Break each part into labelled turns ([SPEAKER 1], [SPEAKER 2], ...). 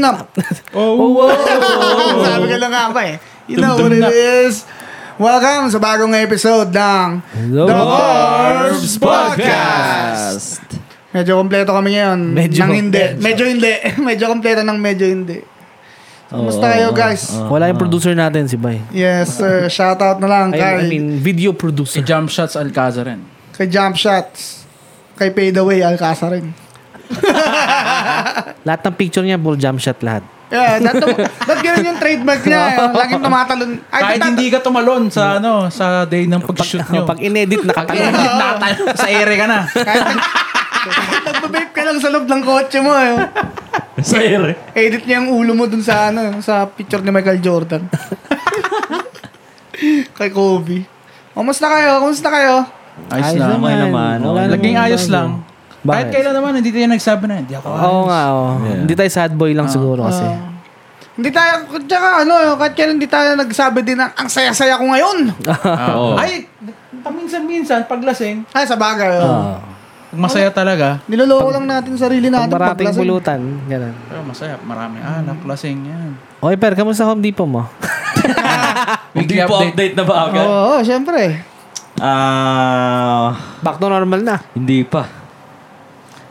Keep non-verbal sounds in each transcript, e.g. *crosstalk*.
[SPEAKER 1] *laughs*
[SPEAKER 2] up.
[SPEAKER 3] Oh, wow.
[SPEAKER 1] Oh, Sabi ko lang nga ba eh. You know what it is. Welcome sa bagong episode ng
[SPEAKER 2] The
[SPEAKER 3] Barbs Podcast.
[SPEAKER 1] Medyo kompleto kami ngayon.
[SPEAKER 2] Medyo.
[SPEAKER 1] Nang hindi. Medyo hindi. *laughs* medyo kompleto ng medyo hindi. So, Kumusta kayo guys?
[SPEAKER 2] Wala yung producer natin, si Bay.
[SPEAKER 1] Yes, sir. Shout out na lang
[SPEAKER 2] I,
[SPEAKER 1] kay,
[SPEAKER 2] I mean, video
[SPEAKER 3] Si
[SPEAKER 2] producer.
[SPEAKER 3] Jump Shots Alcazar rin.
[SPEAKER 1] kay Jump Shots. Kay Fade Away Alcázar rin.
[SPEAKER 2] Lahat ng picture niya, full jump shot lahat.
[SPEAKER 1] Yeah, that, that ganun yung trademark niya. eh. Laging tumatalon. Ay,
[SPEAKER 3] Kahit
[SPEAKER 1] tata-
[SPEAKER 3] hindi ka tumalon sa ano sa day ng pag-shoot nyo.
[SPEAKER 2] Pag in-edit,
[SPEAKER 3] Pag
[SPEAKER 2] *laughs* nakatalon.
[SPEAKER 3] natal- *laughs* sa ere ka na.
[SPEAKER 1] Kahit nag- kahit nagbabape ka lang sa loob ng kotse mo. Eh.
[SPEAKER 3] sa ere.
[SPEAKER 1] Edit niya yung ulo mo dun sa ano, sa picture ni Michael Jordan. Kay Kobe. Kumusta kayo? Kumusta kayo?
[SPEAKER 2] Ayos
[SPEAKER 3] Ayos, lang.
[SPEAKER 2] naman.
[SPEAKER 3] Okay
[SPEAKER 2] Wala
[SPEAKER 3] Oh,
[SPEAKER 2] namang
[SPEAKER 3] Laging ayos
[SPEAKER 2] bago.
[SPEAKER 3] lang.
[SPEAKER 2] Bakit?
[SPEAKER 3] Kahit kailan naman, hindi tayo nagsabi na. Hindi ako
[SPEAKER 2] Oo nga, oo. Hindi tayo sad boy lang siguro kasi.
[SPEAKER 1] Hindi tayo, tsaka ano, kahit kailan hindi tayo nagsabi din ng, ang saya-saya ko ngayon.
[SPEAKER 2] Oh.
[SPEAKER 4] Oo.
[SPEAKER 3] Ay, paminsan-minsan, paglasing,
[SPEAKER 1] Ay, sa bagay. Oh.
[SPEAKER 3] masaya talaga.
[SPEAKER 1] Niloloko lang natin sarili natin.
[SPEAKER 2] Marating
[SPEAKER 1] paglasing.
[SPEAKER 2] bulutan. Ganun.
[SPEAKER 3] Pero masaya, marami
[SPEAKER 2] Hmm.
[SPEAKER 3] anak, lasing, yan.
[SPEAKER 2] Okay, per, kamusta Home Depot mo?
[SPEAKER 4] Hindi po update na ba agad?
[SPEAKER 1] Oo, oh, syempre.
[SPEAKER 4] Ah,
[SPEAKER 2] *laughs* Back to normal na.
[SPEAKER 4] hindi pa.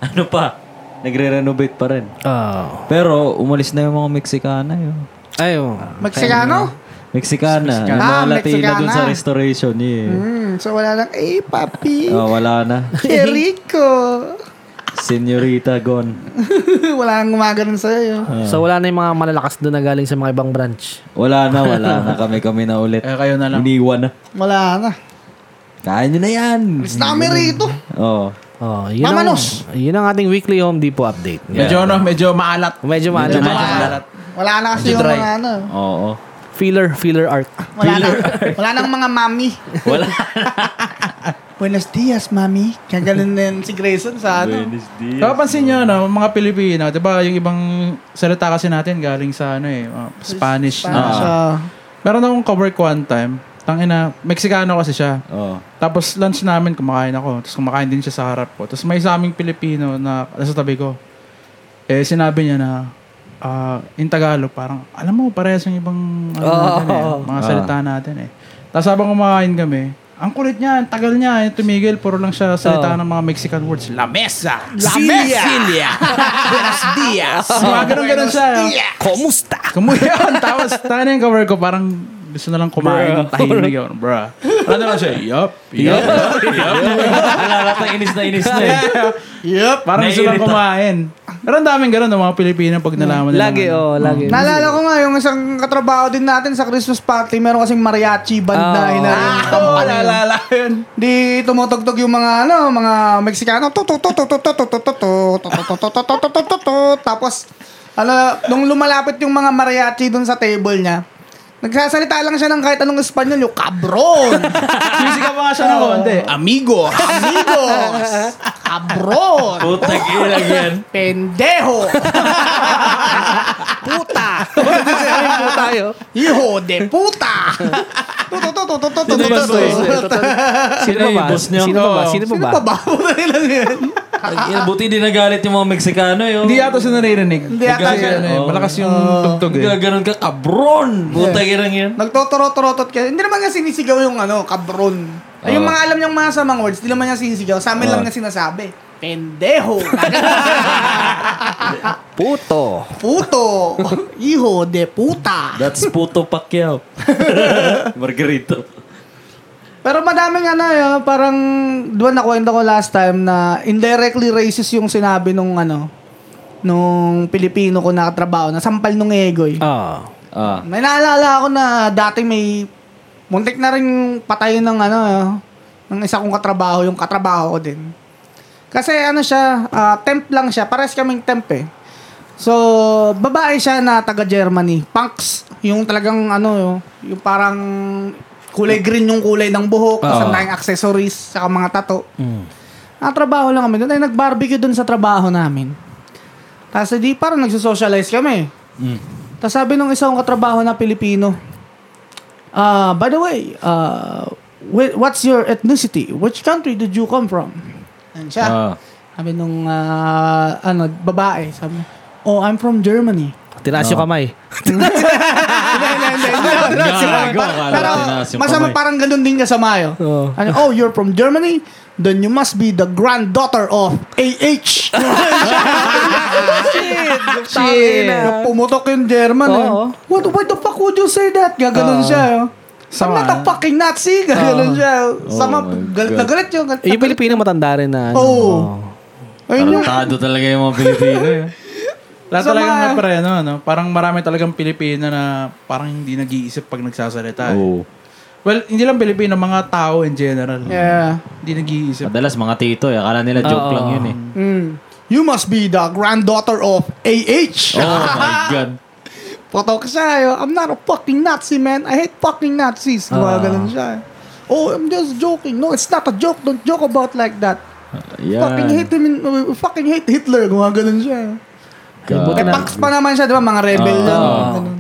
[SPEAKER 4] Ano pa? Nagre-renovate pa rin.
[SPEAKER 2] Oh.
[SPEAKER 4] Pero umalis na yung mga Meksikana yun.
[SPEAKER 2] Ayo.
[SPEAKER 1] Meksikano?
[SPEAKER 4] Meksikana. yung
[SPEAKER 1] Ah,
[SPEAKER 4] mga Latina
[SPEAKER 1] Meksikana.
[SPEAKER 4] dun sa restoration yeah.
[SPEAKER 1] Hmm, so wala lang, eh, papi.
[SPEAKER 4] Ah, wala na.
[SPEAKER 1] Que rico.
[SPEAKER 4] Senorita gone.
[SPEAKER 1] *laughs* wala nang gumaganon sa'yo.
[SPEAKER 2] So wala na yung mga malalakas doon na galing sa mga ibang branch.
[SPEAKER 4] Wala na, wala na. Kami-kami na ulit.
[SPEAKER 3] Eh, kayo na lang.
[SPEAKER 4] Iniwan na.
[SPEAKER 1] Wala na.
[SPEAKER 4] Kain nyo na yan.
[SPEAKER 1] Alis na kami rito.
[SPEAKER 4] Oo.
[SPEAKER 2] Oh, yun
[SPEAKER 1] Mamanos!
[SPEAKER 2] Ang, yun ang ating weekly Home Depot update.
[SPEAKER 3] Medyo, ano, medyo maalat.
[SPEAKER 2] Medyo maano.
[SPEAKER 3] Medyo
[SPEAKER 2] maano.
[SPEAKER 3] maalat.
[SPEAKER 1] Wala na kasi
[SPEAKER 3] Medyo
[SPEAKER 1] yung
[SPEAKER 3] dry.
[SPEAKER 1] mga ano.
[SPEAKER 4] Oo.
[SPEAKER 2] Filler, filler art.
[SPEAKER 1] Wala
[SPEAKER 3] *laughs*
[SPEAKER 1] na. Wala nang mga mami.
[SPEAKER 4] Wala.
[SPEAKER 1] Buenos dias, mami. Kaya ganun na yun si Grayson sa ano.
[SPEAKER 4] Wednesday.
[SPEAKER 3] Kaya pansin nyo, ano, mga Pilipino, di ba yung ibang salita kasi natin galing sa ano eh, uh, Spanish.
[SPEAKER 2] Ah,
[SPEAKER 1] Paano
[SPEAKER 3] na.
[SPEAKER 1] siya?
[SPEAKER 3] Meron akong cover ko one time. Tangina, Meksikano kasi siya.
[SPEAKER 4] Oo.
[SPEAKER 3] Tapos lunch namin, kumakain ako. Tapos kumakain din siya sa harap ko. Tapos may saming Pilipino na nasa tabi ko. Eh, sinabi niya na, ah, in Tagalog, parang, alam mo, parehas yung ibang ano natin eh, mga salita natin eh. Tapos habang kumakain kami, ang kulit niya, ang tagal niya, eh, tumigil, puro lang siya salita ng mga Mexican words. La mesa! La mesa! Silya! Buenos dias! Mga ganun-ganun siya.
[SPEAKER 2] Kumusta?
[SPEAKER 3] Kamu yun. *laughs* Tapos, tangan yung cover ko, parang gusto na lang kumain ng tahimik yun, bruh. Ano naman
[SPEAKER 4] *laughs*
[SPEAKER 3] siya? Yup. Yup.
[SPEAKER 4] Wala lahat ng inis na inis na *laughs* eh.
[SPEAKER 1] Yup.
[SPEAKER 3] Parang gusto lang
[SPEAKER 4] Naiirita.
[SPEAKER 3] kumain. Pero ang daming ganun ng mga Pilipino pag nalaman nila.
[SPEAKER 2] Lagi, oh, lagi.
[SPEAKER 1] Naalala ko nga yung isang katrabaho din natin sa Christmas party, meron kasing mariachi band na
[SPEAKER 2] Oh.
[SPEAKER 1] ina.
[SPEAKER 3] Ah, Oo, naalala ko yun.
[SPEAKER 1] Di tumutugtog yung mga ano, mga Meksikano. Tu, tu, tu, tu, tu, tu, tu, tu, tu, tu, tu, tu, tu, tu, tu, tu, tu, tu, tu. Tapos, ano, nung lumalapit yung mga mariachi dun sa table niya, nagsasalita lang siya ng kahit anong Espanyol, yung cabron.
[SPEAKER 3] Sisigaw pa nga siya ng konti.
[SPEAKER 1] Amigo. Amigos. *laughs* Cabron.
[SPEAKER 4] Putang ina yan.
[SPEAKER 1] Pendejo. *laughs* puta.
[SPEAKER 2] tayo.
[SPEAKER 1] Hijo de puta. Tuto, tuto, tuto, tuto,
[SPEAKER 4] Sino
[SPEAKER 1] tuto.
[SPEAKER 4] ba boss niya?
[SPEAKER 2] Sino pa ba?
[SPEAKER 4] yung boss niyo?
[SPEAKER 2] Sino pa ba? Sino pa
[SPEAKER 4] Ano
[SPEAKER 1] Sino
[SPEAKER 2] ba?
[SPEAKER 1] pa ba? *laughs* Puta nila yun.
[SPEAKER 4] Tangina, Buti di nagalit yung mga Meksikano yun.
[SPEAKER 3] Hindi yata siya naririnig. Hindi
[SPEAKER 1] yata siya. Oh.
[SPEAKER 3] Malakas yung tugtog eh.
[SPEAKER 4] Gaganon ka, kabron! Buta ginang yan.
[SPEAKER 1] Nagtotorotrotot kaya. Hindi naman niya sinisigaw yung ano, cabron. Ay, yung
[SPEAKER 4] Oo.
[SPEAKER 1] mga alam niyang masamang words, hindi naman niya sinisigaw. Sa amin lang
[SPEAKER 4] Oo.
[SPEAKER 1] niya sinasabi. Pendejo. *laughs*
[SPEAKER 2] Puto.
[SPEAKER 1] Puto. Hijo de puta.
[SPEAKER 4] That's Puto Pacquiao. Margarito.
[SPEAKER 1] Pero madaming ano, yun, parang, di ba nakwento ko last time na indirectly racist yung sinabi nung ano, nung Pilipino ko nakatrabaho, na sampal nung egoy.
[SPEAKER 2] Ah.
[SPEAKER 4] Ah.
[SPEAKER 1] May naalala ako na dati may, muntik na rin patay ng ano, ng isa kong katrabaho, yung katrabaho ko din. Kasi ano siya, ah, temp lang siya, pares kaming temp eh. So, babae siya na taga Germany. Punks, yung talagang ano, yung parang kulay green yung kulay ng buhok, tapos ang daming accessories, saka mga tato. Ah, trabaho lang kami doon. Ay, nag-barbecue doon sa trabaho namin. Tapos di parang nagsosocialize kami. Tapos sabi nung isang katrabaho na Pilipino, ah, by the way, ah, wh- what's your ethnicity? Which country did you come from? Ayan siya.
[SPEAKER 4] Ah.
[SPEAKER 1] Sabi nung ah, ano, babae, sabi, oh, I'm from Germany.
[SPEAKER 2] Tinaas yung kamay.
[SPEAKER 4] Gago, akala
[SPEAKER 1] Pero
[SPEAKER 4] ko tinaas yung
[SPEAKER 1] masama
[SPEAKER 4] kamay.
[SPEAKER 1] parang ganun din kasama yun.
[SPEAKER 2] Oo.
[SPEAKER 1] Ano, oh, you're from Germany? Then you must be the granddaughter of AH.
[SPEAKER 2] Shit!
[SPEAKER 1] Shit. Pumutok yung German. eh.
[SPEAKER 2] Oo.
[SPEAKER 1] What, why the fuck would you say that? Gaganon
[SPEAKER 2] Oo.
[SPEAKER 1] siya. oh. I'm
[SPEAKER 3] Sama.
[SPEAKER 1] not a fucking Nazi. Gaganon siya. oh. Sama,
[SPEAKER 4] eh. Oh my
[SPEAKER 1] galit na
[SPEAKER 4] God.
[SPEAKER 1] galit yung. galit na
[SPEAKER 2] Eh, Yung
[SPEAKER 1] galit.
[SPEAKER 2] Pilipino matanda rin na. Ano,
[SPEAKER 1] Oo.
[SPEAKER 3] Oh.
[SPEAKER 1] Ayun yung
[SPEAKER 4] Tarantado talaga yung mga Pilipino. eh.
[SPEAKER 3] Lahat
[SPEAKER 1] Sa
[SPEAKER 3] talaga
[SPEAKER 1] mga-
[SPEAKER 3] nga pre, ano, ano, parang marami talagang Pilipino na parang hindi nag-iisip pag nagsasalita. eh.
[SPEAKER 4] Oo.
[SPEAKER 3] Well, hindi lang Pilipino, mga tao in general.
[SPEAKER 1] Yeah.
[SPEAKER 3] Hindi nag-iisip.
[SPEAKER 4] Madalas mga tito eh. Akala nila joke
[SPEAKER 2] Oo.
[SPEAKER 4] lang *laughs* yun eh.
[SPEAKER 1] Mm. You must be the granddaughter of AH.
[SPEAKER 4] Oh my God.
[SPEAKER 1] Potok siya. yo. I'm not a fucking Nazi, man. I hate fucking Nazis. Gumaganon siya. Oh, I'm just joking. No, it's not a joke. Don't joke about like that.
[SPEAKER 4] Yan.
[SPEAKER 1] Fucking hate him. in- we fucking hate Hitler. Gumaganon siya.
[SPEAKER 2] Yung
[SPEAKER 4] Gago.
[SPEAKER 2] buti
[SPEAKER 1] Eh,
[SPEAKER 2] na.
[SPEAKER 1] punks pa naman siya, di ba? Mga rebel.
[SPEAKER 4] Ah.
[SPEAKER 1] yun. Ganun.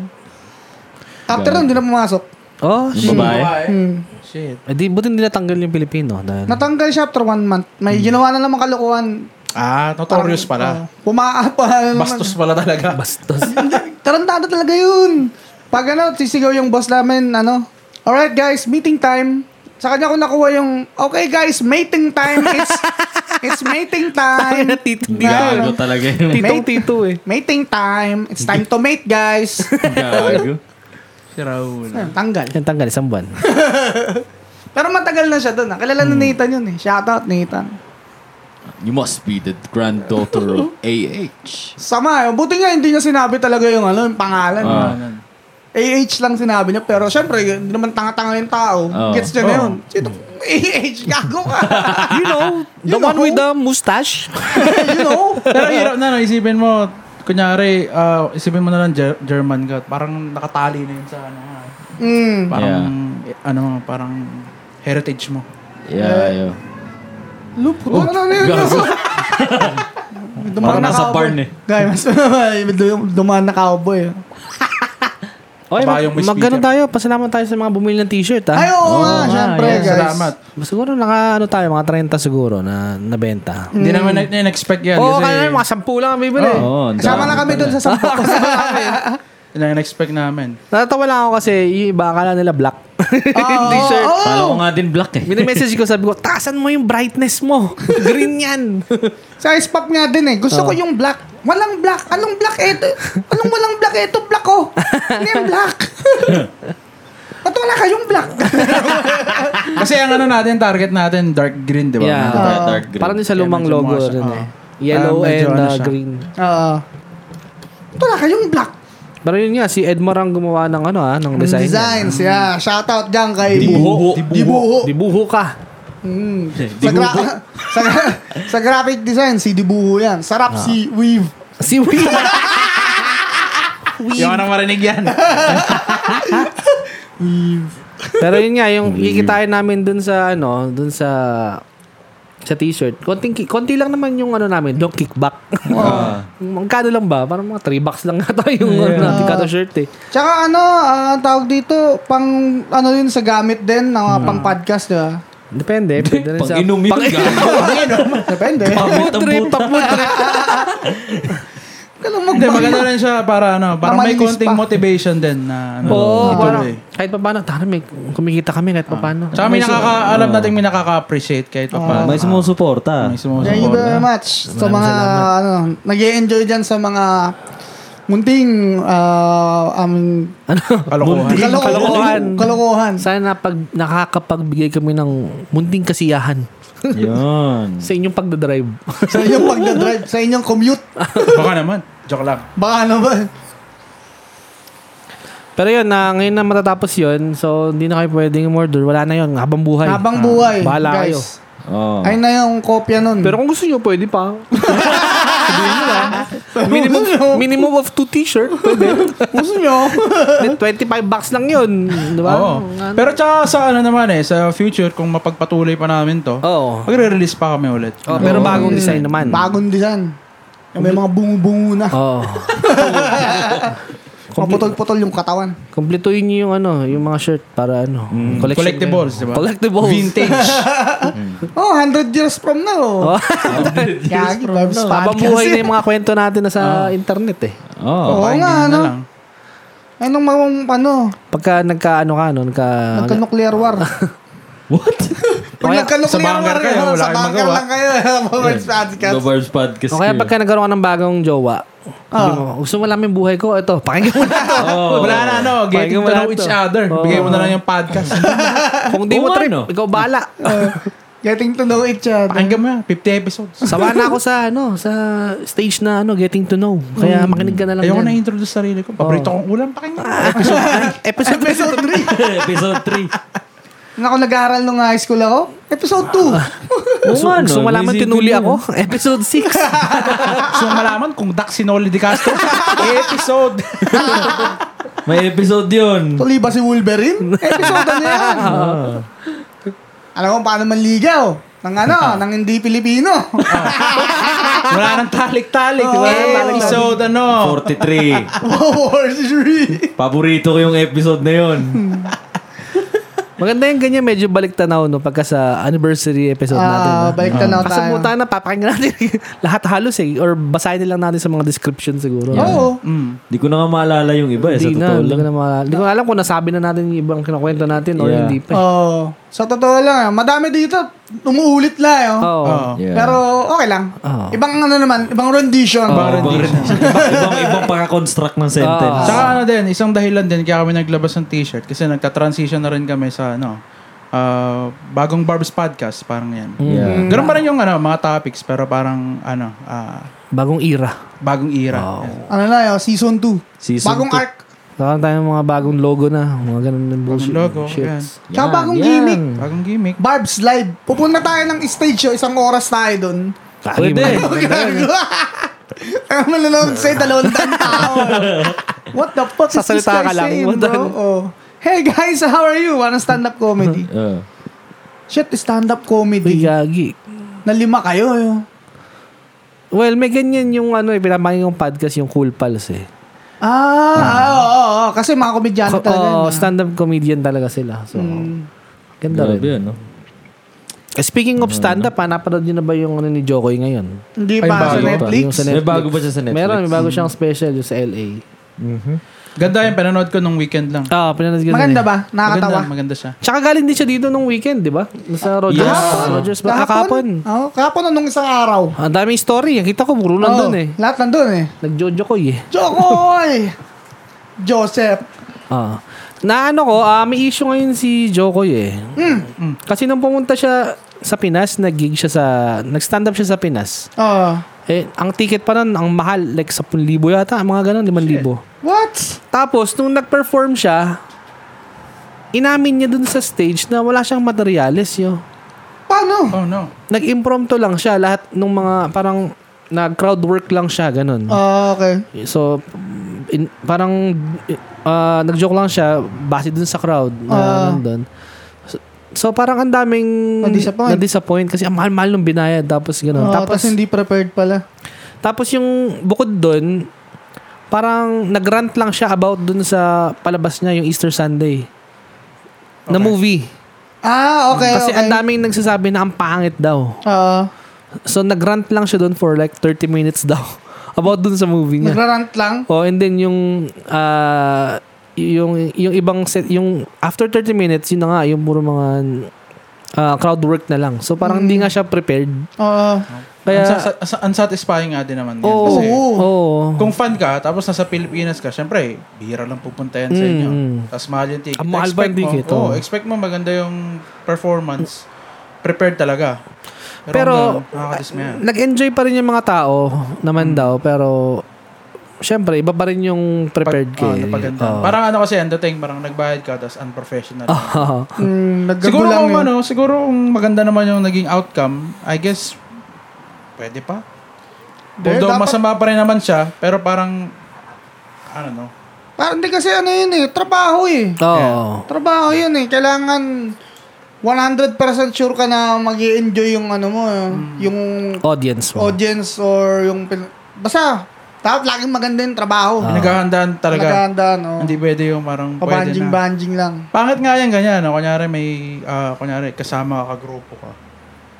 [SPEAKER 1] After nun, di na pumasok.
[SPEAKER 2] Oh, shit.
[SPEAKER 4] Yung babae.
[SPEAKER 1] Hmm.
[SPEAKER 3] Shit.
[SPEAKER 2] Eh, di, buti hindi natanggal yung Pilipino. Dahil,
[SPEAKER 1] Natanggal siya after one month. May ginawa na naman kalukuhan.
[SPEAKER 3] Ah, notorious pala.
[SPEAKER 1] Pumaa pa na naman.
[SPEAKER 3] Bastos pala talaga. *laughs*
[SPEAKER 2] bastos.
[SPEAKER 1] Tarantado talaga yun. Pag ano, sisigaw yung boss namin, ano, Alright guys, meeting time. Sa kanya ko nakuha yung, okay guys, mating time.
[SPEAKER 2] *laughs*
[SPEAKER 1] It's, it's mating time.
[SPEAKER 2] Tangina, tito.
[SPEAKER 4] Gago talaga
[SPEAKER 1] *laughs*
[SPEAKER 4] yun.
[SPEAKER 2] Titong tito eh.
[SPEAKER 1] Mating time. It's time to mate
[SPEAKER 2] *laughs*
[SPEAKER 1] guys.
[SPEAKER 4] Gago.
[SPEAKER 3] Si Raul. Ano,
[SPEAKER 1] Ayun, Tanggal.
[SPEAKER 2] Yung tanggal, isang buwan.
[SPEAKER 1] Pero matagal na siya doon. Kilala
[SPEAKER 2] Hmm.
[SPEAKER 1] na Nathan yun eh. Shoutout Nathan.
[SPEAKER 4] You must be the granddaughter of AH.
[SPEAKER 1] Sama eh. Buti nga hindi niya sinabi talaga yung ano, yung pangalan.
[SPEAKER 4] Ah.
[SPEAKER 3] ano.
[SPEAKER 1] AH lang sinabi niya. Pero syempre, hindi naman tanga-tanga yung tao.
[SPEAKER 4] Oo.
[SPEAKER 1] Gets niya na yun. Sino? AH, gago ka.
[SPEAKER 2] You know, the
[SPEAKER 1] You
[SPEAKER 2] one
[SPEAKER 1] know?
[SPEAKER 2] with the mustache.
[SPEAKER 1] you know?
[SPEAKER 3] Pero hirap na, no? isipin mo, kunyari, ah, isipin mo na lang Ger- German ka, parang nakatali na yun sa ano nga. eh.
[SPEAKER 1] Mm.
[SPEAKER 3] Parang, eh, ano, parang heritage mo.
[SPEAKER 4] Yeah, yeah.
[SPEAKER 1] Lupo. ano na yun?
[SPEAKER 4] Gago. Parang nasa barn eh.
[SPEAKER 1] Guys, *laughs* dumaan na cowboy. eh.
[SPEAKER 2] Oy, mag,
[SPEAKER 3] Kabayong
[SPEAKER 2] mag-
[SPEAKER 3] may speaker.
[SPEAKER 2] ganun tayo. Pasalamat tayo sa mga bumili ng t-shirt, ha?
[SPEAKER 1] Ay, oo nga, syempre
[SPEAKER 3] yeah.
[SPEAKER 1] guys.
[SPEAKER 3] Salamat.
[SPEAKER 2] Siguro naka, ano tayo, mga 30 siguro na nabenta.
[SPEAKER 3] Hindi naman na- na-expect yan. eh.
[SPEAKER 2] Oo, oh,
[SPEAKER 3] kasi,
[SPEAKER 2] kaya naman, mga 10 lang ang bibili.
[SPEAKER 4] Oo, Oh, ang
[SPEAKER 1] Kasama
[SPEAKER 4] dami
[SPEAKER 1] na kami doon
[SPEAKER 4] pala.
[SPEAKER 1] sa sampo.
[SPEAKER 3] na-expect namin.
[SPEAKER 2] Natatawa lang ako kasi yung iba akala nila black. *laughs* Yung t-shirt.
[SPEAKER 1] Oo.
[SPEAKER 4] Kala ko nga din black eh.
[SPEAKER 2] Minimessage ko, sabi ko, taasan mo yung brightness mo. *laughs* Green yan. *laughs*
[SPEAKER 1] Sa ice pop nga din eh. Gusto ko yung black. Walang black. Anong black eto? Anong walang black eto? Black ko. Ano yung
[SPEAKER 3] *laughs*
[SPEAKER 1] black? Ba't wala kayong black?
[SPEAKER 3] Kasi ang ano natin, target natin, dark green, di ba?
[SPEAKER 2] Yeah.
[SPEAKER 4] Ah,
[SPEAKER 1] Oo.
[SPEAKER 4] dark green.
[SPEAKER 2] Parang yung sa
[SPEAKER 3] Kaya
[SPEAKER 2] lumang
[SPEAKER 3] medyo
[SPEAKER 2] logo
[SPEAKER 3] mga siya.
[SPEAKER 2] rin
[SPEAKER 3] Oo.
[SPEAKER 2] eh. Yellow
[SPEAKER 3] Ah, medyo
[SPEAKER 2] and
[SPEAKER 3] ano
[SPEAKER 2] uh,
[SPEAKER 3] siya.
[SPEAKER 2] green.
[SPEAKER 1] Oo. Ba't wala kayong black?
[SPEAKER 2] Pero yun nga, si Edmar ang gumawa ng ano ah, ng design.
[SPEAKER 1] Designs, yeah. Shout out dyan kay
[SPEAKER 4] Dibuho.
[SPEAKER 1] Dibuho.
[SPEAKER 2] Dibuho ka.
[SPEAKER 1] Mm. Sa, gra- *laughs* sa, sa graphic design, si Dibuho yan. Sarap si Weave.
[SPEAKER 2] Si Will.
[SPEAKER 4] *laughs*
[SPEAKER 3] Yung anong marinig yan.
[SPEAKER 2] Pero yun nga, yung kikitain namin dun sa ano, dun sa sa t-shirt. Konting ki- konti lang naman yung ano namin, yung kickback. *laughs*
[SPEAKER 4] Ah.
[SPEAKER 2] Magkano lang ba? Parang mga 3 bucks lang ata yung ano natin kada shirt eh.
[SPEAKER 1] Tsaka ano, ah, ang tawag dito, pang ano yun sa gamit din, ng mga pang podcast, di
[SPEAKER 3] *laughs*
[SPEAKER 1] ba?
[SPEAKER 2] Depende. Depende rin
[SPEAKER 4] Pang
[SPEAKER 2] sa...
[SPEAKER 4] inom yun. ah.
[SPEAKER 2] *laughs*
[SPEAKER 4] Gago.
[SPEAKER 3] Ano oh?
[SPEAKER 1] Depende.
[SPEAKER 2] Pamot trip, pamot trip.
[SPEAKER 1] Kailang
[SPEAKER 3] Hindi,
[SPEAKER 1] mag-
[SPEAKER 3] maganda rin siya para ano, parang may
[SPEAKER 1] Mamalinis
[SPEAKER 3] konting
[SPEAKER 1] pa.
[SPEAKER 3] motivation din na ano,
[SPEAKER 2] Oo,
[SPEAKER 3] ituloy.
[SPEAKER 2] parang kahit pa paano. Tara, may kumikita kami
[SPEAKER 4] Ah.
[SPEAKER 2] kahit pa paano.
[SPEAKER 3] Tsaka may nakaka, alam natin may nakaka-appreciate kahit pa paano.
[SPEAKER 4] May sumusuporta.
[SPEAKER 3] May sumusuporta.
[SPEAKER 1] Thank you very much sa mga, ano, nag enjoy dyan sa mga munting, ah, aming,
[SPEAKER 2] Ano?
[SPEAKER 3] Kalokohan.
[SPEAKER 1] kaloko-
[SPEAKER 2] kalokohan.
[SPEAKER 1] Kalokohan.
[SPEAKER 2] Sana pag nakakapagbigay kami ng munting kasiyahan
[SPEAKER 4] Yan.
[SPEAKER 2] sa inyong pagdadrive.
[SPEAKER 1] Sa inyong pagdadrive, sa inyong commute.
[SPEAKER 3] Baka naman. Joke lang.
[SPEAKER 1] Baka ano ba?
[SPEAKER 2] Pero yun, na, ngayon na matatapos yun. So, hindi na kayo pwedeng murder. Wala na yun. Habang buhay.
[SPEAKER 1] Habang buhay,
[SPEAKER 2] ah, bahala kayo.
[SPEAKER 1] guys.
[SPEAKER 4] Oh.
[SPEAKER 1] Ayun na yung kopya nun.
[SPEAKER 2] Pero kung gusto nyo, pwede *laughs* pa. Sabihin nyo lang. minimum, minimum of two t-shirt. Pwede.
[SPEAKER 1] gusto
[SPEAKER 2] *laughs*
[SPEAKER 1] nyo,
[SPEAKER 2] 25 bucks lang yun. Di
[SPEAKER 1] Diba?
[SPEAKER 2] ba?
[SPEAKER 3] Oo. Pero tsaka sa ano naman eh, sa future, kung mapagpatuloy pa namin to,
[SPEAKER 2] Oo.
[SPEAKER 3] magre-release pa kami ulit.
[SPEAKER 2] Oh, pero bagong design naman.
[SPEAKER 1] bagong design. Yung May mga bungo-bungo na.
[SPEAKER 2] Oo.
[SPEAKER 1] Maputol-putol yung katawan.
[SPEAKER 2] Kompletuhin nyo yung ano, yung mga shirt para ano, collection.
[SPEAKER 3] Collectibles, di ba?
[SPEAKER 2] Collectibles.
[SPEAKER 3] Vintage.
[SPEAKER 1] Oh, 100 years from now.
[SPEAKER 2] Oh.
[SPEAKER 1] Gagi, Barb's
[SPEAKER 2] *laughs* Habang
[SPEAKER 1] podcast.
[SPEAKER 2] buhay na yung mga kwento natin na sa internet eh.
[SPEAKER 4] Oo.
[SPEAKER 1] Oo
[SPEAKER 3] Kakainin
[SPEAKER 1] nga,
[SPEAKER 3] na
[SPEAKER 1] ano?
[SPEAKER 3] lang.
[SPEAKER 1] Ay, nung mga, ano,
[SPEAKER 2] Pagka nagka ano ka, no, nagka...
[SPEAKER 1] nagka-nuclear war.
[SPEAKER 2] *laughs*
[SPEAKER 4] What?
[SPEAKER 1] Pag
[SPEAKER 2] Kaya-
[SPEAKER 3] sa
[SPEAKER 1] nagka-nuclear war,
[SPEAKER 3] bunker kayo,
[SPEAKER 1] kayo,
[SPEAKER 3] wala
[SPEAKER 1] sa
[SPEAKER 3] kayong
[SPEAKER 1] bunker
[SPEAKER 3] magawa.
[SPEAKER 1] lang kayo. eh. Barb's podcast.
[SPEAKER 4] The Barb's Podcast.
[SPEAKER 2] o kaya
[SPEAKER 4] yun.
[SPEAKER 2] pagka nagkaroon ka ng bagong jowa,
[SPEAKER 1] Ah.
[SPEAKER 2] sabi mo, gusto mo lang yung buhay ko, ito, pakinggan mo na to.
[SPEAKER 4] Oo.
[SPEAKER 3] Wala na, ano,
[SPEAKER 2] Pakinggan
[SPEAKER 3] getting
[SPEAKER 2] mo
[SPEAKER 3] to
[SPEAKER 2] lahat
[SPEAKER 3] know each
[SPEAKER 2] to.
[SPEAKER 3] other.
[SPEAKER 2] Oo.
[SPEAKER 3] Bigay mo na lang yung podcast.
[SPEAKER 2] Kung di mo
[SPEAKER 4] Oo nga,
[SPEAKER 2] trip,
[SPEAKER 4] no?
[SPEAKER 2] ikaw bala.
[SPEAKER 1] Oh, Getting to know each other.
[SPEAKER 3] Pakinggan mo yan, 50 episodes.
[SPEAKER 2] Sawa na ako sa ano, sa stage na ano, getting to know. Kaya makinig ka na lang
[SPEAKER 3] Ayoko na
[SPEAKER 2] dyan.
[SPEAKER 3] introduce sarili ko. Paborito kong ulam, pakinggan *laughs*
[SPEAKER 2] *laughs*
[SPEAKER 3] mo.
[SPEAKER 2] Episode,
[SPEAKER 1] Episode 3.
[SPEAKER 4] *laughs* Episode 3.
[SPEAKER 1] Nako, nag-aaral nung high school ako. Episode 2.
[SPEAKER 2] Oo nga,
[SPEAKER 4] Gusto-
[SPEAKER 2] gusto mo malaman
[SPEAKER 4] isipin
[SPEAKER 2] tinuli
[SPEAKER 4] yun.
[SPEAKER 2] ako. Episode 6.
[SPEAKER 3] Gusto mo malaman kung Dax Sinoli de Castro? episode.
[SPEAKER 4] May episode yun.
[SPEAKER 1] Tuloy ba si Wolverine? Episode ano yan? Alam mo paano manligaw? Ng ano, ng hindi Pilipino.
[SPEAKER 3] Wala nang talik-talik.
[SPEAKER 1] Oo,
[SPEAKER 3] Wala nang
[SPEAKER 1] talik-talik.
[SPEAKER 3] episode, ano.
[SPEAKER 4] 43.
[SPEAKER 1] War 3.
[SPEAKER 4] Paborito ko yung episode na yun.
[SPEAKER 2] Maganda yung ganyan, medyo balik tanaw no, pagka sa anniversary episode
[SPEAKER 1] Ah,
[SPEAKER 2] natin. no?
[SPEAKER 1] balik tanaw tayo.
[SPEAKER 2] Kasabutan na, papakinggan natin *laughs* lahat halos eh. Or basahin na lang natin sa mga description siguro.
[SPEAKER 1] Oo.
[SPEAKER 3] Mm.
[SPEAKER 4] Di ko na nga maalala yung iba eh. Sa
[SPEAKER 2] Hindi
[SPEAKER 4] totoo
[SPEAKER 2] na, hindi
[SPEAKER 4] lang.
[SPEAKER 2] ko na maalala. Hindi ko alam kung nasabi na natin yung ibang kinakwento natin o
[SPEAKER 4] Yeah.
[SPEAKER 2] hindi pa. eh.
[SPEAKER 1] Oo. Oh, Sa totoo lang, ah. madami dito. Umuulit lang. eh, oh.
[SPEAKER 2] Oo.
[SPEAKER 3] Oo.
[SPEAKER 4] Yeah.
[SPEAKER 1] Pero okay lang.
[SPEAKER 2] Oo.
[SPEAKER 1] Ibang ano naman, ibang rendition.
[SPEAKER 4] Oo, ibang, ibang, ibang, ibang pakakonstruct ng sentence.
[SPEAKER 3] Tsaka ano din, isang dahilan din kaya kami naglabas ng t-shirt kasi nagka-transition na rin kami sa ano, ah, bagong Barb's Podcast, parang yan.
[SPEAKER 4] Yeah.
[SPEAKER 3] Ganun pa rin yung ano, mga topics pero parang ano, ah,
[SPEAKER 2] Bagong era.
[SPEAKER 3] bagong era.
[SPEAKER 1] Ano na yun, season 2.
[SPEAKER 4] Season
[SPEAKER 1] bagong
[SPEAKER 4] two.
[SPEAKER 1] arc.
[SPEAKER 2] Saka tayo mga bagong logo na. Mga ganun ng bullshit.
[SPEAKER 3] Bagong logo,
[SPEAKER 2] Shit.
[SPEAKER 3] yan.
[SPEAKER 1] Tsaka
[SPEAKER 4] Yan,
[SPEAKER 1] bagong
[SPEAKER 4] yan.
[SPEAKER 1] gimmick.
[SPEAKER 3] Bagong gimmick.
[SPEAKER 1] Barb's Live. Pupunta tayo ng stage show, isang oras tayo dun.
[SPEAKER 2] Tayo
[SPEAKER 4] Pwede.
[SPEAKER 2] mga-
[SPEAKER 1] Gago. *laughs* Ang malalaman sa'yo, dalawang daan tao. What the fuck is this guy
[SPEAKER 2] Sasalita ka lang.
[SPEAKER 1] saying,
[SPEAKER 2] What
[SPEAKER 1] bro?
[SPEAKER 2] the-
[SPEAKER 1] Oh. Hey guys, how are you? Ano stand-up comedy?
[SPEAKER 4] Oo.
[SPEAKER 1] Shit, stand-up
[SPEAKER 2] Uy,
[SPEAKER 1] comedy.
[SPEAKER 2] gagi.
[SPEAKER 1] Na lima kayo. eh.
[SPEAKER 2] Well, may ganyan yung ano, eh, pinapakinggan yung podcast, yung Cool Pals eh.
[SPEAKER 1] Ah, ah, oo, oo, oo. Kasi mga komedyante
[SPEAKER 2] Ko-
[SPEAKER 1] talaga. Mm.
[SPEAKER 2] oh,
[SPEAKER 1] yun, ah.
[SPEAKER 2] stand-up comedian talaga sila. So, ganda
[SPEAKER 4] Grabe ano?
[SPEAKER 2] rin.
[SPEAKER 4] yun, no?
[SPEAKER 2] Eh, Speaking of stand-up, ha, napanood nyo na ba yung ano ni Jokoy ngayon?
[SPEAKER 1] Hindi
[SPEAKER 3] Ay,
[SPEAKER 1] pa
[SPEAKER 3] bago
[SPEAKER 1] sa
[SPEAKER 3] pa.
[SPEAKER 1] Netflix.
[SPEAKER 2] Yung sa
[SPEAKER 4] May bago ba siya sa Netflix?
[SPEAKER 2] Meron, may bago siyang special yung sa LA.
[SPEAKER 3] Ganda yung pinanood ko nung weekend lang.
[SPEAKER 2] Ah, pinanood ko
[SPEAKER 1] Maganda ba?
[SPEAKER 3] Maganda,
[SPEAKER 1] Nakakatawa.
[SPEAKER 3] maganda siya.
[SPEAKER 2] Tsaka galing din siya dito nung weekend, di ba? Sa Rogers.
[SPEAKER 4] Yeah.
[SPEAKER 2] Rogers ba? ah, Kahapon.
[SPEAKER 1] Oo, kahapon anong isang araw.
[SPEAKER 2] Ang daming story. Kita ko, puro nandun
[SPEAKER 1] Oo,
[SPEAKER 2] eh.
[SPEAKER 1] Oh, Lahat nandun eh.
[SPEAKER 2] Nag-Jojokoy eh.
[SPEAKER 1] Jokoy! Joseph.
[SPEAKER 2] Ah. Na ano ko, ah, may issue ngayon si Jokoy eh. Kasi nung pumunta siya sa Pinas, nag-gig siya sa, nag-stand up siya sa Pinas.
[SPEAKER 1] Oh.
[SPEAKER 2] Eh, ang ticket pa nun, ang mahal, like 10,000 yata, mga ganun, 5,000.
[SPEAKER 1] What?
[SPEAKER 2] Tapos, nung nag-perform siya, inamin niya dun sa stage na wala siyang materyales yo.
[SPEAKER 1] Paano?
[SPEAKER 3] Oh no.
[SPEAKER 2] Nag-impromptu lang siya lahat nung mga parang nag-crowd work lang siya ganun.
[SPEAKER 1] Ah, okay.
[SPEAKER 2] So in- parang uh, nag-joke lang siya base dun sa crowd na
[SPEAKER 1] Ah.
[SPEAKER 2] nandun. So, so, parang ang daming
[SPEAKER 1] Na-disappoint.
[SPEAKER 2] na-disappoint kasi ang mahal-mahal ng binayad tapos ganun.
[SPEAKER 1] Oo,
[SPEAKER 2] Ano,
[SPEAKER 1] Oh,
[SPEAKER 2] tapos
[SPEAKER 1] tapos hindi prepared pala.
[SPEAKER 2] Tapos yung bukod doon, parang nagrant lang siya about dun sa palabas niya yung Easter Sunday. Na movie.
[SPEAKER 1] Ah, okay,
[SPEAKER 2] Kasi
[SPEAKER 1] okay. Oh,
[SPEAKER 2] ang daming nagsasabi na ang pangit daw.
[SPEAKER 1] Oo.
[SPEAKER 2] So nagrant lang siya doon for like 30 minutes daw *laughs* about dun sa movie niya.
[SPEAKER 1] nagrarant lang.
[SPEAKER 2] Oh, and then yung ah, yung yung ibang set yung after 30 minutes yun na nga yung puro mga ah, crowd work na lang. So parang hindi nga siya prepared.
[SPEAKER 1] Oo.
[SPEAKER 2] Kaya
[SPEAKER 3] Unsat- unsat- unsatisfying nga din naman. yan.
[SPEAKER 2] Oo.
[SPEAKER 3] Kasi,
[SPEAKER 2] Oo.
[SPEAKER 3] Kung fan ka, tapos nasa Pilipinas ka, syempre, bihira lang pupunta yan sa
[SPEAKER 2] Mm,
[SPEAKER 3] inyo.
[SPEAKER 2] mm.
[SPEAKER 3] Tapos mahal yung ticket.
[SPEAKER 2] Ang mahal ba yung ticket,
[SPEAKER 3] Mo,
[SPEAKER 2] oh.
[SPEAKER 3] oh, expect mo maganda yung performance. Prepared talaga.
[SPEAKER 2] Pero,
[SPEAKER 3] hanggang nakakadismaya.
[SPEAKER 2] nag-enjoy pa rin yung mga tao naman daw, pero syempre, iba pa rin yung prepared
[SPEAKER 3] Ah,
[SPEAKER 2] ka. eh.
[SPEAKER 3] napaganda.
[SPEAKER 2] Oo.
[SPEAKER 3] Parang ano kasi, ang dating, parang nagbayad ka, tapos unprofessional.
[SPEAKER 2] *laughs* Oo.
[SPEAKER 1] Mm, naggago
[SPEAKER 3] siguro
[SPEAKER 1] lang
[SPEAKER 3] kung
[SPEAKER 1] yun.
[SPEAKER 3] ano, siguro kung maganda naman yung naging outcome, I guess, pwede pa.
[SPEAKER 1] Hindi,
[SPEAKER 3] Although
[SPEAKER 1] dapat-
[SPEAKER 3] masama pa rin naman siya, pero parang, I don't know.
[SPEAKER 1] Parang hindi kasi ano yun eh. Trabaho eh.
[SPEAKER 2] Oo.
[SPEAKER 1] Trabaho yun eh. Kailangan 100% sure ka na mag enjoy yung ano mo. eh.
[SPEAKER 2] Hmm.
[SPEAKER 1] Yung
[SPEAKER 2] Audience mo.
[SPEAKER 1] audience or yung... pin- Basta, dapat laging maganda yung trabaho.
[SPEAKER 3] Ah.
[SPEAKER 2] Ah.
[SPEAKER 3] Pinaghahandaan talaga.
[SPEAKER 1] Naganda, no?
[SPEAKER 3] Hindi pwede yung parang pwede na.
[SPEAKER 1] Pabanjing-banjing lang.
[SPEAKER 3] Pangit nga yan ganyan, no? kunyari may, ah, kunyari kasama ka, grupo ka.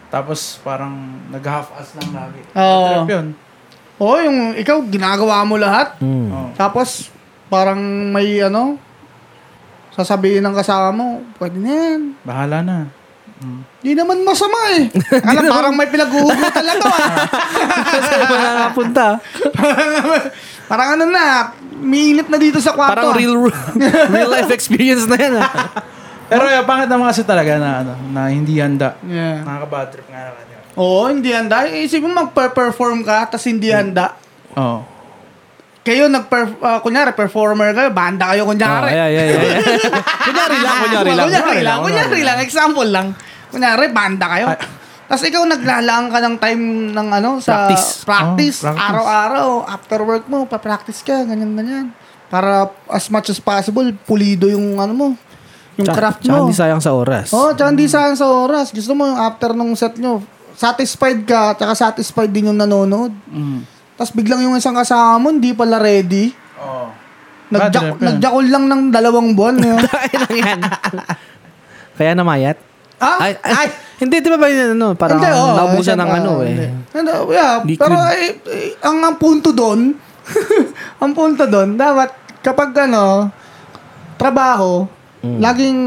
[SPEAKER 3] Tapos parang nag-half-ass lang lagi.
[SPEAKER 1] Oo.
[SPEAKER 3] Trip yun.
[SPEAKER 1] Oo, yung ikaw, ginagawa mo lahat.
[SPEAKER 2] *laughs* Mm.
[SPEAKER 3] Oo.
[SPEAKER 1] Tapos, parang may ano, sasabihin ng kasama mo, pwede na yan.
[SPEAKER 3] Bahala na.
[SPEAKER 1] Di naman masama
[SPEAKER 3] *laughs*
[SPEAKER 1] eh. Alam, parang may pinag-uugot talaga. ah.
[SPEAKER 2] Saan pa nakapunta?
[SPEAKER 1] parang ano na, miinit na dito sa kwarto.
[SPEAKER 2] Parang
[SPEAKER 1] ah.
[SPEAKER 2] real *laughs* real life experience na yan. ah.
[SPEAKER 3] Pero yung pangit naman kasi talaga na, ano, na hindi handa.
[SPEAKER 1] Yeah.
[SPEAKER 3] Nakaka-bad trip nga naman yun.
[SPEAKER 1] Oo, hindi handa. Eh, Isipin mo, magpe-perform ka, tas hindi handa.
[SPEAKER 3] Oo.
[SPEAKER 1] Kayo, nag kunyari, performer kayo, banda kayo,
[SPEAKER 2] Oh,
[SPEAKER 1] kunyari.
[SPEAKER 2] yeah, yeah, yeah,
[SPEAKER 1] *laughs*
[SPEAKER 2] yeah. Kunyari lang, kunyari lang.
[SPEAKER 1] Kunyari lang, kunyari lang. Example lang. Kunyari, banda kayo. Tapos ikaw naglalaan ka ng time ng ano sa
[SPEAKER 2] Practice.
[SPEAKER 1] practice,
[SPEAKER 3] Oh, practice.
[SPEAKER 1] araw-araw, after work mo, pa-practice ka, ganyan ganyan. Para as much as possible, pulido yung ano mo, yung
[SPEAKER 2] Tsaka-
[SPEAKER 1] craft
[SPEAKER 2] tsaka
[SPEAKER 1] mo.
[SPEAKER 2] hindi sayang sa oras.
[SPEAKER 1] Oh, tsaka hindi sayang sa oras. Gusto mo yung after nung set nyo, satisfied ka, tsaka satisfied din yung nanonood.
[SPEAKER 3] Mm.
[SPEAKER 1] Tapos biglang yung isang kasama mo, hindi pala ready.
[SPEAKER 3] Oo.
[SPEAKER 1] Nagja-
[SPEAKER 3] trip yun.
[SPEAKER 1] nagjakol lang ng dalawang buwan.
[SPEAKER 2] *laughs*
[SPEAKER 1] yun.
[SPEAKER 2] Kailan yan? Kaya namayat?
[SPEAKER 1] ah,
[SPEAKER 2] Ay, ay,
[SPEAKER 1] ay,
[SPEAKER 2] hindi, di ba ba yun, ano, parang
[SPEAKER 1] Hindi, oo,
[SPEAKER 2] naubusan ng
[SPEAKER 1] syempre,
[SPEAKER 2] ano
[SPEAKER 1] oo,
[SPEAKER 2] eh.
[SPEAKER 1] hindi. Hindi, yeah,
[SPEAKER 2] Liquid.
[SPEAKER 1] pero eh, eh, ang, ang punto doon, *laughs* ang punto doon, dapat kapag ano, trabaho,
[SPEAKER 2] Mm.
[SPEAKER 1] laging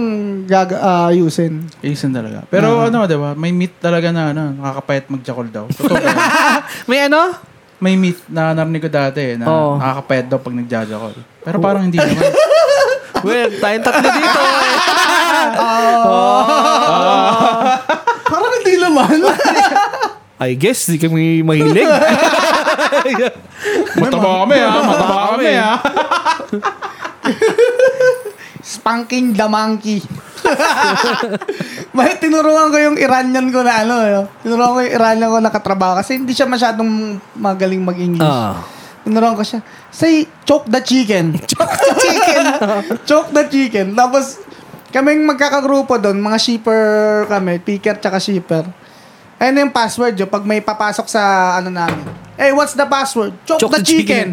[SPEAKER 1] gag ah, ayusin.
[SPEAKER 3] Isin talaga. Pero ano, di ba? May myth talaga na ano, nakakapayat magjakol daw. Totoo ba yun?
[SPEAKER 2] May ano?
[SPEAKER 3] May myth na narinig ko dati eh, na
[SPEAKER 2] Oo.
[SPEAKER 3] nakakapayat daw pag nagjajakol. Pero parang hindi naman.
[SPEAKER 2] Well, tayong tatlo dito. eh.
[SPEAKER 1] Parang hindi naman.
[SPEAKER 2] I guess, di kami mahilig.
[SPEAKER 3] Mataba kami *laughs* ha, mataba
[SPEAKER 2] kami,
[SPEAKER 3] kami ha.
[SPEAKER 1] *laughs* Spanking the monkey. *laughs* May tinuruan ko yung Iranian ko na ano, eh. tinuruan ko yung Iranian ko nakatrabaho kasi hindi siya masyadong magaling mag-English.
[SPEAKER 2] Ah.
[SPEAKER 1] Tinuruan ko siya, say, choke the chicken. choke the chicken. *laughs* choke the chicken. Tapos, kaming magkakagrupo doon, mga shipper kami, picker tsaka shipper. Ayun na yung password yun, pag may papasok sa ano namin. Hey, what's the password? Choke,
[SPEAKER 2] Choke
[SPEAKER 1] the,
[SPEAKER 2] the
[SPEAKER 1] chicken.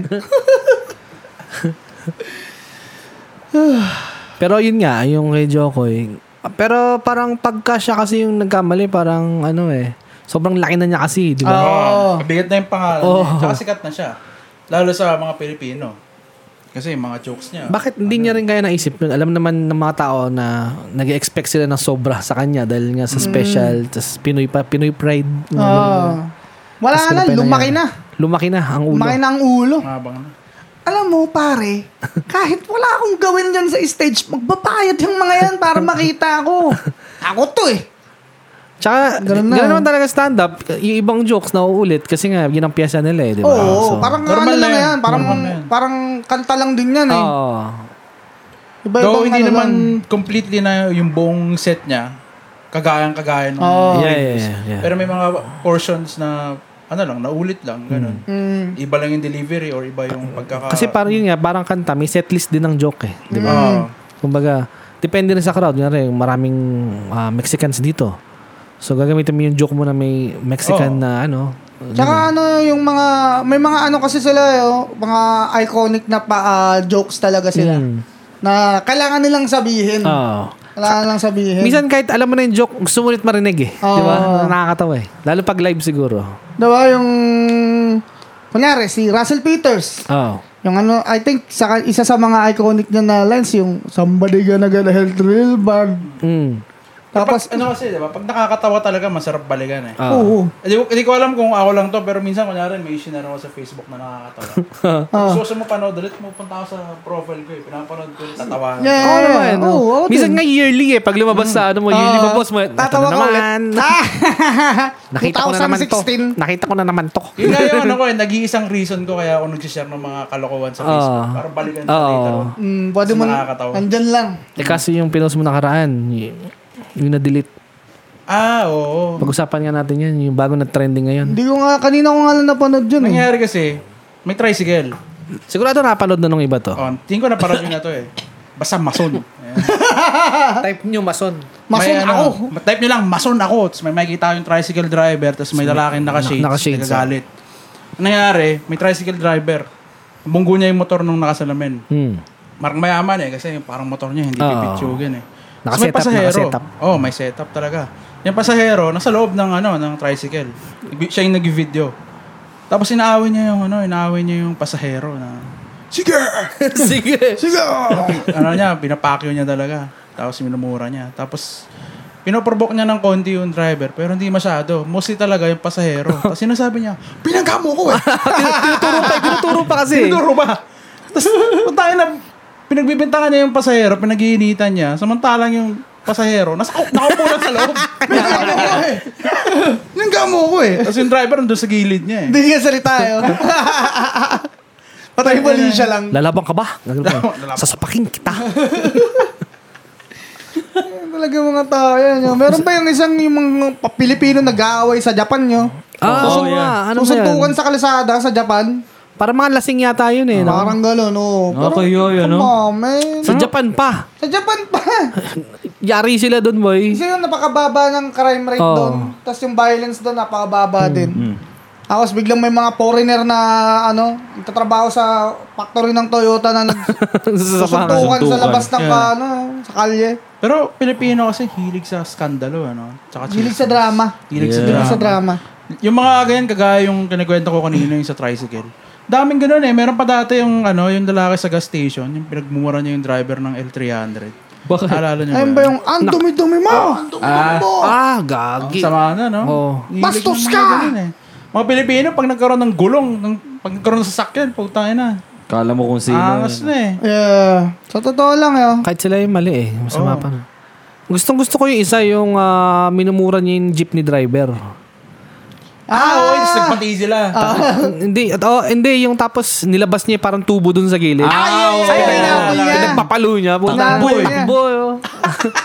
[SPEAKER 2] Pero yun nga, yung kay Jokoy. Pero parang pagka siya kasi yung nagkamali, parang ano eh, sobrang laki na niya kasi, di ba?
[SPEAKER 1] Oo.
[SPEAKER 3] Ah, Bigat na yung pangalan.
[SPEAKER 2] Oo.
[SPEAKER 3] niya. Tsaka sikat na siya. Lalo sa mga Pilipino. Kasi yung mga jokes niya.
[SPEAKER 2] Bakit hindi niya rin kaya naisip yun? Alam naman ng mga tao na nag expect sila ng sobra sa kanya dahil nga sa
[SPEAKER 1] Mm.
[SPEAKER 2] special, tas Pinoy pa, Pinoy pride. mga
[SPEAKER 1] Ah.
[SPEAKER 2] ganun.
[SPEAKER 1] *laughs* Oo. Wala
[SPEAKER 2] Tas
[SPEAKER 1] na,
[SPEAKER 2] ganun pa yung
[SPEAKER 1] lumaki na.
[SPEAKER 2] nangyari. Lumaki na ang ulo.
[SPEAKER 1] Lumaki na ang ulo.
[SPEAKER 3] Mabang na.
[SPEAKER 1] Alam mo, pare, kahit wala akong gawin yan sa stage, magbabayad yung mga yan para makita ako. Ako to eh.
[SPEAKER 2] Tsaka,
[SPEAKER 1] Ganun
[SPEAKER 2] ganun,
[SPEAKER 1] na.
[SPEAKER 2] naman talaga stand-up. Yung ibang jokes na uulit kasi nga, yun ang pyesa nila eh, di ba?
[SPEAKER 1] Oo, parang
[SPEAKER 3] Diba? normal
[SPEAKER 1] ano
[SPEAKER 3] na
[SPEAKER 1] lang
[SPEAKER 3] yan.
[SPEAKER 1] yan. Parang,
[SPEAKER 3] Normal na yan.
[SPEAKER 1] parang kanta lang din yan eh.
[SPEAKER 2] Oo.
[SPEAKER 1] Iba-ibang
[SPEAKER 3] Though hindi
[SPEAKER 1] ano
[SPEAKER 3] naman
[SPEAKER 1] lang.
[SPEAKER 3] completely na yung buong set niya. Kagayang-kagaya nung
[SPEAKER 1] Oo.
[SPEAKER 2] Yeah, yeah, yeah, yeah.
[SPEAKER 3] Pero may mga portions na ano lang, naulit lang, ganun.
[SPEAKER 1] Mm.
[SPEAKER 3] Iba lang yung delivery or iba yung pagkaka...
[SPEAKER 2] Kasi parang yun nga, parang kanta, may setlist din ng joke eh.
[SPEAKER 3] Di ba? Oo.
[SPEAKER 2] Kumbaga, depende rin sa crowd. Kunyari, maraming ah, Mexicans dito. So, gagamitin mo yung joke mo na may Mexican
[SPEAKER 3] Oo.
[SPEAKER 2] na ano.
[SPEAKER 1] Tsaka ano yung mga, may mga ano kasi sila, oh, mga iconic na pa, ah, jokes talaga sila.
[SPEAKER 2] Mm.
[SPEAKER 1] Na kailangan nilang sabihin.
[SPEAKER 2] Oo.
[SPEAKER 1] Kailangan nilang sabihin.
[SPEAKER 2] Minsan kahit alam mo na yung joke, gusto mo ulit marinig eh.
[SPEAKER 1] Oo.
[SPEAKER 2] Di ba? Nakakatawa eh. Lalo pag live siguro.
[SPEAKER 1] Diba yung, kunyari, si Russell Peters.
[SPEAKER 2] Oo.
[SPEAKER 1] Yung ano, I think sa isa sa mga iconic niya na lines yung somebody gonna gonna help real bad.
[SPEAKER 2] Mm.
[SPEAKER 1] Tapos
[SPEAKER 3] Pag, ano kasi, di ba? Pag nakakatawa talaga, masarap balikan eh.
[SPEAKER 2] Ah.
[SPEAKER 1] oo.
[SPEAKER 3] Hindi ko, hindi ko alam kung ako lang to, pero minsan kunyari may share ako sa Facebook na
[SPEAKER 2] *laughs*
[SPEAKER 3] nakakatawa.
[SPEAKER 2] Ah.
[SPEAKER 3] Pag gusto mo panood ulit, pupunta ako sa profile ko eh. Pinapanood ko ulit,
[SPEAKER 1] Yeah,
[SPEAKER 2] Oo
[SPEAKER 3] tatawa.
[SPEAKER 1] yeah,
[SPEAKER 2] naman.
[SPEAKER 1] yeah.
[SPEAKER 2] oo.
[SPEAKER 1] Eh, Oo, ako
[SPEAKER 2] Minsan
[SPEAKER 1] din.
[SPEAKER 2] nga yearly eh. Pag lumabas sa ano mo, yearly pa boss mo. Ito
[SPEAKER 1] Tatawa
[SPEAKER 2] na
[SPEAKER 1] ka *laughs*
[SPEAKER 2] naman.
[SPEAKER 1] ulit. Ah!
[SPEAKER 2] Nakita ko na naman to.
[SPEAKER 1] 2016.
[SPEAKER 2] Nakita ko na naman to.
[SPEAKER 3] Yun nga yung ano ko eh, nag-iisang reason ko kaya ako nag-share ng mga kalokohan sa
[SPEAKER 2] Ah.
[SPEAKER 3] Facebook. Para balikan ko
[SPEAKER 2] Ah.
[SPEAKER 3] later on.
[SPEAKER 1] Mm, pwede mo,
[SPEAKER 3] Nakakatawa.
[SPEAKER 1] nandyan lang.
[SPEAKER 2] Eh kasi yung pinost mo nakaraan, y- yung na-delete.
[SPEAKER 3] Ah, oo.
[SPEAKER 2] Pag-usapan nga natin yan, yung bago na trending ngayon.
[SPEAKER 1] Hindi ko nga, kanina ko nga lang napanood yun eh.
[SPEAKER 3] Nangyari kasi, may tricycle.
[SPEAKER 2] Sigurado napanood na nung iba to.
[SPEAKER 3] Oh, tingin ko na parang yun na to eh. Basta mason. Ayan.
[SPEAKER 2] Type nyo, mason.
[SPEAKER 1] Mason
[SPEAKER 3] May
[SPEAKER 1] ako.
[SPEAKER 3] ano, Type nyo lang, mason ako. Tapos may makikita yung tricycle driver, tapos may lalaking naka-shades,
[SPEAKER 2] na- naka-shades,
[SPEAKER 3] nagagalit. Ang nangyari, may tricycle driver. Bunggo niya yung motor nung nakasalamin.
[SPEAKER 2] Hmm.
[SPEAKER 3] Marang mayaman eh, kasi parang motor niya hindi
[SPEAKER 2] Oo.
[SPEAKER 3] pipitsugin eh. Tapos
[SPEAKER 2] Nakaset
[SPEAKER 3] may
[SPEAKER 2] up,
[SPEAKER 3] pasahero.
[SPEAKER 2] nakaset up.
[SPEAKER 3] Oh, may setup talaga. Yung pasahero, nasa loob ng ano, ng tricycle. Nag- Siya yung nag-video. Tapos inaaway niya yung ano, inaaway niya yung pasahero na, Sige!
[SPEAKER 2] *laughs* Sige.
[SPEAKER 3] Sige! ano niya, pinapakyo niya talaga. Tapos minumura niya. Tapos, pinoprovoke niya ng konti yung driver, pero hindi masyado. Mostly talaga yung *laughs* pasahero. Tapos sinasabi niya, Pinangkamo ko *laughs* eh!
[SPEAKER 2] tinuturo pa, tinuturo pa kasi.
[SPEAKER 3] Tinuturo ba? Tapos, tayo na, pinagbibintangan niya yung pasahero, pinagiinitan niya, samantalang yung pasahero, nasa, oh, nakaupo lang sa *laughs* loob. Nangamo ko eh. Nangamo ko eh. Tapos yung driver nandun sa gilid niya eh.
[SPEAKER 1] Hindi niya salita yun. Patay mali siya lang.
[SPEAKER 2] Lalaban ka ba? Lalaban.
[SPEAKER 3] Lalaban.
[SPEAKER 2] Sasapakin kita.
[SPEAKER 1] Talaga mga tao yan. Yung- Meron pa yung isang yung mga pa- Pilipino nag-aaway sa Japan nyo?
[SPEAKER 2] Ah, oo
[SPEAKER 4] Oo, yeah.
[SPEAKER 2] nga. Ano ba Ano?
[SPEAKER 1] Susuntukan
[SPEAKER 2] yan?
[SPEAKER 1] sa kalsada sa Japan?
[SPEAKER 2] Para mga lasing yata yun eh. no?
[SPEAKER 1] Parang gano'n, oo. Pero,
[SPEAKER 4] Okay, yun, yun,
[SPEAKER 1] come
[SPEAKER 4] no?
[SPEAKER 1] on, man.
[SPEAKER 2] Ano? Sa Japan pa.
[SPEAKER 1] Sa Japan pa. *laughs*
[SPEAKER 2] Yari sila doon, boy. *laughs*
[SPEAKER 1] Kasi yung napakababa ng crime rate
[SPEAKER 2] Oo.
[SPEAKER 1] doon. Tapos yung violence doon,
[SPEAKER 3] Mm,
[SPEAKER 1] napakababa din. Tapos biglang may mga foreigner na ano, nagtatrabaho sa factory ng Toyota na
[SPEAKER 3] *laughs*
[SPEAKER 2] Sasapakan.
[SPEAKER 1] nagsusuntukan sa
[SPEAKER 4] Suntukan.
[SPEAKER 1] labas ng
[SPEAKER 3] Yeah.
[SPEAKER 1] ano, sa kalye.
[SPEAKER 3] Pero Pilipino kasi hilig sa skandalo, ano? Tsaka
[SPEAKER 1] Hilig sa drama.
[SPEAKER 3] Hilig sa
[SPEAKER 4] Yeah.
[SPEAKER 3] drama.
[SPEAKER 1] Hilig sa drama.
[SPEAKER 3] Yung mga ganyan, kagaya yung kinakwento ko kanina, yung sa tricycle. Daming ganun eh. Meron pa dati yung, ano, yung lalaki sa gas station, yung pinagmumura niya yung driver ng L300.
[SPEAKER 4] Bakit?
[SPEAKER 3] Alala niyo ba
[SPEAKER 1] Ayun
[SPEAKER 3] yun?
[SPEAKER 1] ba yung, ang dumi-dumi mo! Ang dumi-dumi mo!
[SPEAKER 2] Ah,
[SPEAKER 3] Ang
[SPEAKER 2] gagi.
[SPEAKER 3] sama na, no?
[SPEAKER 2] Oo.
[SPEAKER 3] Hilig
[SPEAKER 1] Bastos
[SPEAKER 3] ng mga
[SPEAKER 1] ka!
[SPEAKER 3] ganun eh. Mga Pilipino, pag nagkaroon ng gulong, ng, pag nagkaroon ng sasakyan, putangin na.
[SPEAKER 4] Kala mo kung sino.
[SPEAKER 3] Angas na eh.
[SPEAKER 1] Yeah. Sa totoo lang eh, oh. yun.
[SPEAKER 2] Kahit sila yung mali eh. Masama
[SPEAKER 1] Oh.
[SPEAKER 2] pa na. Gustong gusto ko yung isa yung ah, minumura niya yung
[SPEAKER 1] *laughs*
[SPEAKER 2] jeepney driver.
[SPEAKER 3] Ah, oo, oh, nagpati sila.
[SPEAKER 1] Ah.
[SPEAKER 2] hindi, at, oh, hindi, yung tapos nilabas niya parang tubo dun sa gilid.
[SPEAKER 4] Ah, oo.
[SPEAKER 1] Ay, hinapon niya.
[SPEAKER 2] Pinagpapalo niya. Puta,
[SPEAKER 1] Takbo
[SPEAKER 2] boy.
[SPEAKER 1] niya.
[SPEAKER 2] Boy,
[SPEAKER 1] *laughs*
[SPEAKER 2] oh.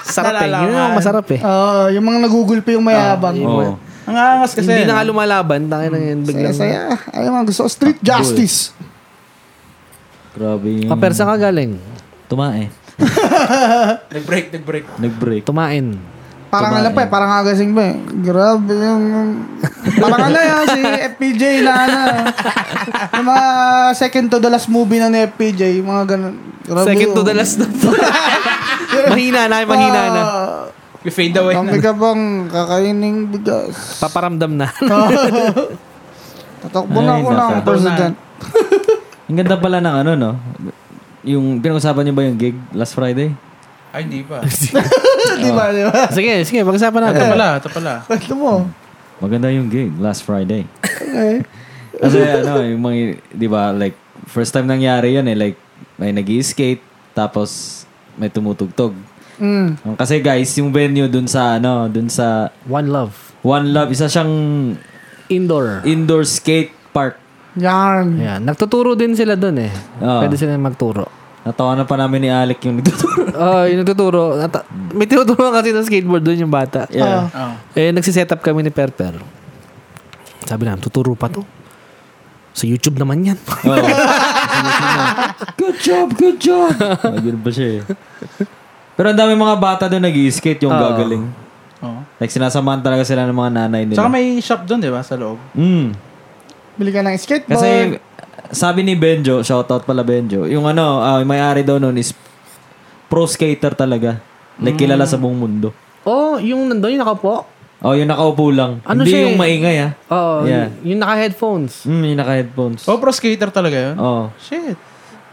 [SPEAKER 2] Sarap eh. Yun ang masarap eh.
[SPEAKER 1] Oo, Ah, yung mga nagugulpi yung
[SPEAKER 3] Ah,
[SPEAKER 1] mayabang.
[SPEAKER 4] Oo.
[SPEAKER 3] Ang angas kasi.
[SPEAKER 2] Hindi na nga lumalaban. Tangin na yun.
[SPEAKER 1] Saya,
[SPEAKER 2] Biglang.
[SPEAKER 1] saya. Ay, mga gusto. ko, Street
[SPEAKER 3] eh.
[SPEAKER 1] justice.
[SPEAKER 4] Grabe yun.
[SPEAKER 2] Kapersa Oh, ka galing.
[SPEAKER 4] *laughs* Tumae.
[SPEAKER 3] Nag-break, nag-break.
[SPEAKER 4] Nag-break.
[SPEAKER 2] Tumain.
[SPEAKER 1] Parang alam pa eh, parang agasing pa eh. Grabe yung... parang ano yan, si FPJ na ano. yung mga second to the last movie na ni FPJ, yung mga ganun. Grabe oh.
[SPEAKER 2] Second to
[SPEAKER 1] yun.
[SPEAKER 2] the last *laughs* na po. mahina na, mahina
[SPEAKER 1] *laughs*
[SPEAKER 2] na.
[SPEAKER 1] Ah,
[SPEAKER 3] We fade away
[SPEAKER 1] Ang
[SPEAKER 3] na.
[SPEAKER 1] biga bang kakaining bigas.
[SPEAKER 2] Paparamdam na.
[SPEAKER 1] Tatakbo
[SPEAKER 4] Ay,
[SPEAKER 1] na ako ng
[SPEAKER 4] nakatakbo
[SPEAKER 3] na.
[SPEAKER 1] president.
[SPEAKER 4] Ang ganda pala ng ano, no? Yung pinag-usapan niyo ba yung gig last Friday?
[SPEAKER 3] Ay, hindi pa.
[SPEAKER 1] *laughs* di ba, di ba?
[SPEAKER 2] sige, sige, pag-usapan
[SPEAKER 3] Ito
[SPEAKER 2] natin.
[SPEAKER 3] pala, ito pala.
[SPEAKER 1] Kwento mo.
[SPEAKER 4] Maganda yung gig last Friday.
[SPEAKER 1] Okay.
[SPEAKER 4] Kasi ano, yung mga, di ba, like, first time nangyari yun eh. Like, may nag skate tapos may tumutugtog.
[SPEAKER 1] Mm.
[SPEAKER 4] Um, Kasi guys, yung venue dun sa, ano, dun sa
[SPEAKER 2] One love.
[SPEAKER 4] One Love, isa siyang
[SPEAKER 2] Indoor.
[SPEAKER 4] indoor skate park.
[SPEAKER 1] Yarn.
[SPEAKER 2] Ayan. Nagtuturo din sila doon eh.
[SPEAKER 4] Oo.
[SPEAKER 2] Pwede sila magturo.
[SPEAKER 4] Natawa na pa namin ni Alec yung nagtuturo.
[SPEAKER 2] Oo, yung nagtuturo. Nata- may tinuturo kasi ng skateboard doon yung bata.
[SPEAKER 4] Yeah.
[SPEAKER 3] Oh.
[SPEAKER 2] Eh, nagsiset up kami ni Perper. Sabi namin, tuturo pa to. Sa YouTube naman yan.
[SPEAKER 4] *laughs* Oo. good job, good job. Ah, Ganun ba siya eh. Pero ang dami mga bata doon nag-skate yung gagaling.
[SPEAKER 3] Oh.
[SPEAKER 4] Like sinasamahan talaga sila ng mga nanay nila.
[SPEAKER 3] Tsaka may shop doon, di ba, sa loob?
[SPEAKER 4] Mm.
[SPEAKER 1] Bili ka ng skateboard.
[SPEAKER 4] Kasi sabi ni Benjo, shoutout pala Benjo, yung ano, ah, yung may-ari daw noon is pro skater talaga. Like kilala sa buong mundo.
[SPEAKER 2] oh, yung nandoon, yung nakapo.
[SPEAKER 4] Oh, yung nakaupo lang.
[SPEAKER 2] Ano
[SPEAKER 4] Hindi
[SPEAKER 2] siya eh?
[SPEAKER 4] yung maingay ah.
[SPEAKER 2] Oo,
[SPEAKER 4] Yeah.
[SPEAKER 2] Oh, yung naka-headphones.
[SPEAKER 4] Mm, yung naka-headphones.
[SPEAKER 3] Oh, pro skater talaga yun?
[SPEAKER 4] Oh.
[SPEAKER 3] Shit.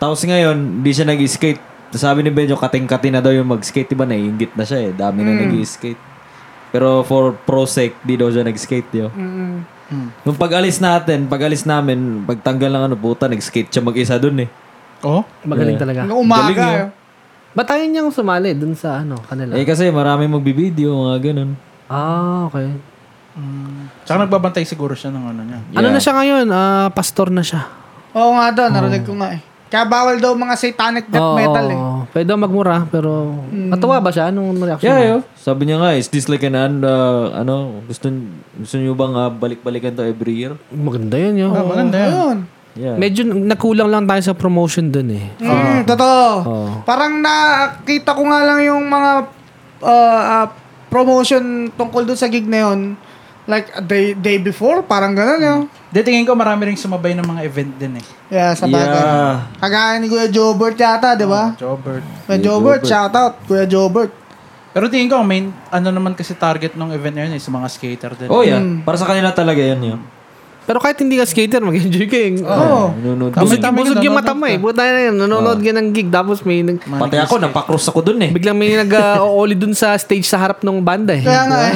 [SPEAKER 4] Tapos ngayon, di siya nag-skate. Sabi ni Benjo, kating-kati na daw yung mag-skate. Diba, naiingit na siya eh. Dami na nag-skate. Pero for pro sake, di daw siya nag-skate yo.
[SPEAKER 1] Mm.
[SPEAKER 4] Nung pag-alis natin, pag-alis namin, pagtanggal ng ano, puta, nag-skate siya mag-isa dun eh.
[SPEAKER 3] Oh?
[SPEAKER 2] Magaling talaga.
[SPEAKER 1] Nung umaga.
[SPEAKER 4] Galing yun.
[SPEAKER 1] eh.
[SPEAKER 2] Ba't tayo niyang sumali dun sa ano, kanila?
[SPEAKER 4] Eh kasi maraming magbibideo, mga ganun.
[SPEAKER 2] Ah, okay.
[SPEAKER 3] Tsaka nagbabantay siguro siya ng ano niya.
[SPEAKER 2] Ano na siya ngayon? Ah, pastor na siya.
[SPEAKER 1] Oo nga daw, narinig ko nga eh. Kaya bawal daw mga satanic death
[SPEAKER 2] Oo,
[SPEAKER 1] metal eh.
[SPEAKER 2] Pwede daw magmura, pero natuwa ba siya? Anong reaction?
[SPEAKER 4] Yeah,
[SPEAKER 2] niya?
[SPEAKER 4] yo. Sabi niya nga, is this like an, an- uh, ano, gusto, gusto niyo bang ah, balik-balikan to every year?
[SPEAKER 2] Maganda yun, yo.
[SPEAKER 3] Oh, maganda yun.
[SPEAKER 1] Ayun.
[SPEAKER 4] Yeah.
[SPEAKER 2] Medyo nakulang lang tayo sa promotion dun eh.
[SPEAKER 1] Mm,
[SPEAKER 4] Ah.
[SPEAKER 1] totoo.
[SPEAKER 2] Oo.
[SPEAKER 1] Parang nakita ko nga lang yung mga uh, uh, promotion tungkol doon sa gig na yun. Like a day, day before, parang ganun yun.
[SPEAKER 3] Di, tingin ko marami rin sumabay ng mga event din eh.
[SPEAKER 1] Yeah, sa bagay.
[SPEAKER 4] yeah. Ah.
[SPEAKER 1] Kagaya ni Kuya Jobert yata, di ba?
[SPEAKER 3] Jobert.
[SPEAKER 1] Kuya Jobert, shoutout. Kuya Jobert.
[SPEAKER 3] Pero tingin ko, main, ano naman kasi target ng event na yun eh, sa mga skater din.
[SPEAKER 4] Oh, yan. Para sa kanila talaga yan yun.
[SPEAKER 2] Pero kahit hindi ka skater, mag-enjoy ka eh.
[SPEAKER 4] Ah.
[SPEAKER 1] Oo.
[SPEAKER 4] Nanonood
[SPEAKER 3] Tama,
[SPEAKER 4] din.
[SPEAKER 2] Busog,
[SPEAKER 3] tama
[SPEAKER 2] busog
[SPEAKER 3] yun,
[SPEAKER 2] yung
[SPEAKER 3] nanonood
[SPEAKER 2] mata mo eh. Buta na yun. Nanonood ka ng gig. Tapos may nag...
[SPEAKER 4] Pati ako, napakross ako dun eh.
[SPEAKER 2] Biglang may nag-ooli dun sa stage sa harap ng banda eh.
[SPEAKER 1] Kaya nga
[SPEAKER 4] *laughs*
[SPEAKER 1] eh.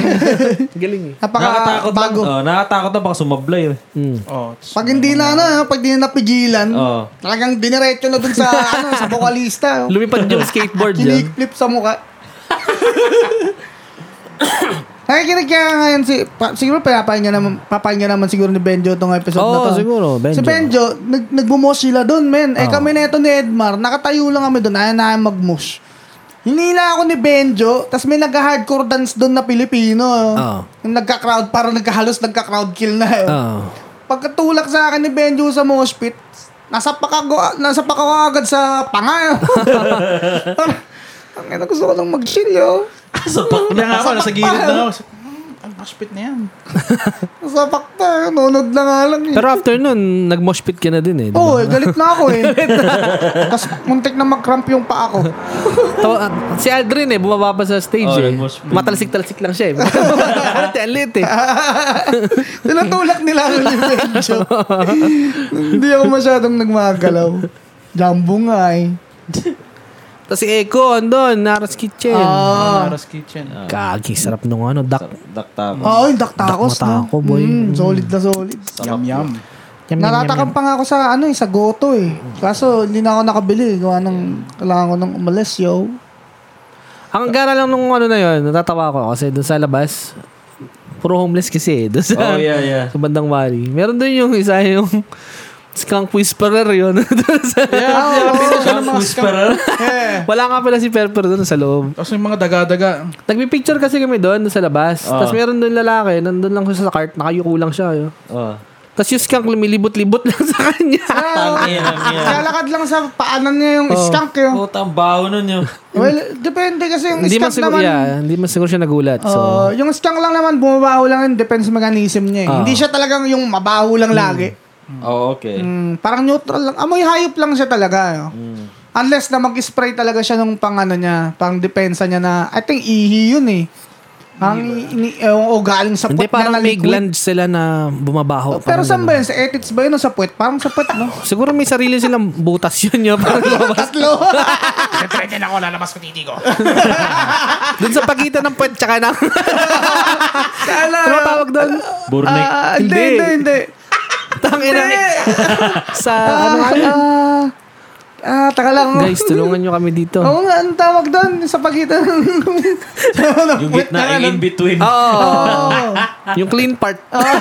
[SPEAKER 2] Galing eh.
[SPEAKER 1] Napaka
[SPEAKER 4] Nakakatakot lang.
[SPEAKER 1] bago.
[SPEAKER 4] Oh, nakakatakot lang baka sumablay. eh.
[SPEAKER 2] Mm.
[SPEAKER 3] Oh, tas-
[SPEAKER 1] Pag hindi na ano, eh, pag hindi na napigilan,
[SPEAKER 4] Oo.
[SPEAKER 1] talagang diniretso na dun
[SPEAKER 4] *laughs*
[SPEAKER 1] sa ano, sa vokalista. oh.
[SPEAKER 2] Lumipad yung skateboard dyan.
[SPEAKER 1] Kinik-flip sa mukha. Nakikinig kaya ngayon si... Pa, siguro papahinga naman, papahinga naman siguro ni Benjo itong episode na
[SPEAKER 2] Oo,
[SPEAKER 1] to.
[SPEAKER 2] siguro.
[SPEAKER 1] Si
[SPEAKER 2] Benjo.
[SPEAKER 1] Benjo, nag, nagmumosh sila doon, men. Eh kami na ito ni Edmar, nakatayo lang kami doon, ayaw na magmush. Hinila ako ni Benjo, tas may nagka-hardcore dance doon na Pilipino.
[SPEAKER 2] Oo.
[SPEAKER 1] Yung nagka-crowd, parang nagkahalos nagka-crowd kill na. Eh.
[SPEAKER 2] Oo.
[SPEAKER 1] Pagkatulak sa akin ni Benjo sa mosh pit, nasa pakago, nasa pakago agad sa
[SPEAKER 3] *laughs*
[SPEAKER 1] panga. Ang ina, gusto ko lang mag-chill, yo.
[SPEAKER 3] Kaya nga ako, nasa
[SPEAKER 1] Sapak
[SPEAKER 3] gilid
[SPEAKER 1] pa.
[SPEAKER 3] na ako. Sa- "Hmm, Ang moshpit na yan.
[SPEAKER 1] Nasa pakta, nunod na nga lang. Eh.
[SPEAKER 2] Pero after nun, nag-mosh pit ka na din eh. di ba?
[SPEAKER 1] Oo, eh, galit na ako
[SPEAKER 3] *laughs*
[SPEAKER 1] eh. Tapos muntik na mag-cramp yung paa ko.
[SPEAKER 2] Tawa- ah, si Aldrin eh, bumaba pa sa stage
[SPEAKER 4] Oh,
[SPEAKER 2] eh.
[SPEAKER 4] nag-mosh pit.
[SPEAKER 2] Matalsik-talsik lang siya eh. *laughs* Arte, ang lit eh.
[SPEAKER 1] Tinatulak nila ako ni Benjo. Hindi ako masyadong nagmagalaw. Jumbo nga eh.
[SPEAKER 2] Tapos si Eko, andun, Naras Kitchen.
[SPEAKER 1] Ah.
[SPEAKER 3] Manaras Kitchen.
[SPEAKER 2] Kagi, sarap nung ano, duck.
[SPEAKER 4] Daktak.
[SPEAKER 1] Oo, yung duck tacos.
[SPEAKER 2] Duck matako,
[SPEAKER 1] Ah, no?
[SPEAKER 2] boy.
[SPEAKER 1] Mm, solid na solid.
[SPEAKER 3] Yum, yum.
[SPEAKER 2] Yum, yum,
[SPEAKER 1] Natatakam pa nga ako sa ano eh, sa goto eh. Kaso hindi na ako nakabili. Gawa ng, kailangan ko nang umalis, yo.
[SPEAKER 2] Ang gara lang nung ano na yun, natatawa ko kasi doon sa labas, puro homeless kasi eh. Doon sa,
[SPEAKER 4] Oh, yeah, yeah.
[SPEAKER 2] sa bandang wari. Meron doon yung isa yung skunk whisperer yun. *laughs* Doon sa-
[SPEAKER 1] Oh.
[SPEAKER 3] Yeah, yeah, Ah, siya ng mga scam. *laughs*
[SPEAKER 4] Whisperer.
[SPEAKER 2] Wala nga pala si Perper doon sa loob.
[SPEAKER 3] Tapos yung mga daga-daga.
[SPEAKER 2] Nagpipicture kasi kami doon, doon sa labas.
[SPEAKER 4] Ah.
[SPEAKER 2] Tapos meron doon lalaki, nandun lang siya sa cart, nakayuko lang siya. Yun.
[SPEAKER 4] Oh.
[SPEAKER 2] Tapos yung skunk lumilibot-libot *laughs* lang sa kanya.
[SPEAKER 1] Ah,
[SPEAKER 4] Tangin ang yan.
[SPEAKER 1] Lalakad lang sa paanan niya yung skunk yun.
[SPEAKER 4] Puta, ang baho nun yun.
[SPEAKER 1] Well, depende kasi yung
[SPEAKER 2] hindi man
[SPEAKER 1] skunk
[SPEAKER 2] siguro,
[SPEAKER 1] naman. Oh.
[SPEAKER 2] yeah, hindi man siguro siya nagulat. so,
[SPEAKER 1] Oo, yung skunk lang naman, bumabaho lang yung defense mechanism niya eh. Hindi siya talagang yung mabaho
[SPEAKER 2] Hmm.
[SPEAKER 1] lang lagi.
[SPEAKER 4] Oh, okay.
[SPEAKER 1] Mm, parang neutral lang. Amoy hayop lang siya talaga. No? Unless na mag-spray talaga siya nung pang ano niya, pang depensa niya na, I think ihi yun eh. Ang ini, eh, o galing sa puwet
[SPEAKER 2] hindi
[SPEAKER 1] niya
[SPEAKER 2] parang
[SPEAKER 1] na
[SPEAKER 2] may
[SPEAKER 1] liquid.
[SPEAKER 2] gland sila na
[SPEAKER 1] Oh,
[SPEAKER 2] bumabaho.
[SPEAKER 1] Pero
[SPEAKER 2] parang
[SPEAKER 1] saan ba yun? Sa etits ba yun o sa puwet? Parang sa puwet, no?
[SPEAKER 2] Siguro may sarili silang butas *laughs* yun yun. Parang lumabas.
[SPEAKER 1] Tatlo.
[SPEAKER 3] Siyempre, din ako lalabas ko titi ko.
[SPEAKER 2] Doon sa pagitan ng puwet tsaka ng...
[SPEAKER 1] Sana.
[SPEAKER 2] Ano tawag *laughs* doon?
[SPEAKER 4] Burnek.
[SPEAKER 1] Ah, hindi,
[SPEAKER 2] Hindi.
[SPEAKER 1] hindi, hindi.
[SPEAKER 2] Tangina. sa ano
[SPEAKER 1] Ah, ah, ah, taka lang. oh.
[SPEAKER 2] Guys, oh. tulungan nyo kami dito.
[SPEAKER 1] Oo nga, ang tawag doon sa pagitan.
[SPEAKER 4] yung gitna, yung in between.
[SPEAKER 2] Oo.
[SPEAKER 1] Oh.
[SPEAKER 2] yung clean part.
[SPEAKER 1] Ah,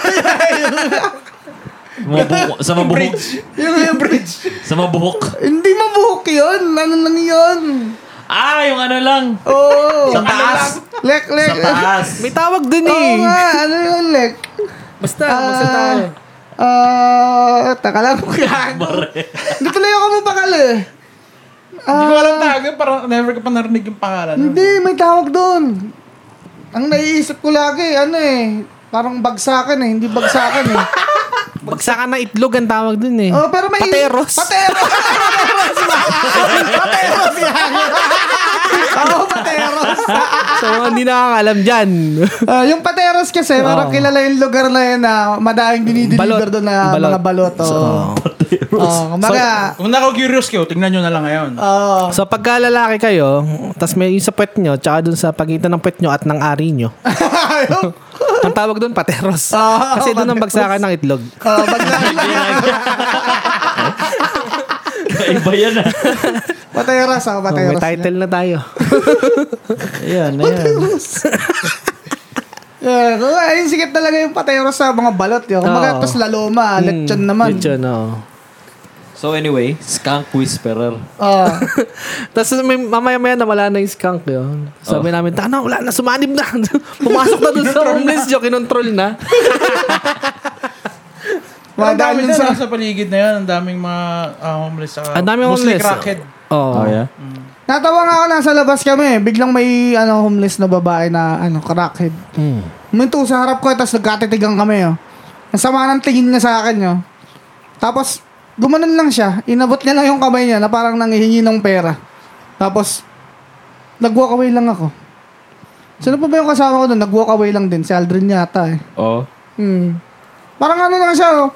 [SPEAKER 4] Mabu- sa mabuhok.
[SPEAKER 1] yung, yung bridge.
[SPEAKER 4] Sa mabuhok.
[SPEAKER 1] Hindi mabuhok yun. Ano lang yun?
[SPEAKER 4] Ah, yung ano lang.
[SPEAKER 1] Oo. Ano
[SPEAKER 4] Sa taas.
[SPEAKER 1] Lek, lek.
[SPEAKER 4] Sa taas.
[SPEAKER 1] *laughs*
[SPEAKER 2] May tawag dun
[SPEAKER 1] Oo
[SPEAKER 2] eh.
[SPEAKER 1] nga, ano yun, lek?
[SPEAKER 2] Basta, basta tayo.
[SPEAKER 1] Ah, taka lang ko kailangan ko. Hindi tuloy ako mapakal eh.
[SPEAKER 3] Hindi ko
[SPEAKER 1] Ah,
[SPEAKER 3] alam tago. Parang never ko pa narinig yung pangalan.
[SPEAKER 1] hindi, may tawag doon. Ang naiisip ko lagi, ano eh, parang bagsakan eh, hindi bagsakan eh.
[SPEAKER 2] Bagsakan na itlog ang tawag dun eh.
[SPEAKER 1] Oh, pero may
[SPEAKER 2] Pateros.
[SPEAKER 1] Pateros. pateros. pateros yan. *laughs* Oo, pateros.
[SPEAKER 2] so, mga hindi nakakaalam dyan.
[SPEAKER 1] Ah, yung pateros kasi, parang kilala yung lugar na yun na madaling dinideliver
[SPEAKER 2] Balot.
[SPEAKER 1] doon na
[SPEAKER 2] Balot.
[SPEAKER 1] mga balot. Oh.
[SPEAKER 2] *laughs*
[SPEAKER 1] pateros. Oh, kumbaga,
[SPEAKER 3] Kung nako-curious kayo, tingnan nyo na lang ngayon.
[SPEAKER 1] *laughs* oh,
[SPEAKER 2] So, pagka lalaki kayo, tas may yung sa puwet nyo, tsaka dun sa pagitan ng puwet nyo at ng ari
[SPEAKER 1] *laughs*
[SPEAKER 2] nyo. ang tawag dun, pateros.
[SPEAKER 1] Ah,
[SPEAKER 2] Kasi dun ang bagsakan ng itlog.
[SPEAKER 1] oh, bagsakan na yan.
[SPEAKER 4] Iba yan ah.
[SPEAKER 1] Pateros, oh,
[SPEAKER 2] Oh, may
[SPEAKER 1] pateros.
[SPEAKER 2] title na
[SPEAKER 1] *laughs*
[SPEAKER 2] tayo.
[SPEAKER 4] Ayan, ayan.
[SPEAKER 1] Yeah, kung ayun, sikit talaga yung pateros sa mga balot. Yun. Kumbaga,
[SPEAKER 2] Oo.
[SPEAKER 1] tas laloma, lechon naman.
[SPEAKER 2] Lechon, oo. *laughs*
[SPEAKER 4] So anyway, skunk whisperer.
[SPEAKER 1] Oh.
[SPEAKER 2] Tapos may, mamaya maya na wala na yung skunk yun. Sabi namin, ano, wala na, sumanib na. *laughs* Pumasok na dun sa homeless joke, kinontrol na.
[SPEAKER 3] Pero ang dami
[SPEAKER 1] Madami
[SPEAKER 3] na
[SPEAKER 1] sa...
[SPEAKER 3] sa paligid na yan. Ang daming mga ah, homeless. saka
[SPEAKER 2] Ang dami
[SPEAKER 3] mostly
[SPEAKER 2] homeless.
[SPEAKER 3] crackhead.
[SPEAKER 2] Oo.
[SPEAKER 4] Oh, yeah?
[SPEAKER 1] Natawa nga ako nasa labas kami. Biglang may ano homeless na babae na ano crackhead.
[SPEAKER 2] Mm.
[SPEAKER 1] Minto sa harap ko tapos nagkatitigan kami oh. Ang sama ng tingin niya sa akin oh. Tapos gumanon lang siya. Inabot niya lang yung kamay niya na parang nangihingi ng pera. Tapos nag-walk away lang ako. Sino pa ba yung kasama ko doon? Nag-walk away lang din. Si Aldrin yata eh.
[SPEAKER 4] Oo.
[SPEAKER 1] Hmm. Parang ano lang siya, oh.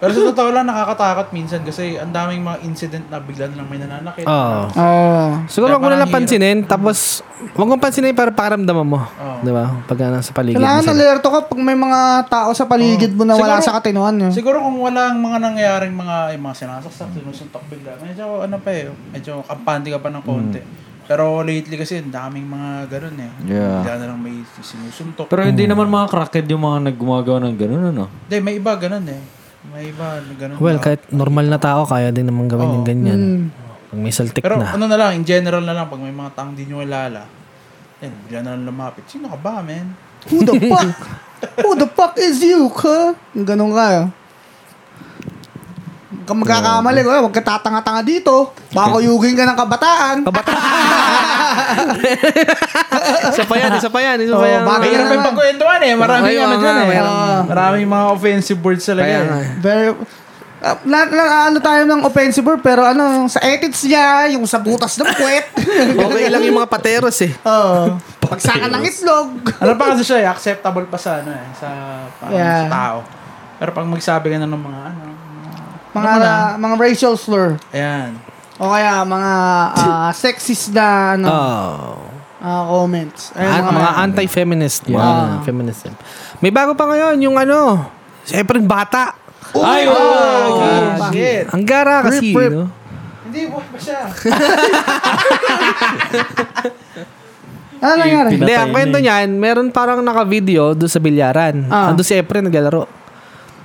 [SPEAKER 3] Pero sa totoo lang, nakakatakot minsan kasi ang daming mga incident na bigla na lang may nananakit.
[SPEAKER 2] Oo.
[SPEAKER 1] Ah.
[SPEAKER 2] Oh. Siguro wag mo
[SPEAKER 3] Parang
[SPEAKER 2] nalang
[SPEAKER 3] hirap.
[SPEAKER 2] pansinin, tapos wag mo pansinin para pakaramdaman mo.
[SPEAKER 3] Oo.
[SPEAKER 2] Di ba? Pag nasa paligid.
[SPEAKER 1] Oh.
[SPEAKER 2] mo
[SPEAKER 1] Kailangan
[SPEAKER 2] sila.
[SPEAKER 1] alerto ka pag may mga tao sa paligid mo na wala
[SPEAKER 3] Siguro-
[SPEAKER 1] sa katinuan eh. nyo.
[SPEAKER 3] Siguro kung walang mga nangyayaring mga, yung mga sinasaksak, sinusuntok bigla, medyo ano pa eh, medyo kampante ka pa ng konti.
[SPEAKER 2] Mm.
[SPEAKER 3] Pero lately kasi, ang daming mga ganun eh.
[SPEAKER 4] Yeah.
[SPEAKER 3] Bigla na lang may sinusuntok.
[SPEAKER 4] Pero hindi naman mga crackhead yung mga naggumagawa ng ganun, ano?
[SPEAKER 3] Hindi, may iba ganun eh. May iba na ganun.
[SPEAKER 2] Well,
[SPEAKER 3] na-
[SPEAKER 2] kahit normal na tao, kaya din naman gawin yung ganyan. Pag may saltik
[SPEAKER 3] Pero
[SPEAKER 2] na.
[SPEAKER 3] ano na lang, in general na lang, pag may mga taong di nyo alala, yan, bigla na lang lumapit. Sino ka ba, man?
[SPEAKER 1] Who *laughs* the fuck? Who the fuck is you, ka? Ganun ka, oh. Huwag kang magkakamali ko, eh. huwag ka tatanga-tanga dito. Baka yugin ka ng kabataan.
[SPEAKER 2] isa pa yan, isa pa yan, isa
[SPEAKER 1] Oo,
[SPEAKER 2] pa yan.
[SPEAKER 1] bagay
[SPEAKER 3] Mahirap
[SPEAKER 1] na
[SPEAKER 3] yung
[SPEAKER 1] nga.
[SPEAKER 3] pagkwentuhan eh. Maraming
[SPEAKER 2] Ay,
[SPEAKER 3] ano
[SPEAKER 2] oo
[SPEAKER 3] dyan
[SPEAKER 2] nga,
[SPEAKER 3] eh.
[SPEAKER 2] mayroong-
[SPEAKER 3] Ah, Maraming mga offensive words talaga
[SPEAKER 2] Kaya
[SPEAKER 3] eh.
[SPEAKER 2] nga.
[SPEAKER 1] *laughs* Very... Uh, la, la- ano tayo ng offensive word, pero ano, sa edits niya, yung sa butas ng *laughs* kwet.
[SPEAKER 2] Okay lang yung mga pateros eh.
[SPEAKER 1] Oo. Pagsakan ng itlog.
[SPEAKER 3] Ano pa kasi siya eh, acceptable pa sa ano eh, sa, parang
[SPEAKER 1] Yeah.
[SPEAKER 3] sa tao. Pero pag magsabi ka na ng mga ano,
[SPEAKER 1] Mga, mga racial slur.
[SPEAKER 3] ayan.
[SPEAKER 1] O kaya mga *laughs* ah, sexist na ano,
[SPEAKER 2] Oh.
[SPEAKER 1] ah, comments. Ayun,
[SPEAKER 2] An- mga anti-feminist. Mga feminism. May bago pa ngayon, yung ano, siyempre bata.
[SPEAKER 4] Ay, oo!
[SPEAKER 3] Oh, shit.
[SPEAKER 2] Ang gara kasi,
[SPEAKER 1] Rip, rip.
[SPEAKER 2] no?
[SPEAKER 3] Hindi, buhay pa
[SPEAKER 2] *laughs*
[SPEAKER 3] siya.
[SPEAKER 1] Ano nangyari?
[SPEAKER 2] Hindi, ang
[SPEAKER 4] Pinatay
[SPEAKER 2] kwento
[SPEAKER 4] na eh.
[SPEAKER 2] niyan, meron parang naka-video doon sa bilyaran.
[SPEAKER 1] Ah.
[SPEAKER 2] Ando si Efren naglalaro.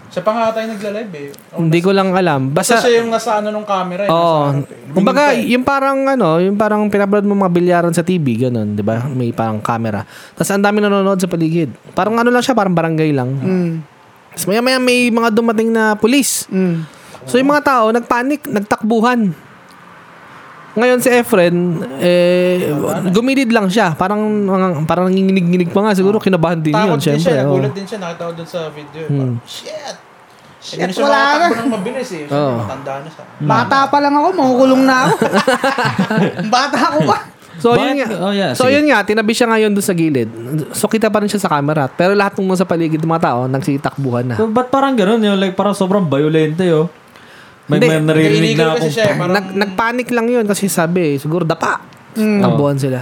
[SPEAKER 3] Siya pa nga tayo nagla-live eh.
[SPEAKER 2] Hindi ko lang alam.
[SPEAKER 3] Basta
[SPEAKER 2] Basta,
[SPEAKER 3] siya yung nasa ano nung camera eh.
[SPEAKER 2] Oo.
[SPEAKER 3] nasa harap eh.
[SPEAKER 2] Oh, Kumbaga,
[SPEAKER 3] Lumingin pa eh.
[SPEAKER 2] yung parang ano, yung parang pinapanood mo mga bilyaran sa TV, ganun, di ba? May parang camera. Tapos ang dami nanonood sa paligid. Parang ano lang siya, parang barangay lang.
[SPEAKER 1] Mm.
[SPEAKER 2] Tapos maya maya may mga dumating na pulis.
[SPEAKER 1] Mm.
[SPEAKER 2] So yung mga tao, nagpanik, nagtakbuhan. Ngayon si Efren, eh, gumilid lang siya. Parang, mga- parang nanginginig-nginig pa nga. Siguro kinabahan din yun,
[SPEAKER 3] Takot din siya,
[SPEAKER 2] syempre. oh. Hmm. oo.
[SPEAKER 3] nagulat din siya, nakita ko dun sa video. eh. Parang, Shit! Eh, Shit,
[SPEAKER 1] Shit, wala
[SPEAKER 3] na.
[SPEAKER 1] na.
[SPEAKER 3] Nang mabilis eh. Siyempre,
[SPEAKER 2] Oo.
[SPEAKER 3] matanda na siya.
[SPEAKER 1] Mm. Bata pa lang ako, makukulong na ako. Bata ako pa.
[SPEAKER 2] So,
[SPEAKER 4] But-
[SPEAKER 2] yun nga.
[SPEAKER 4] oh, yeah,
[SPEAKER 2] so,
[SPEAKER 4] sige.
[SPEAKER 2] yun nga. Tinabi siya ngayon doon sa gilid. So, kita pa rin siya sa camera. Pero lahat ng mga sa paligid ng mga tao, nagsitakbuhan
[SPEAKER 1] Ah.
[SPEAKER 2] na.
[SPEAKER 4] So, ba't parang ganun yun? Like, parang sobrang violente, oh. May,
[SPEAKER 2] Hindi.
[SPEAKER 4] may naririnig
[SPEAKER 3] Illegal
[SPEAKER 4] na
[SPEAKER 3] kasi
[SPEAKER 4] akong...
[SPEAKER 3] siya eh. Parang,
[SPEAKER 2] Nag, nagpanik lang yun kasi sabi, eh, siguro dapa.
[SPEAKER 3] Mm.
[SPEAKER 2] Takbuhan sila.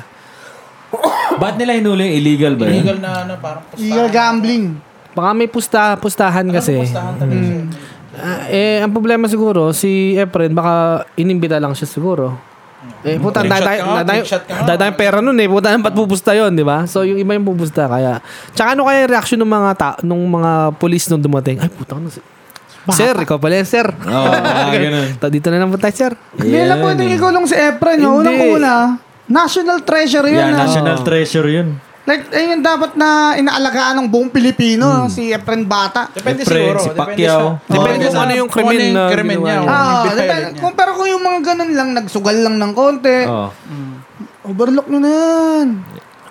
[SPEAKER 4] Ba't nila hinuli yung illegal ba yun?
[SPEAKER 3] illegal na ano,
[SPEAKER 2] Hmm.
[SPEAKER 3] parang pustahan.
[SPEAKER 1] Illegal gambling.
[SPEAKER 2] Baka may pusta, pustahan kasi.
[SPEAKER 3] Pustahan talaga siya.
[SPEAKER 2] Ah, eh, ang problema siguro, si Efren, baka inimbita lang siya siguro. Eh, puta,
[SPEAKER 3] Trick shot
[SPEAKER 2] daday,
[SPEAKER 3] Mm. ka nga,
[SPEAKER 2] daday,
[SPEAKER 3] trick shot ka nga.
[SPEAKER 2] daday pera nun eh. Puta, *laughs* ba't pupusta yun, di ba? So, yung iba yung pupusta, kaya... Tsaka ano kaya yung reaction ng mga ta, nung mga polis nung dumating? Ay, puta, ano si... Sir, ikaw pala yan, sir.
[SPEAKER 1] *laughs*
[SPEAKER 4] Oo,
[SPEAKER 2] *laughs*
[SPEAKER 4] ah, ganun.
[SPEAKER 2] Ta- Dito na lang po tayo, sir.
[SPEAKER 1] Hindi lang po hindi ikulong si Efren. Yung
[SPEAKER 2] Hindi.
[SPEAKER 1] unang-una, national treasure yun.
[SPEAKER 4] Yeah,
[SPEAKER 1] ah.
[SPEAKER 4] national treasure yun.
[SPEAKER 1] Like, ayun yung dapat na inaalagaan ng buong
[SPEAKER 2] Hmm.
[SPEAKER 1] Pilipino, si Efren Bata.
[SPEAKER 3] Depende
[SPEAKER 4] Efren,
[SPEAKER 3] siguro.
[SPEAKER 4] si
[SPEAKER 3] depende
[SPEAKER 4] Pacquiao.
[SPEAKER 3] sa-
[SPEAKER 2] Depende kung
[SPEAKER 3] sa-
[SPEAKER 2] ano yung
[SPEAKER 3] kung
[SPEAKER 2] krimen na
[SPEAKER 3] krimen
[SPEAKER 2] ginawa
[SPEAKER 3] niya.
[SPEAKER 2] niya.
[SPEAKER 3] o yung
[SPEAKER 1] Ah,
[SPEAKER 3] behavior
[SPEAKER 1] depende-
[SPEAKER 3] niya.
[SPEAKER 1] kung pero kung yung mga ganun lang, nagsugal lang ng konti,
[SPEAKER 2] Oh.
[SPEAKER 4] Oo.
[SPEAKER 1] overlook nyo na yan.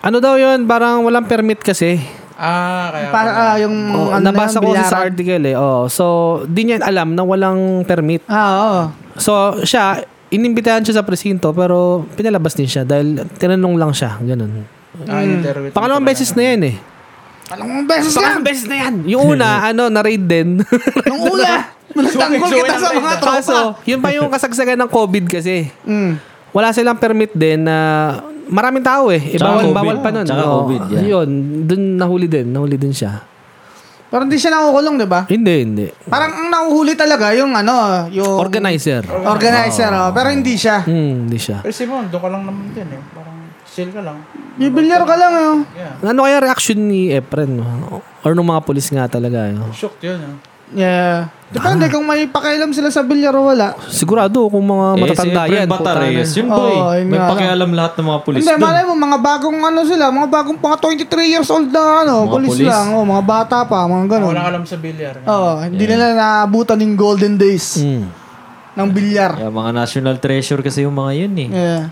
[SPEAKER 2] Ano daw yun? Parang walang permit kasi.
[SPEAKER 3] Ah, kaya.
[SPEAKER 1] Para ah, yung
[SPEAKER 2] Oh,
[SPEAKER 1] ano na yan,
[SPEAKER 2] nabasa ko kasi sa
[SPEAKER 1] bilaran.
[SPEAKER 2] article eh. Oh, so, di niya alam na walang permit.
[SPEAKER 1] Ah, oo.
[SPEAKER 2] So, siya, inimbitahan siya sa presinto pero pinalabas din siya dahil tinanong lang siya. Ganun.
[SPEAKER 3] Ah, interrogate.
[SPEAKER 2] Pangalawang beses na yan eh.
[SPEAKER 1] Alam mo, beses lang.
[SPEAKER 2] Pangalawang beses na yan. Yung una,
[SPEAKER 1] *laughs*
[SPEAKER 2] ano, na-raid din.
[SPEAKER 1] Nung
[SPEAKER 2] *laughs*
[SPEAKER 1] una, nagtanggol
[SPEAKER 3] Suway-
[SPEAKER 1] kita sa
[SPEAKER 3] suway
[SPEAKER 1] mga
[SPEAKER 3] ng renta.
[SPEAKER 1] tropa.
[SPEAKER 2] Kaso, yun pa yung kasagsagan ng COVID kasi.
[SPEAKER 1] Mm.
[SPEAKER 2] Wala silang permit din na maraming tao eh. Eh,
[SPEAKER 4] Tsaka
[SPEAKER 2] bawal,
[SPEAKER 4] COVID.
[SPEAKER 2] bawal pa nun.
[SPEAKER 4] Tsaka
[SPEAKER 2] Oo.
[SPEAKER 4] COVID, yeah.
[SPEAKER 2] Yun, dun nahuli din. Nahuli din siya.
[SPEAKER 1] Pero hindi siya nakukulong, di ba?
[SPEAKER 2] Hindi, hindi.
[SPEAKER 1] Parang ang nahuhuli talaga yung ano, yung
[SPEAKER 2] Organizer.
[SPEAKER 1] organizer. oh. Pero hindi siya.
[SPEAKER 2] Hmm, hindi siya.
[SPEAKER 3] Pero si Mon, Eh, doon ka lang naman din eh. Parang chill ka lang.
[SPEAKER 1] Bibilyar ka lang. Oh.
[SPEAKER 3] Yeah.
[SPEAKER 2] Ano kaya reaction ni Efren? Or nung mga polis nga talaga. eh. Yun?
[SPEAKER 3] Shocked yun. ah.
[SPEAKER 1] Yeah. Depende
[SPEAKER 4] Ah.
[SPEAKER 1] kung may pakialam sila sa bilyar o wala.
[SPEAKER 2] Sigurado kung mga
[SPEAKER 1] Ah,
[SPEAKER 2] matatanda
[SPEAKER 4] eh,
[SPEAKER 2] yan.
[SPEAKER 4] si Efren
[SPEAKER 2] puta na.
[SPEAKER 4] Batares, yun boy.
[SPEAKER 1] Oo, yun
[SPEAKER 4] may
[SPEAKER 1] nga.
[SPEAKER 4] pakialam lahat ng mga pulis
[SPEAKER 1] Hindi,
[SPEAKER 4] doon.
[SPEAKER 1] malay mo, mga bagong ano sila, mga bagong pang 23 years old na ano,
[SPEAKER 4] Mga
[SPEAKER 1] police
[SPEAKER 4] police.
[SPEAKER 1] lang, oh, mga bata pa, mga ganun.
[SPEAKER 3] Walang alam sa bilyar.
[SPEAKER 1] Oo, oh, hindi nila naabutan yung golden days
[SPEAKER 2] Mm.
[SPEAKER 1] ng bilyar.
[SPEAKER 4] Yeah, mga national treasure kasi yung mga yun eh.
[SPEAKER 1] Yeah.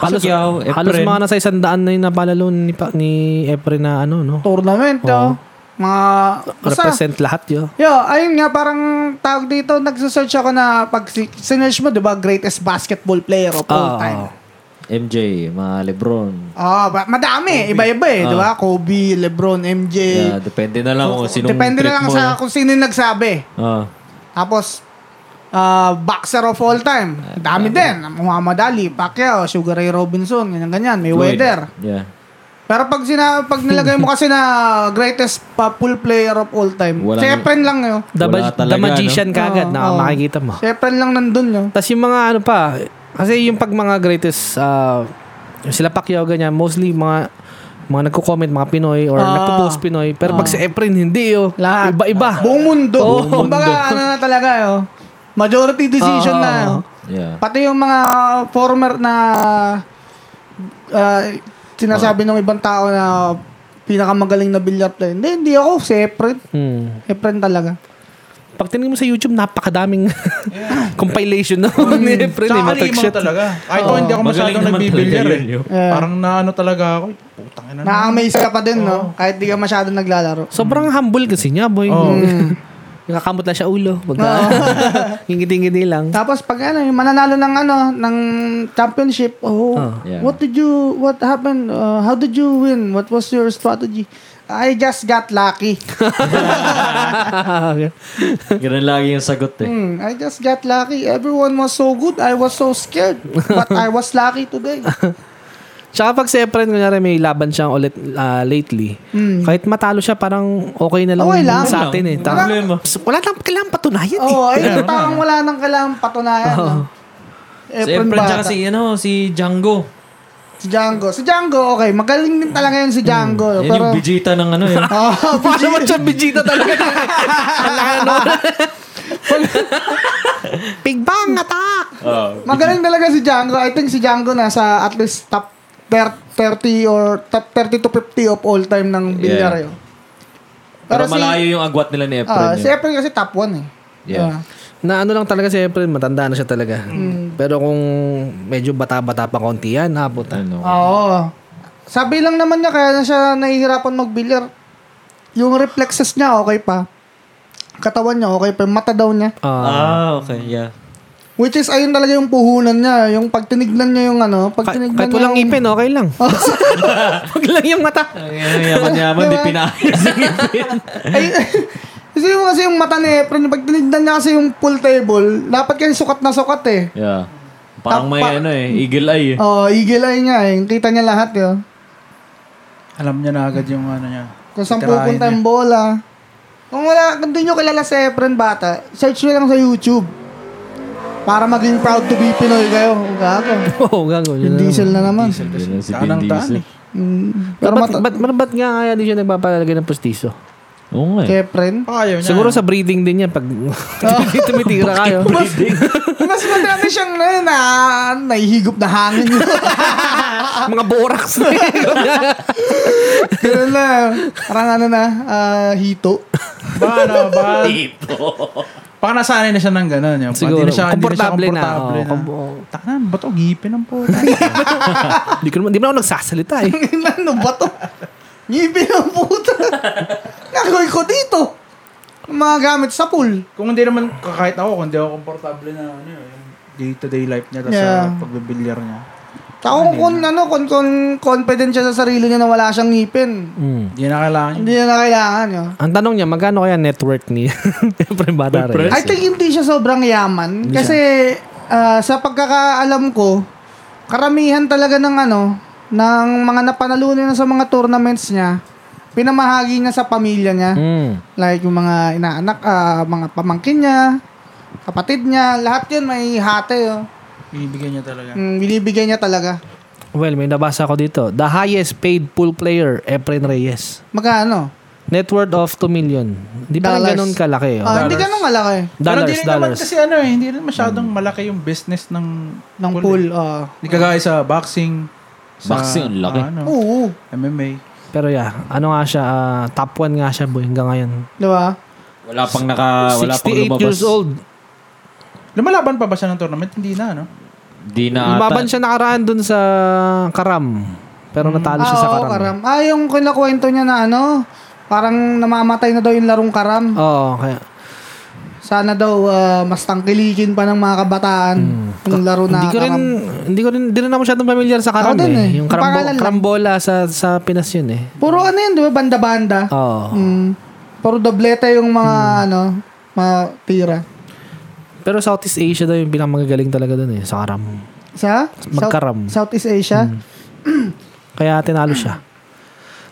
[SPEAKER 2] Halos,
[SPEAKER 4] Pacquiao,
[SPEAKER 2] halos
[SPEAKER 4] Efren.
[SPEAKER 2] mga nasa isang daan na yung napalalo ni, pa, ni Efren na ano, no?
[SPEAKER 1] Tournament, oh. Mga, basta,
[SPEAKER 2] Represent lahat yun.
[SPEAKER 1] Yo, ayun nga, parang tawag
[SPEAKER 4] Ah,
[SPEAKER 1] dito, nagsasearch ako na pag si- sinearch mo, di ba, greatest basketball player of all
[SPEAKER 2] Oo.
[SPEAKER 1] time.
[SPEAKER 4] MJ, mga Lebron.
[SPEAKER 1] Ah, ba- madami. Iba-iba eh, di ba? Kobe, Lebron, MJ.
[SPEAKER 4] Ah. Yeah, depende na lang kung sinong
[SPEAKER 1] Eh, Depende
[SPEAKER 4] trip
[SPEAKER 1] na lang
[SPEAKER 4] mo.
[SPEAKER 1] sa kung sino yung nagsabi.
[SPEAKER 4] Ah.
[SPEAKER 1] Tapos, ah, boxer of all time.
[SPEAKER 4] Ah,
[SPEAKER 1] Dami din. Muhammad Ali, Pacquiao, Sugar Ray Robinson, ganyan-ganyan. May
[SPEAKER 4] Floyd.
[SPEAKER 1] weather.
[SPEAKER 4] Yeah.
[SPEAKER 1] Pero pag, sina, pag
[SPEAKER 4] *laughs*
[SPEAKER 1] nilagay mo kasi na greatest pa full player of all time,
[SPEAKER 4] Walang-
[SPEAKER 1] Shepren lang yun.
[SPEAKER 2] The, ma-
[SPEAKER 4] Wala
[SPEAKER 2] the
[SPEAKER 4] talaga,
[SPEAKER 2] magician kagad
[SPEAKER 1] Oo,
[SPEAKER 2] na
[SPEAKER 1] oo.
[SPEAKER 2] makikita mo.
[SPEAKER 1] Shepren lang nandun eh. yun.
[SPEAKER 2] Tapos yung mga ano pa, kasi yung pag mga greatest, ah, yung sila Pacquiao ganyan, mostly mga mga nagko-comment mga Pinoy or
[SPEAKER 1] Ah.
[SPEAKER 2] nagpo-post Pinoy. Pero pag si Efren, hindi yo.
[SPEAKER 1] Lahat.
[SPEAKER 2] Iba-iba.
[SPEAKER 1] Buong mundo.
[SPEAKER 2] Oo.
[SPEAKER 1] Kumbaga, ano na talaga yun. Majority decision
[SPEAKER 2] Oo.
[SPEAKER 1] na yun.
[SPEAKER 4] Yeah.
[SPEAKER 1] Pati yung mga former na ah, sinasabi ng ibang tao na pinakamagaling na billiard player. Hindi, hindi ako. Separate.
[SPEAKER 2] Hmm.
[SPEAKER 1] Separate talaga.
[SPEAKER 2] Pag tinignan mo sa YouTube, napakadaming *laughs* compilation na
[SPEAKER 1] Mm.
[SPEAKER 2] *laughs* ni Efren. Eh,
[SPEAKER 3] Tsaka
[SPEAKER 2] matag
[SPEAKER 3] limaw
[SPEAKER 2] shit.
[SPEAKER 3] talaga. Kahit oh, hindi ako masyadong nagbibilyar eh. Parang naano talaga ako. eh, Putang ina na.
[SPEAKER 1] Na-amaze ka pa din, no? Kahit di ka masyado naglalaro.
[SPEAKER 2] Sobrang humble kasi niya, boy.
[SPEAKER 3] Oo.
[SPEAKER 1] Oh.
[SPEAKER 2] *laughs* Nakakamot lang siya ulo. Pagka, *laughs* ngingiti-ngiti lang. *laughs*
[SPEAKER 1] Tapos pag ano, yung mananalo ng ano, ng championship, oh,
[SPEAKER 4] Yeah.
[SPEAKER 1] what did you, what happened? Uh, how did you win? What was your strategy? I just got lucky. *laughs*
[SPEAKER 4] Ganun lagi yung sagot eh.
[SPEAKER 1] Hmm, I just got lucky. Everyone was so good. I was so scared. But I was lucky
[SPEAKER 4] *laughs*
[SPEAKER 1] today.
[SPEAKER 2] Tsaka pag si Efren, kunyari may laban siyang ulit ah, lately, kahit matalo siya, parang okay na lang,
[SPEAKER 1] Hmm. Okay lang.
[SPEAKER 2] sa atin eh.
[SPEAKER 4] Wala
[SPEAKER 2] Tara,
[SPEAKER 4] problema.
[SPEAKER 2] wala lang kailangan patunayan eh.
[SPEAKER 1] Oo, oh, ayun. Parang wala nang kailangan patunayan. no?
[SPEAKER 4] Si
[SPEAKER 1] Efren
[SPEAKER 4] Efren
[SPEAKER 1] Bata.
[SPEAKER 4] tsaka si, ano, si Django.
[SPEAKER 1] Si Django. Si Django, okay. Magaling din talaga yun si Django.
[SPEAKER 4] Hmm. Yan
[SPEAKER 1] Pero, *laughs* Ah,
[SPEAKER 4] yung Vegeta ng ano yun. *laughs*
[SPEAKER 1] Oo,
[SPEAKER 2] Paano mo siya Vegeta talaga? Alano. Big Bang attack!
[SPEAKER 1] magaling talaga si Django. I think si Django nasa at least top thir- 30 or top 30 to 50 of all time ng bilyar
[SPEAKER 4] Yeah.
[SPEAKER 1] yun.
[SPEAKER 4] Pero
[SPEAKER 1] si-
[SPEAKER 4] malayo yung agwat nila ni Efren.
[SPEAKER 1] Ah,
[SPEAKER 4] eh.
[SPEAKER 1] si Efren kasi top 1 eh. Ah.
[SPEAKER 4] Yeah.
[SPEAKER 2] Na ano lang talaga si Efren, matanda na siya talaga.
[SPEAKER 1] Hmm.
[SPEAKER 2] Pero kung medyo bata-bata pa konti yan, abot ah.
[SPEAKER 4] Ano.
[SPEAKER 1] Oo. Sabi lang naman niya, kaya na siya nahihirapan magbilyar. Yung reflexes niya, okay pa. Katawan niya, okay pa. Yung Mata daw niya.
[SPEAKER 2] Ah,
[SPEAKER 4] Ah, okay. Yeah.
[SPEAKER 1] Which is, ayun talaga yung puhunan niya. Yung pag tinignan niya yung ano, pag
[SPEAKER 2] ka-
[SPEAKER 1] tinignan
[SPEAKER 2] kahit
[SPEAKER 1] niya
[SPEAKER 2] walang
[SPEAKER 1] yung-
[SPEAKER 2] ngipin, okay lang. *laughs* Pag lang yung mata.
[SPEAKER 4] Ang yaman-yaman, di pinaayos. *laughs*
[SPEAKER 1] Ay, *laughs* kasi yung, kasi yung mata ni Efren, pag tinignan niya kasi yung pool table, dapat kasi sukat na sukat eh.
[SPEAKER 4] yeah. Parang may
[SPEAKER 1] Tapa-
[SPEAKER 4] ano eh, eagle eye eh.
[SPEAKER 1] Oo, oh, eagle eye niya eh. Kita niya lahat yun.
[SPEAKER 3] Alam niya na agad yung ano niya.
[SPEAKER 1] Kung saan
[SPEAKER 3] Titirahin
[SPEAKER 1] pupunta
[SPEAKER 3] niya.
[SPEAKER 1] yung bola. Kung wala, kung di nyo kilala si Efren Bata, search nyo lang sa YouTube. Para maging proud to be Pinoy kayo. Huwag ako.
[SPEAKER 2] Oo, Oh, gago.
[SPEAKER 1] Yung
[SPEAKER 2] Yun na.
[SPEAKER 1] diesel na naman.
[SPEAKER 4] Yun lang si Vin
[SPEAKER 3] Kaanang taan
[SPEAKER 4] Diesel.
[SPEAKER 3] eh.
[SPEAKER 1] Mm. Pero
[SPEAKER 2] Pero ba't,
[SPEAKER 1] mata-
[SPEAKER 2] ba't, ba't, ba't nga kaya di siya nagpapalagay ng pustiso?
[SPEAKER 4] Oo nga eh.
[SPEAKER 1] kay Efren.
[SPEAKER 3] Baka ayaw niya.
[SPEAKER 2] Siguro sa breathing din yan pag *laughs* tumitira kayo. *laughs*
[SPEAKER 1] Mas, *laughs* mas madami siyang na, na, nahihigop na hangin. *laughs*
[SPEAKER 2] Mga borax na
[SPEAKER 1] Ganun na. Parang ano na, ah, hito. *laughs*
[SPEAKER 3] Baka ano, baka... Baka nasanay na siya ng gano'n. Yung,
[SPEAKER 2] Siguro,
[SPEAKER 3] Hindi na siya,
[SPEAKER 2] komportable
[SPEAKER 3] hindi
[SPEAKER 2] na,
[SPEAKER 3] na siya
[SPEAKER 2] oh,
[SPEAKER 3] komportable na.
[SPEAKER 2] kom- oh.
[SPEAKER 3] Tanan, ba't ako gipin ang puta?
[SPEAKER 2] Hindi ko naman, *laughs* di ba ako nagsasalita eh.
[SPEAKER 1] ano ba to? Ngipin ang puta. Nakoy ko dito. Mga gamit sa pool.
[SPEAKER 3] kung hindi naman, kahit ako, kung hindi ako komportable na ano, yun, yung day-to-day life niya, tapos
[SPEAKER 1] Yeah.
[SPEAKER 3] sa pagbibilyar niya.
[SPEAKER 1] Tsaka kung, kung ano, kung, kung confident siya sa sarili niya na wala siyang ngipin.
[SPEAKER 3] Hindi na kailangan yun.
[SPEAKER 1] Hindi niya na kailangan yun.
[SPEAKER 2] Ang tanong niya, magkano kaya net worth ni *laughs* Efren Badare?
[SPEAKER 1] I think hindi siya sobrang yaman. Kasi ah, sa pagkakaalam ko, karamihan talaga ng ano, ng mga napanalunan niya sa mga tournaments niya, pinamahagi niya sa pamilya niya.
[SPEAKER 2] Mm.
[SPEAKER 1] Like yung mga inaanak, ah, mga pamangkin niya, kapatid niya, lahat yun may hati. Oh.
[SPEAKER 3] Bibigyan niya talaga.
[SPEAKER 1] Mm, binibigay niya talaga.
[SPEAKER 2] Well, may nabasa ako dito. The highest paid pool player, Efren Reyes.
[SPEAKER 1] Magkano?
[SPEAKER 2] Net worth of 2 million. Di pa
[SPEAKER 1] Dollars.
[SPEAKER 2] rin ganun kalaki. Oh.
[SPEAKER 1] Ah, hindi ganun malaki.
[SPEAKER 3] Pero hindi
[SPEAKER 2] dollars,
[SPEAKER 3] rin naman
[SPEAKER 2] dollars.
[SPEAKER 3] kasi ano eh, hindi rin masyadong malaki yung business ng...
[SPEAKER 1] Ng
[SPEAKER 3] pool
[SPEAKER 1] pool. ah.
[SPEAKER 3] Hindi kagaya sa boxing. Sa,
[SPEAKER 4] Boxing, ang laki.
[SPEAKER 3] ano,
[SPEAKER 1] Oo.
[SPEAKER 3] MMA.
[SPEAKER 2] Pero yeah, ano nga siya, ah, top 1 nga siya boy hanggang ngayon.
[SPEAKER 1] Di ba?
[SPEAKER 4] Wala pang naka, Ah, wala pang
[SPEAKER 2] 68
[SPEAKER 4] lumabas.
[SPEAKER 2] years old.
[SPEAKER 3] Lumalaban pa ba siya ng tournament? Hindi na,
[SPEAKER 1] *laughs*
[SPEAKER 3] ano?
[SPEAKER 4] Di na ata.
[SPEAKER 2] Lumaban siya nakaraan dun sa Karam. Pero natalo Ano siya sa
[SPEAKER 1] oo,
[SPEAKER 2] Karam.
[SPEAKER 1] karam. Hmm. Ah, yung
[SPEAKER 2] Ah.
[SPEAKER 1] kinakwento niya na ano, parang namamatay na daw yung larong karam.
[SPEAKER 2] Oo, kaya.
[SPEAKER 1] Sana daw ah, mas tangkilikin pa ng mga kabataan yung laro na
[SPEAKER 2] Hmm. Hindi ko rin,
[SPEAKER 1] Ah, karam-
[SPEAKER 2] hindi ko rin, hindi rin ako masyadong familiar sa karam
[SPEAKER 1] Ako din
[SPEAKER 2] eh.
[SPEAKER 1] eh.
[SPEAKER 2] Yung
[SPEAKER 1] Yung
[SPEAKER 2] karambo,
[SPEAKER 1] pangalan lang.
[SPEAKER 2] karambola sa, sa Pinas yun eh.
[SPEAKER 1] Puro ano yun, di ba? Banda-banda.
[SPEAKER 2] Oo.
[SPEAKER 1] Mm. Puro doblete yung mga
[SPEAKER 2] Hmm.
[SPEAKER 1] ano, mga tira.
[SPEAKER 2] Pero Southeast Asia daw yung pinakamagagaling talaga dun eh, sa karam.
[SPEAKER 1] Sa?
[SPEAKER 2] Magkaram. Hmm.
[SPEAKER 1] South, Southeast Asia.
[SPEAKER 2] Kaya tinalo siya.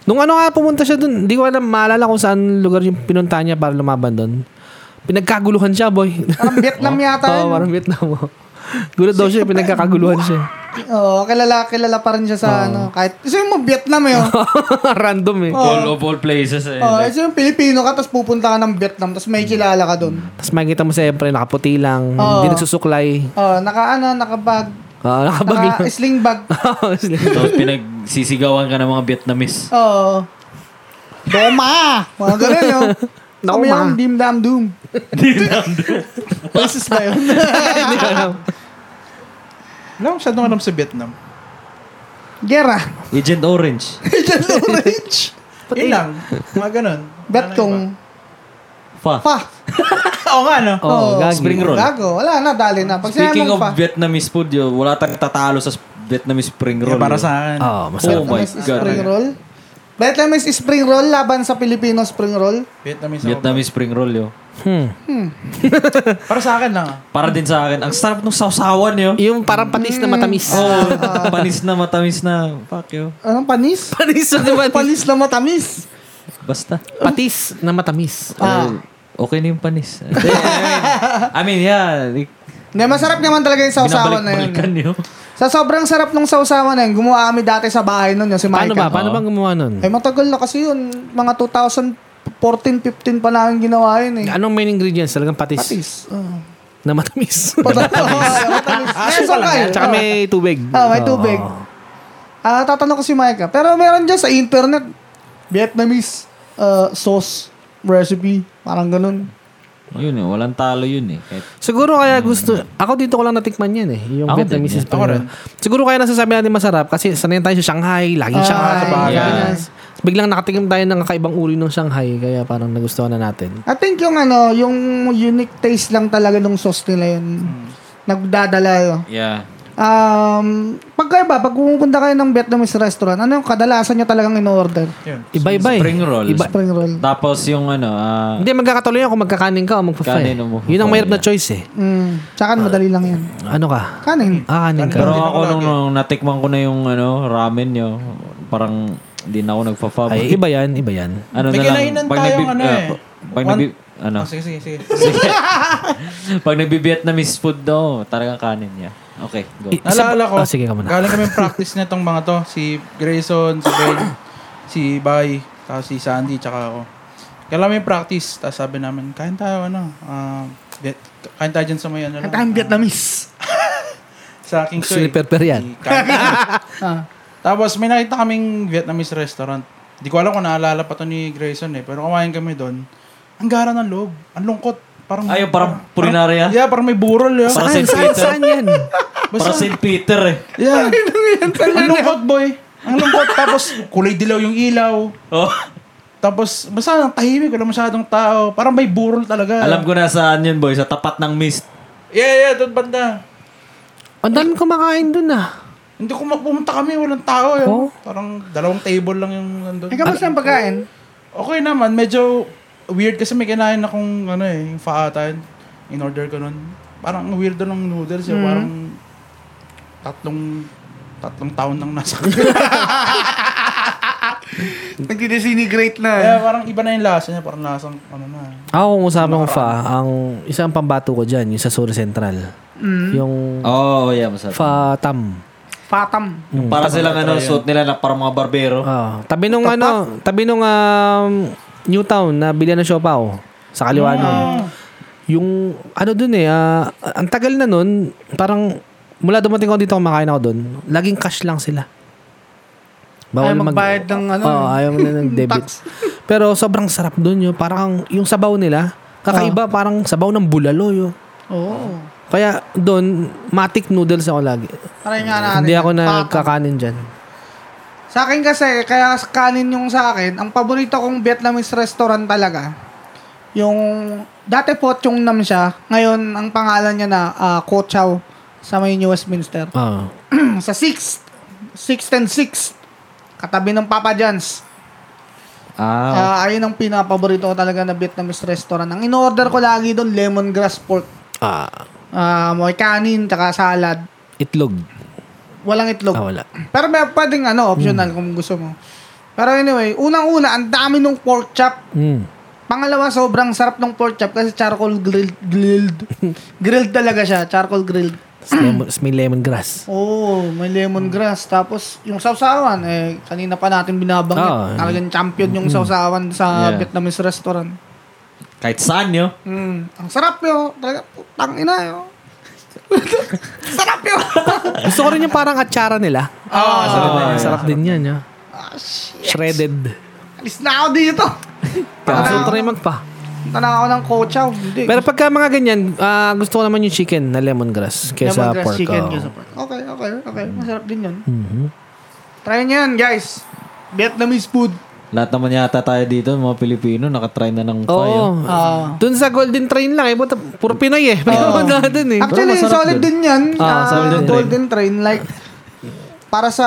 [SPEAKER 2] Nung ano nga pumunta siya dun, hindi ko alam, maalala kung saan lugar yung pinunta niya para lumaban dun. Pinagkaguluhan siya, boy. *laughs*
[SPEAKER 1] Parang Vietnam yata
[SPEAKER 2] Oo,
[SPEAKER 1] yun.
[SPEAKER 2] parang Vietnam. oh. Gulat daw siya, pinagkakaguluhan siya. *laughs*
[SPEAKER 1] Oo, kilala, kilala pa rin siya
[SPEAKER 2] Oh.
[SPEAKER 1] sa ano. Kahit, isa yung mga Vietnam eh.
[SPEAKER 2] *laughs*
[SPEAKER 1] oh.
[SPEAKER 2] Random eh.
[SPEAKER 4] All of all places eh.
[SPEAKER 1] Oo, isa yung Pilipino ka, tapos pupunta ka ng Vietnam, tapos may kilala ka doon.
[SPEAKER 2] Tapos makikita mo siyempre, nakaputi lang,
[SPEAKER 1] Oo.
[SPEAKER 2] hindi nagsusuklay.
[SPEAKER 1] Oo, naka ano, naka bag.
[SPEAKER 2] Ah, nakabag lang.
[SPEAKER 1] Naka sling bag.
[SPEAKER 2] Oo, *laughs* sila.
[SPEAKER 4] Tapos pinagsisigawan ka ng mga Vietnamese.
[SPEAKER 1] Oo. Doma! Mga ganun yun.
[SPEAKER 2] Doma.
[SPEAKER 1] Kami yung dim dam doom. Basis ba yun?
[SPEAKER 2] Hindi ko alam.
[SPEAKER 3] *laughs* Wala akong masyadong alam sa Vietnam.
[SPEAKER 1] Gera.
[SPEAKER 4] Agent Orange.
[SPEAKER 1] Agent Orange.
[SPEAKER 3] *laughs* Yun lang. Mga ganun.
[SPEAKER 1] Bet kong
[SPEAKER 4] Fa.
[SPEAKER 1] pa.
[SPEAKER 3] Oo nga, ano? no?
[SPEAKER 2] Oo, oh,
[SPEAKER 1] Oo.
[SPEAKER 2] gagi.
[SPEAKER 4] Spring roll.
[SPEAKER 1] Gago. Wala na, dali na. Pag sinabi
[SPEAKER 4] Speaking
[SPEAKER 1] mong
[SPEAKER 4] of
[SPEAKER 1] pa.
[SPEAKER 4] Vietnamese food, yo, wala tayong tatalo sa Vietnamese spring roll.
[SPEAKER 3] Yeah, para
[SPEAKER 4] yo.
[SPEAKER 3] sa akin.
[SPEAKER 2] Oo, masarap.
[SPEAKER 4] Oh my
[SPEAKER 1] Vietnamese ano,
[SPEAKER 4] God.
[SPEAKER 1] Spring roll. Vietnamese spring roll laban sa Pilipino spring roll.
[SPEAKER 3] Vietnamese ako.
[SPEAKER 4] Vietnamese spring roll, yo.
[SPEAKER 2] Hmm.
[SPEAKER 3] Para sa akin lang. ah.
[SPEAKER 4] Para din sa akin. Ang sarap ng sausawan, yo.
[SPEAKER 2] Yung parang patis
[SPEAKER 1] Hmm.
[SPEAKER 2] na matamis.
[SPEAKER 4] Oh, panis na, matamis na. Fuck, yo.
[SPEAKER 1] Anong panis?
[SPEAKER 2] *laughs* Patis na matamis.
[SPEAKER 1] Panis na matamis.
[SPEAKER 4] Basta.
[SPEAKER 2] patis na matamis.
[SPEAKER 1] Ah.
[SPEAKER 4] Eh, Okay na yung panis. I mean, I mean, yeah. like,
[SPEAKER 1] Hindi, masarap naman talaga yung sausawan na yun.
[SPEAKER 4] Binabalik-balikan eh. yun.
[SPEAKER 1] Sa sobrang sarap nung sausawan na yun, gumawa kami dati sa bahay nun, yung si
[SPEAKER 2] Paano
[SPEAKER 1] Michael.
[SPEAKER 2] ba? Paano bang gumawa nun?
[SPEAKER 1] Ay, Eh, matagal na kasi yun. Mga 2014, 15 pa namin ginawa yun eh.
[SPEAKER 2] Anong main ingredients? Talagang patis,
[SPEAKER 1] Patis. Oo.
[SPEAKER 2] na matamis. *laughs*
[SPEAKER 1] Matamis. Ah, Matamis.
[SPEAKER 2] Ah,
[SPEAKER 1] May sukay.
[SPEAKER 2] Tsaka may tubig.
[SPEAKER 1] Ah, may tubig. Ah, tatanong ko si Micah. Pero meron dyan sa internet, Vietnamese uh, sauce recipe. Parang ganun.
[SPEAKER 4] Ayun, eh, walang talo yun eh. Kahit-
[SPEAKER 2] Siguro kaya gusto, ako dito ko lang natikman yan eh, yung
[SPEAKER 4] Ako
[SPEAKER 2] Vietnamese
[SPEAKER 4] din,
[SPEAKER 2] spring roll. Siguro kaya nasasabi natin masarap kasi sanayin tayo sa Shanghai, laging
[SPEAKER 1] Ah,
[SPEAKER 2] Shanghai.
[SPEAKER 1] sa bagay.
[SPEAKER 4] Yeah.
[SPEAKER 2] Biglang nakatikim tayo ng kakaibang uri ng Shanghai kaya parang nagustuhan na natin.
[SPEAKER 1] I think yung ano, yung unique taste lang talaga ng sauce nila yun.
[SPEAKER 2] Mm.
[SPEAKER 1] Nagdadala yun.
[SPEAKER 4] Yeah.
[SPEAKER 1] Um, pagkaiba, pag pumunta kayo ng Vietnamese restaurant, ano yung kadalasan nyo talagang in-order?
[SPEAKER 3] Yun.
[SPEAKER 2] Iba-iba eh.
[SPEAKER 4] Spring roll.
[SPEAKER 2] Iba.
[SPEAKER 1] Spring roll.
[SPEAKER 4] Tapos yung ano, ah,
[SPEAKER 2] Hindi, magkakatuloy ako magkakanin ka o magpa-fry.
[SPEAKER 4] Kanin o magpa-fry,
[SPEAKER 2] Yun ang mahirap na
[SPEAKER 4] yeah.
[SPEAKER 2] choice eh.
[SPEAKER 1] Mm. Sa akin, madali lang yan.
[SPEAKER 2] Ano ka?
[SPEAKER 1] Kanin.
[SPEAKER 2] Ah, kanin ka.
[SPEAKER 4] Pero
[SPEAKER 3] Hindi na
[SPEAKER 4] ako
[SPEAKER 3] ako
[SPEAKER 4] nung,
[SPEAKER 3] lagi.
[SPEAKER 4] nung natikman ko na yung ano, ramen nyo, parang hindi na ako nagpa-fab.
[SPEAKER 2] Ay, iba yan, iba yan.
[SPEAKER 4] ano
[SPEAKER 3] May
[SPEAKER 4] na
[SPEAKER 3] kinainan
[SPEAKER 4] lang, pag
[SPEAKER 3] tayong
[SPEAKER 4] nagbi-
[SPEAKER 3] ano
[SPEAKER 4] ah,
[SPEAKER 3] eh.
[SPEAKER 4] pag
[SPEAKER 3] One-
[SPEAKER 4] nagbi- ano,
[SPEAKER 3] Ah, sige, sige, sige.
[SPEAKER 4] pag nagbi-Vietnamese food daw, talagang kanin niya. Okay, go.
[SPEAKER 2] I- Isa
[SPEAKER 3] Naalala
[SPEAKER 2] pa-
[SPEAKER 3] ko,
[SPEAKER 2] Ah, sige ka muna.
[SPEAKER 3] galing kami practice na itong mga to. Si Grayson, si Ben, si Bay, tapos si Sandy, tsaka ako. Kailan kami practice, tapos sabi namin, kain tayo, ano, ah, Viet- kain tayo dyan sa may ano lang.
[SPEAKER 1] Kain
[SPEAKER 3] ah,
[SPEAKER 1] Vietnamese.
[SPEAKER 3] sa King
[SPEAKER 4] eh.
[SPEAKER 2] Gusto ni Perper yan.
[SPEAKER 1] Ah.
[SPEAKER 3] Tapos may nakita kaming Vietnamese restaurant. Di ko alam kung naalala pa to ni Grayson eh. Pero kumain kami doon. Ang gara ng loob. Ang lungkot. Parang,
[SPEAKER 4] Ay, yung parang purinarya?
[SPEAKER 3] Yeah, parang may burol yun.
[SPEAKER 4] Parang
[SPEAKER 2] Saan,
[SPEAKER 4] Saint
[SPEAKER 2] saan,
[SPEAKER 4] Peter.
[SPEAKER 2] saan yan?
[SPEAKER 4] Para St. Peter eh.
[SPEAKER 3] Yeah. Ang lungkot boy. Ang lungkot. Tapos kulay dilaw yung ilaw.
[SPEAKER 4] Oh,
[SPEAKER 3] Tapos basta ang tahimik. Wala masyadong tao. Parang may burol talaga.
[SPEAKER 4] alam ko na saan yun boy, sa tapat ng mist.
[SPEAKER 3] Yeah, yeah. Doon banda.
[SPEAKER 2] Ang daming kumakain dun ah.
[SPEAKER 3] Hindi ko pumunta kami. Walang tao. Yun.
[SPEAKER 2] Oh.
[SPEAKER 3] Parang dalawang table lang yung nandun.
[SPEAKER 1] Ay, Eh, kamusta ang pagkain?
[SPEAKER 3] Okay naman, medyo weird kasi may kinain akong ano eh, yung pho ata yun. In order ko nun. Parang ang weirdo ng noodles,
[SPEAKER 4] Mm.
[SPEAKER 3] eh. parang tatlong tatlong taon nang nasa *laughs*
[SPEAKER 1] Nagdi-disintegrate na.
[SPEAKER 3] Kaya parang iba na yung lasa niya, parang lasang ano na.
[SPEAKER 2] Ako kung usapan ko
[SPEAKER 4] Ano
[SPEAKER 2] fa, ang isang pambato ko dyan, yung sa Sur Central. Yung
[SPEAKER 4] Oh, yeah, masarap.
[SPEAKER 2] fa tam.
[SPEAKER 1] Fatam.
[SPEAKER 4] Yung para silang ano, suot nila na parang mga barbero.
[SPEAKER 2] Ah, tabi nung ano, tabi nung um, Newtown na bilian ng Siopao sa kaliwa
[SPEAKER 1] Ah.
[SPEAKER 2] nun. Yung ano dun eh, ah, ang tagal na nun, parang mula dumating ko dito kumakain ako dun, laging cash lang sila.
[SPEAKER 1] Ayaw magbayad ng ano.
[SPEAKER 2] Oo,
[SPEAKER 1] *laughs*
[SPEAKER 2] ayaw na ng debit. Pero sobrang sarap dun yun. Parang yung sabaw
[SPEAKER 1] Ah.
[SPEAKER 2] nila, kakaiba parang sabaw ng bulalo yun.
[SPEAKER 1] Oo.
[SPEAKER 2] Kaya doon, matik noodles ako lagi.
[SPEAKER 1] Aray nga na.
[SPEAKER 2] Hindi ako
[SPEAKER 1] Ano Fatam.
[SPEAKER 2] nagkakanin dyan.
[SPEAKER 1] Sa akin kasi, kaya kanin yung sa akin, ang paborito kong Vietnamese restaurant talaga, yung Dati po Chung Nam siya. Ngayon, ang pangalan niya na uh, Kochaw sa may New Westminster. *clears throat*
[SPEAKER 2] Ah.
[SPEAKER 1] sa 6th, 6th and 6th, katabi ng Papa John's.
[SPEAKER 4] Ah,
[SPEAKER 1] Ah, ayun ang pinapaborito ko talaga na Vietnamese restaurant. Ang in-order ko lagi doon, lemongrass pork.
[SPEAKER 2] ah.
[SPEAKER 1] Ah, may kanin, tsaka salad.
[SPEAKER 2] Itlog.
[SPEAKER 1] Walang itlog.
[SPEAKER 2] Ah, wala.
[SPEAKER 1] Pero may pwedeng ano, optional kung gusto mo. Pero anyway, unang-una, ang dami nung pork chop.
[SPEAKER 2] Mm.
[SPEAKER 1] Pangalawa, sobrang sarap nung pork chop kasi charcoal grilled. Grilled, grilled talaga siya, charcoal grilled.
[SPEAKER 2] Tas lemon, tas may lemongrass.
[SPEAKER 1] Oo, oh, may lemongrass. Tapos, yung sawsawan, eh, kanina pa natin binabanggit.
[SPEAKER 2] Ah, eh.
[SPEAKER 1] Talagang champion yung sawsawan sa
[SPEAKER 4] Yeah.
[SPEAKER 1] Vietnamese restaurant.
[SPEAKER 4] kahit saan yun.
[SPEAKER 1] Mm, ang sarap yun. Talaga, putang ina yun. *laughs* sarap *laughs* yun.
[SPEAKER 2] Gusto ko rin yung parang atsara nila. Diba?
[SPEAKER 1] Ah,
[SPEAKER 4] sarap din yun.
[SPEAKER 2] Sarap din yan. Yeah.
[SPEAKER 1] ah, shit. Ah.
[SPEAKER 2] Shredded.
[SPEAKER 1] Alis na ako dito.
[SPEAKER 2] Kaso try magpa.
[SPEAKER 1] Punta na ako ng kochaw. Hindi.
[SPEAKER 2] Pero pagka mga ganyan, ah, gusto ko naman yung chicken na lemongrass kesa
[SPEAKER 1] Lemongrass
[SPEAKER 2] pork.
[SPEAKER 1] chicken
[SPEAKER 2] oh.
[SPEAKER 1] kesa pork. Okay, okay, okay.
[SPEAKER 2] Mm.
[SPEAKER 1] Masarap din yun.
[SPEAKER 2] Mm-hmm.
[SPEAKER 1] Try nyo yan, guys. Vietnamese food.
[SPEAKER 4] Lahat naman yata tayo dito, mga Pilipino, nakatry na ng
[SPEAKER 2] Oo.
[SPEAKER 4] payo.
[SPEAKER 1] Ah.
[SPEAKER 2] Doon sa Golden Train lang eh, buta, puro Pinoy eh. Pinoy natin eh.
[SPEAKER 1] Actually,
[SPEAKER 4] masarap
[SPEAKER 1] solid din yan. Ah,
[SPEAKER 2] Ah, solid din.
[SPEAKER 1] golden train. Like, para sa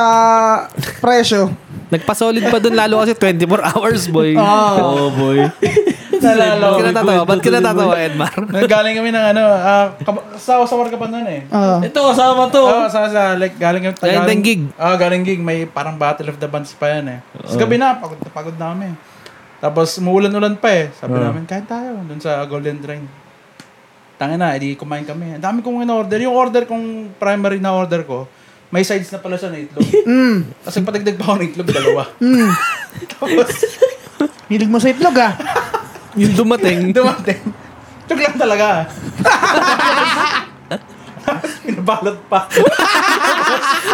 [SPEAKER 1] presyo.
[SPEAKER 2] Nagpasolid pa doon lalo kasi 24 *laughs* hours, boy.
[SPEAKER 1] Ah,
[SPEAKER 4] Oh, boy.
[SPEAKER 2] Ba't ka natatawa?
[SPEAKER 1] eh.
[SPEAKER 2] Ba't ka natatawa, Edmar?
[SPEAKER 3] Nagaling kami ng ano, ah, kab- sa sa work ka pa noon eh.
[SPEAKER 1] Ah.
[SPEAKER 4] Ito, kasama to.
[SPEAKER 3] Oo, sa sa like galing kami
[SPEAKER 2] Galing ng gig.
[SPEAKER 3] Ah, galing gig may parang Battle of the Bands pa yan eh. Tapos gabi na pagod na pagod na kami. Tapos umuulan-ulan pa eh. Sabi namin, kain tayo dun sa Golden Train. Tanga na, edi kumain kami. Ang dami kong in-order. Yung order kong primary na order ko, may sides na pala siya na itlog.
[SPEAKER 1] Mm.
[SPEAKER 3] Tapos nagpadagdag pa ako ng itlog, dalawa. *laughs*
[SPEAKER 1] Hilig mo sa itlog, ah.
[SPEAKER 2] Yung dumating.
[SPEAKER 3] Dumating. Joke lang talaga. *laughs* Tapos Pinabalot pa.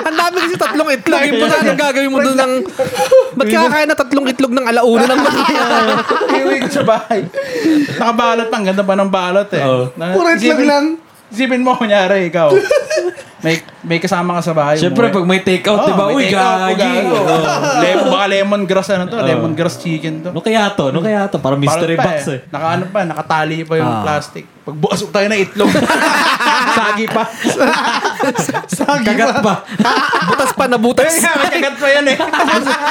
[SPEAKER 2] Ang dami kasi tatlong itlog. Yung pa saan gagawin mo doon ng... Ba't kakain na tatlong itlog ng alauna ng mataya?
[SPEAKER 3] Iwi ko sa bahay. Nakabalot pa. Ang ganda pa ng balot eh.
[SPEAKER 4] Oo.
[SPEAKER 3] Na-
[SPEAKER 1] Puro itlog
[SPEAKER 3] isipin-
[SPEAKER 1] lang.
[SPEAKER 3] Isipin mo, kunyari, ikaw. may, may kasama ka sa bahay.
[SPEAKER 4] Siyempre,
[SPEAKER 3] umuwi.
[SPEAKER 4] pag may take-out,
[SPEAKER 3] Oo,
[SPEAKER 4] diba?
[SPEAKER 3] Oh, may
[SPEAKER 4] Uy,
[SPEAKER 3] take-out,
[SPEAKER 4] gagi.
[SPEAKER 3] ugalo. *laughs* Lemon, baka lemongrass ano to.
[SPEAKER 4] Oo.
[SPEAKER 3] Lemongrass chicken to.
[SPEAKER 4] Ano kaya to? Ano kaya to? Parang mystery
[SPEAKER 3] Balot pa
[SPEAKER 4] box eh.
[SPEAKER 3] Nakaano pa, nakatali pa yung
[SPEAKER 2] Ah.
[SPEAKER 3] plastic. Pagbukas tayo na
[SPEAKER 4] *laughs*
[SPEAKER 3] itlog. Sagi pa.
[SPEAKER 1] Sagi
[SPEAKER 4] Kagat
[SPEAKER 1] pa.
[SPEAKER 4] pa.
[SPEAKER 2] butas pa,
[SPEAKER 3] Ayun
[SPEAKER 2] nabutas.
[SPEAKER 3] nga, may kagat pa yan eh.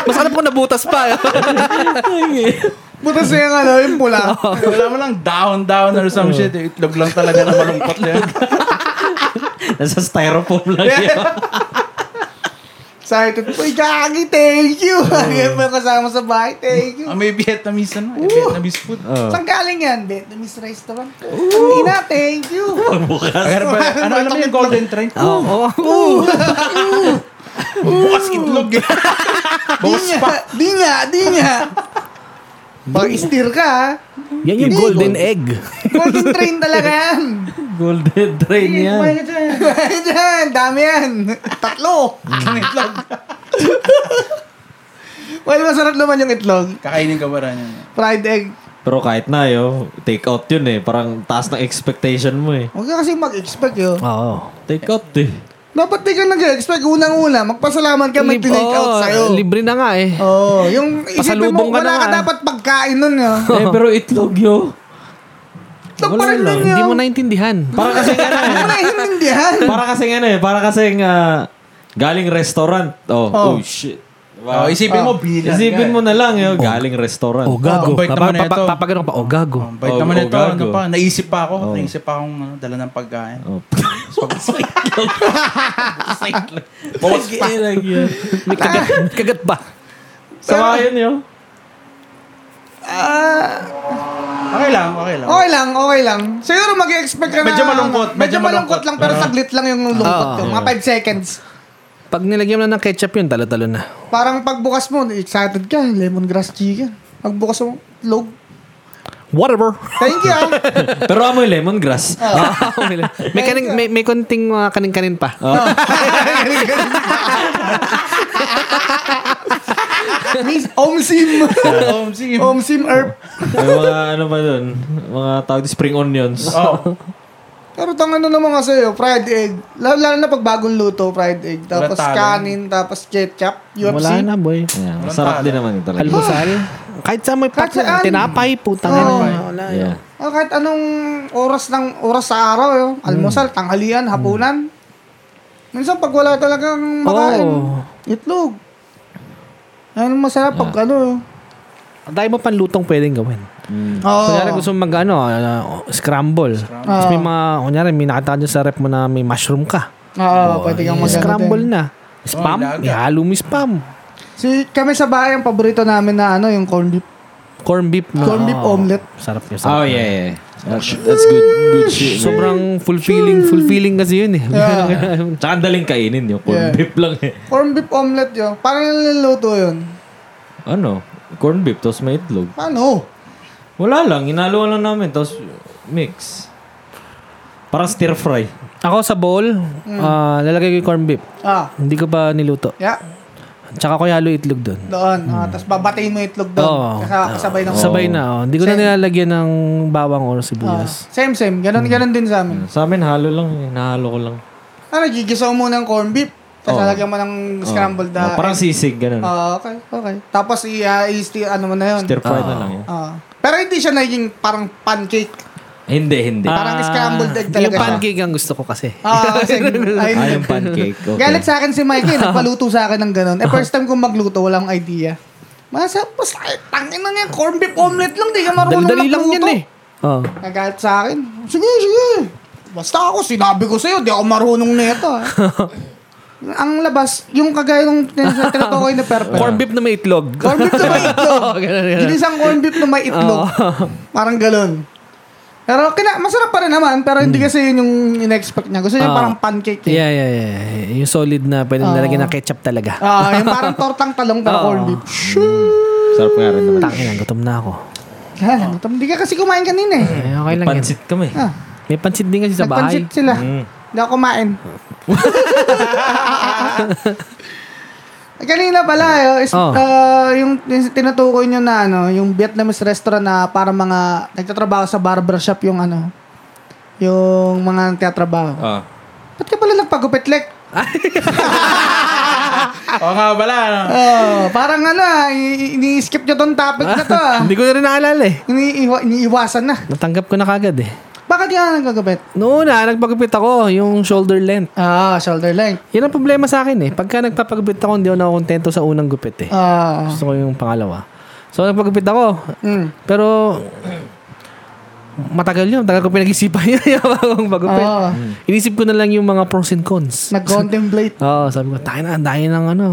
[SPEAKER 2] Mas alam ko nabutas pa.
[SPEAKER 1] Butas na yung ano, yung pula.
[SPEAKER 2] *laughs*
[SPEAKER 3] *laughs* Wala mo lang down, down or some shit. eh. Itlog lang talaga na malungkot na
[SPEAKER 4] *laughs*
[SPEAKER 3] yun.
[SPEAKER 4] Nasa styrofoam lang yun.
[SPEAKER 1] Sa ito, uy, gagi, thank
[SPEAKER 4] *laughs*
[SPEAKER 1] you. Ayun, may kasama sa bahay, thank you.
[SPEAKER 3] Ah, may Vietnamese ano, eh, Vietnamese food.
[SPEAKER 4] Oo.
[SPEAKER 1] Saan galing yan? Vietnamese restaurant. Hindi na, thank
[SPEAKER 4] *laughs*
[SPEAKER 1] you.
[SPEAKER 3] Agar ba, ano alam mo yung golden train?
[SPEAKER 2] Oo.
[SPEAKER 4] *laughs*
[SPEAKER 3] Bukas itlog eh.
[SPEAKER 1] di nga, di nga, di nga. Pag-steer ka, ha?
[SPEAKER 2] Yan yung golden egg.
[SPEAKER 1] golden train talaga yan.
[SPEAKER 4] Golden train yan.
[SPEAKER 3] Kumain ka
[SPEAKER 1] *laughs*
[SPEAKER 3] dyan.
[SPEAKER 1] Ay, dyan, dami yan. Tatlo.
[SPEAKER 4] Mm.
[SPEAKER 3] Ang itlog.
[SPEAKER 1] *laughs* Well, masarap naman yung itlog.
[SPEAKER 3] Kakainin ka ba rin yan?
[SPEAKER 1] Fried egg.
[SPEAKER 4] Pero kahit na yo, take out yun eh. Parang taas ng expectation mo eh.
[SPEAKER 1] Huwag ka kasi mag-expect yun.
[SPEAKER 4] Ah.
[SPEAKER 2] Oo.
[SPEAKER 4] Take out eh.
[SPEAKER 1] Dapat di ka nag-expect. Unang-una, magpasalamat ka may
[SPEAKER 2] Lib-
[SPEAKER 1] tinake
[SPEAKER 2] oo,
[SPEAKER 1] out sa'yo.
[SPEAKER 2] Libre na nga eh.
[SPEAKER 1] Oo. Oh, yung isipin
[SPEAKER 2] Pasalubong
[SPEAKER 1] mo,
[SPEAKER 2] ka
[SPEAKER 1] wala
[SPEAKER 2] na
[SPEAKER 1] ka,
[SPEAKER 2] nga.
[SPEAKER 1] dapat pagkain nun. Yun.
[SPEAKER 4] eh pero itlog yo.
[SPEAKER 1] Ito pa rin nun yun.
[SPEAKER 2] Hindi mo naintindihan.
[SPEAKER 4] Para kasi ano
[SPEAKER 1] Hindi mo
[SPEAKER 4] eh.
[SPEAKER 1] naiintindihan.
[SPEAKER 4] Para kasi ano eh. Para kasi galing restaurant. Oh,
[SPEAKER 1] Oh.
[SPEAKER 4] oh. shit.
[SPEAKER 3] Oh,
[SPEAKER 4] Diba?
[SPEAKER 3] isipin mo, eh. bilan.
[SPEAKER 4] Isipin mo na lang yo, galing
[SPEAKER 1] Ah.
[SPEAKER 4] restaurant.
[SPEAKER 2] Oh, gago.
[SPEAKER 3] Oh, bait naman
[SPEAKER 2] Napapa-
[SPEAKER 3] ito.
[SPEAKER 2] Papagano ka pa. Oh, gago.
[SPEAKER 3] Oh, bait
[SPEAKER 4] Oh,
[SPEAKER 3] naman
[SPEAKER 4] oh,
[SPEAKER 3] ito. Ano
[SPEAKER 4] gago.
[SPEAKER 3] pa? Naisip pa ako.
[SPEAKER 4] Oh.
[SPEAKER 3] Naisip pa akong ano, dala ng pagkain.
[SPEAKER 4] Oh. oh,
[SPEAKER 3] Bawas pa.
[SPEAKER 1] Ah.
[SPEAKER 2] May kagat, kagat ba?
[SPEAKER 4] Sama yun yo.
[SPEAKER 3] Okay lang, okay lang. *laughs*
[SPEAKER 1] Okay lang, okay lang. Siguro mag-expect ka na. ano,
[SPEAKER 3] Medyo malungkot,
[SPEAKER 1] Medyo,
[SPEAKER 3] medyo
[SPEAKER 1] malungkot
[SPEAKER 3] malungkot.
[SPEAKER 1] lang, pero saglit lang yung lungkot
[SPEAKER 2] Oo.
[SPEAKER 1] ko. Mga 5 seconds.
[SPEAKER 2] Pag nilagyan mo na ng ketchup yun, talo-talo na.
[SPEAKER 1] Parang pagbukas mo, excited ka. Lemongrass chicken. Pagbukas mo, log.
[SPEAKER 2] Whatever.
[SPEAKER 1] Thank you, ah.
[SPEAKER 4] Pero amoy
[SPEAKER 2] *laughs*
[SPEAKER 4] lemongrass.
[SPEAKER 2] Oh. may, kanin, may, may konting mga kanin-kanin pa.
[SPEAKER 1] Miss Omsim.
[SPEAKER 3] Oh, sige.
[SPEAKER 1] Omsim herb.
[SPEAKER 4] *laughs* May mga ano pa dun. Mga tawag di spring onions.
[SPEAKER 3] Oh.
[SPEAKER 1] Pero tanga na naman kasi, oh, fried egg. Lalo, lalo na pag bagong luto, fried egg. Tapos
[SPEAKER 3] Wala talong.
[SPEAKER 1] kanin, tapos ketchup, UFC.
[SPEAKER 2] boy.
[SPEAKER 4] Yeah, masarap din naman yun talaga.
[SPEAKER 2] Almusal. Ah, Kahit sa may
[SPEAKER 1] Kahit
[SPEAKER 2] pakla,
[SPEAKER 1] saan.
[SPEAKER 2] tinapay, putang ina. Wala, yun.
[SPEAKER 4] Yeah.
[SPEAKER 1] Oh, kahit anong oras ng oras sa araw, yo.
[SPEAKER 2] Hmm.
[SPEAKER 1] almusal, tanghalian, hapunan. Minsan pag wala talagang makain,
[SPEAKER 2] Oo.
[SPEAKER 1] itlog. Ayun masarap
[SPEAKER 2] Ah.
[SPEAKER 1] pag ano. yo.
[SPEAKER 2] Ang dami mo panlutong pwedeng gawin.
[SPEAKER 4] Mm.
[SPEAKER 1] Oo.
[SPEAKER 2] Hmm. Kunyari gusto mo mag ano, uh, scramble. Tapos may mga, kunyari may nakita dyan sa rep mo na may mushroom ka.
[SPEAKER 1] Oo, pwede kang mag
[SPEAKER 2] eh, Scramble na. Spam,
[SPEAKER 3] Oh, laga.
[SPEAKER 2] ihalo mo yung spam.
[SPEAKER 1] Si kami sa bahay ang paborito namin na ano, yung corned beef.
[SPEAKER 2] Corn beef. na-
[SPEAKER 1] Corn beef Ah, omelet.
[SPEAKER 2] Sarap yun. Sarap.
[SPEAKER 4] Oh, yeah, yeah. That's, that's good, good shit. man.
[SPEAKER 2] Sobrang fulfilling, fulfilling kasi yun eh.
[SPEAKER 1] Yeah.
[SPEAKER 4] Tsaka ang daling kainin yung corn
[SPEAKER 1] Yeah.
[SPEAKER 4] beef lang eh.
[SPEAKER 1] Corned beef omelet yo. Paano niluluto yun?
[SPEAKER 4] Ano? Corn beef, tapos may itlog.
[SPEAKER 1] Paano?
[SPEAKER 4] Wala lang, inaluan lang namin, tapos mix. Parang stir fry.
[SPEAKER 2] *laughs* Ako sa bowl,
[SPEAKER 1] Mm.
[SPEAKER 2] ah, lalagay ko yung corn beef.
[SPEAKER 1] Ah,
[SPEAKER 2] Hindi ko pa niluto.
[SPEAKER 1] yeah.
[SPEAKER 2] Tsaka ko ihalo itlog doon.
[SPEAKER 1] Doon. Ah, Tapos babatiin mo yung itlog
[SPEAKER 2] Hmm. Oo.
[SPEAKER 1] doon. Kasa- kasabay ng
[SPEAKER 2] Sabay na. Oh. Hindi ko na nilalagyan ng bawang or sibuyas.
[SPEAKER 1] Same, same. Ganon, ganon din sa amin.
[SPEAKER 4] Sa amin, halo lang eh. Nahalo ko lang.
[SPEAKER 1] Ah, nagigisaw mo ng corned beef. Tapos lalagyan mo ng scrambled na.
[SPEAKER 4] Ah, parang sisig, ganun.
[SPEAKER 1] Ah, okay, okay. Tapos i, ah, i-steer, ano mo na yun.
[SPEAKER 4] stir fry na lang yun.
[SPEAKER 1] Ah. pero hindi siya naging parang pancake.
[SPEAKER 4] Hindi, hindi.
[SPEAKER 1] Ah, Parang scrambled egg
[SPEAKER 2] Ah, Yung
[SPEAKER 1] talaga siya.
[SPEAKER 2] pancake ang gusto ko kasi. *laughs*
[SPEAKER 1] Ah, same. Ayun.
[SPEAKER 4] Ah, yung pancake. Okay.
[SPEAKER 1] Galit sa akin si Mikey, nagpaluto sa akin ng ganun. Eh, first time kong magluto, walang idea. Masa, pas, ay, tangin na nga, corned beef omelet lang, di ka marunong
[SPEAKER 2] Dali-dali lang yan
[SPEAKER 1] magluto.
[SPEAKER 2] eh. Oh.
[SPEAKER 1] Nagalit sa akin. Sige, sige. Basta ako, sinabi ko sa'yo, di ako marunong nito.
[SPEAKER 2] *laughs*
[SPEAKER 1] ah. Ang labas, yung kagaya nung tin- tinutukoy na purple.
[SPEAKER 2] Corn beef na may itlog. *laughs*
[SPEAKER 1] Corn beef na may itlog.
[SPEAKER 2] Oo, ganun, ganun.
[SPEAKER 1] Ginisang corn beef na may itlog.
[SPEAKER 2] Oh.
[SPEAKER 1] Parang galon. Pero kina, masarap pa rin naman, pero hindi kasi yun yung in-expect niya. Gusto niya
[SPEAKER 2] Hmm. Ah.
[SPEAKER 1] parang pancake eh.
[SPEAKER 2] Yeah, yeah, yeah. Yung solid na pwede
[SPEAKER 1] Oh.
[SPEAKER 2] nalagyan ng ketchup talaga.
[SPEAKER 1] Ah, yung parang tortang talong pero
[SPEAKER 2] *laughs* Oo.
[SPEAKER 1] corn beef.
[SPEAKER 4] Sarap nga
[SPEAKER 1] Oh.
[SPEAKER 4] rin naman.
[SPEAKER 2] Tangin na, gutom na ako.
[SPEAKER 1] Kaya, hindi ka kasi kumain kanina eh.
[SPEAKER 2] Eh, okay lang yan.
[SPEAKER 4] Pansit kami.
[SPEAKER 2] Hmm.
[SPEAKER 1] Ah.
[SPEAKER 2] May pansit din kasi sa bahay.
[SPEAKER 1] Nagpansit sila.
[SPEAKER 4] Mm.
[SPEAKER 1] Hindi ako
[SPEAKER 2] *laughs*
[SPEAKER 1] kumain. Kanina pala, eh, is,
[SPEAKER 2] Oh.
[SPEAKER 1] ah, yung, yung tinutukoy nyo na ano, yung Vietnamese restaurant na para mga nagtatrabaho sa barbershop yung ano, yung mga nagtatrabaho.
[SPEAKER 4] Ah.
[SPEAKER 1] Ba't ka pala nagpagupitlek?
[SPEAKER 3] Oo nga pala. ano.
[SPEAKER 2] Ah.
[SPEAKER 1] Oh, parang ano, ah, i- ini-skip nyo tong topic na to.
[SPEAKER 2] *laughs*
[SPEAKER 1] ah.
[SPEAKER 2] Hindi ko na rin naalala eh.
[SPEAKER 1] Iniiwa, iniiwasan na.
[SPEAKER 2] Natanggap ko na kagad eh.
[SPEAKER 1] Bakit yan nagagupit?
[SPEAKER 2] Noon na, nagpagupit ako, yung shoulder length.
[SPEAKER 1] Ah, shoulder length.
[SPEAKER 2] Yan ang problema sa akin eh. Pagka nagpapagupit ako, hindi ako nakontento sa unang gupit eh.
[SPEAKER 1] Ah,
[SPEAKER 2] Gusto ko yung pangalawa. So, nagpagupit ako.
[SPEAKER 1] mm.
[SPEAKER 2] Pero, matagal yun. Matagal ko pinag-isipan yun *laughs* yung bagong pagupit.
[SPEAKER 1] Oo.
[SPEAKER 2] Inisip ko na lang yung mga pros and cons.
[SPEAKER 1] *laughs* Nag-contemplate.
[SPEAKER 2] Oo, sabi ko, tayo na, dahil ng ano,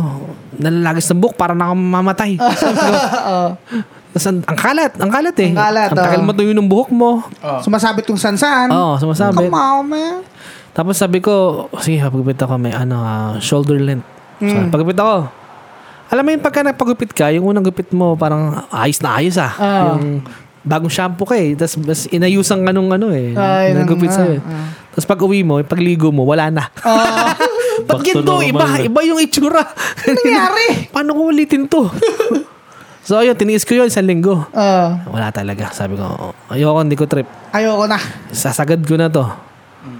[SPEAKER 2] nalalagis ng buhok para na ako
[SPEAKER 1] *laughs*
[SPEAKER 2] mamatay. Sabi ko,
[SPEAKER 1] Oo.
[SPEAKER 2] Tapos ang, ang kalat, ang kalat eh.
[SPEAKER 1] Ang kalat,
[SPEAKER 2] Ang tagal
[SPEAKER 1] oo.
[SPEAKER 2] mo tuyo ng buhok mo.
[SPEAKER 1] Sumasabit kung saan-saan.
[SPEAKER 2] Oo, sumasabi.
[SPEAKER 1] Come on, man.
[SPEAKER 2] Tapos sabi ko, sige, pagupit ako, may ano, ah, shoulder length.
[SPEAKER 1] Mm.
[SPEAKER 2] So, pagupit ako. Alam mo yung pagka nagpagupit ka, yung unang gupit mo, parang ayos na ayos ah.
[SPEAKER 1] Ah.
[SPEAKER 2] Yung bagong shampoo ka eh. Tapos mas inayusan ka nung ano eh.
[SPEAKER 1] Ay,
[SPEAKER 2] nung
[SPEAKER 1] nang-
[SPEAKER 2] gupit sa'yo. eh.
[SPEAKER 1] ah, ah.
[SPEAKER 2] Tapos pag uwi mo, yung pagligo mo, wala na. *laughs* Ba't
[SPEAKER 4] Back to
[SPEAKER 2] ginto?
[SPEAKER 4] normal
[SPEAKER 2] Iba,
[SPEAKER 4] na.
[SPEAKER 2] iba yung itsura.
[SPEAKER 1] Ano
[SPEAKER 2] *laughs*
[SPEAKER 1] nangyari?
[SPEAKER 2] Paano ko ulitin to? *laughs* so, ayun, tiniis ko yun isang linggo.
[SPEAKER 1] Ah,
[SPEAKER 2] Wala talaga. Sabi ko, "Oh, ayoko, hindi ko trip.
[SPEAKER 1] ayoko na.
[SPEAKER 2] sasagad ko na to.
[SPEAKER 1] Hmm.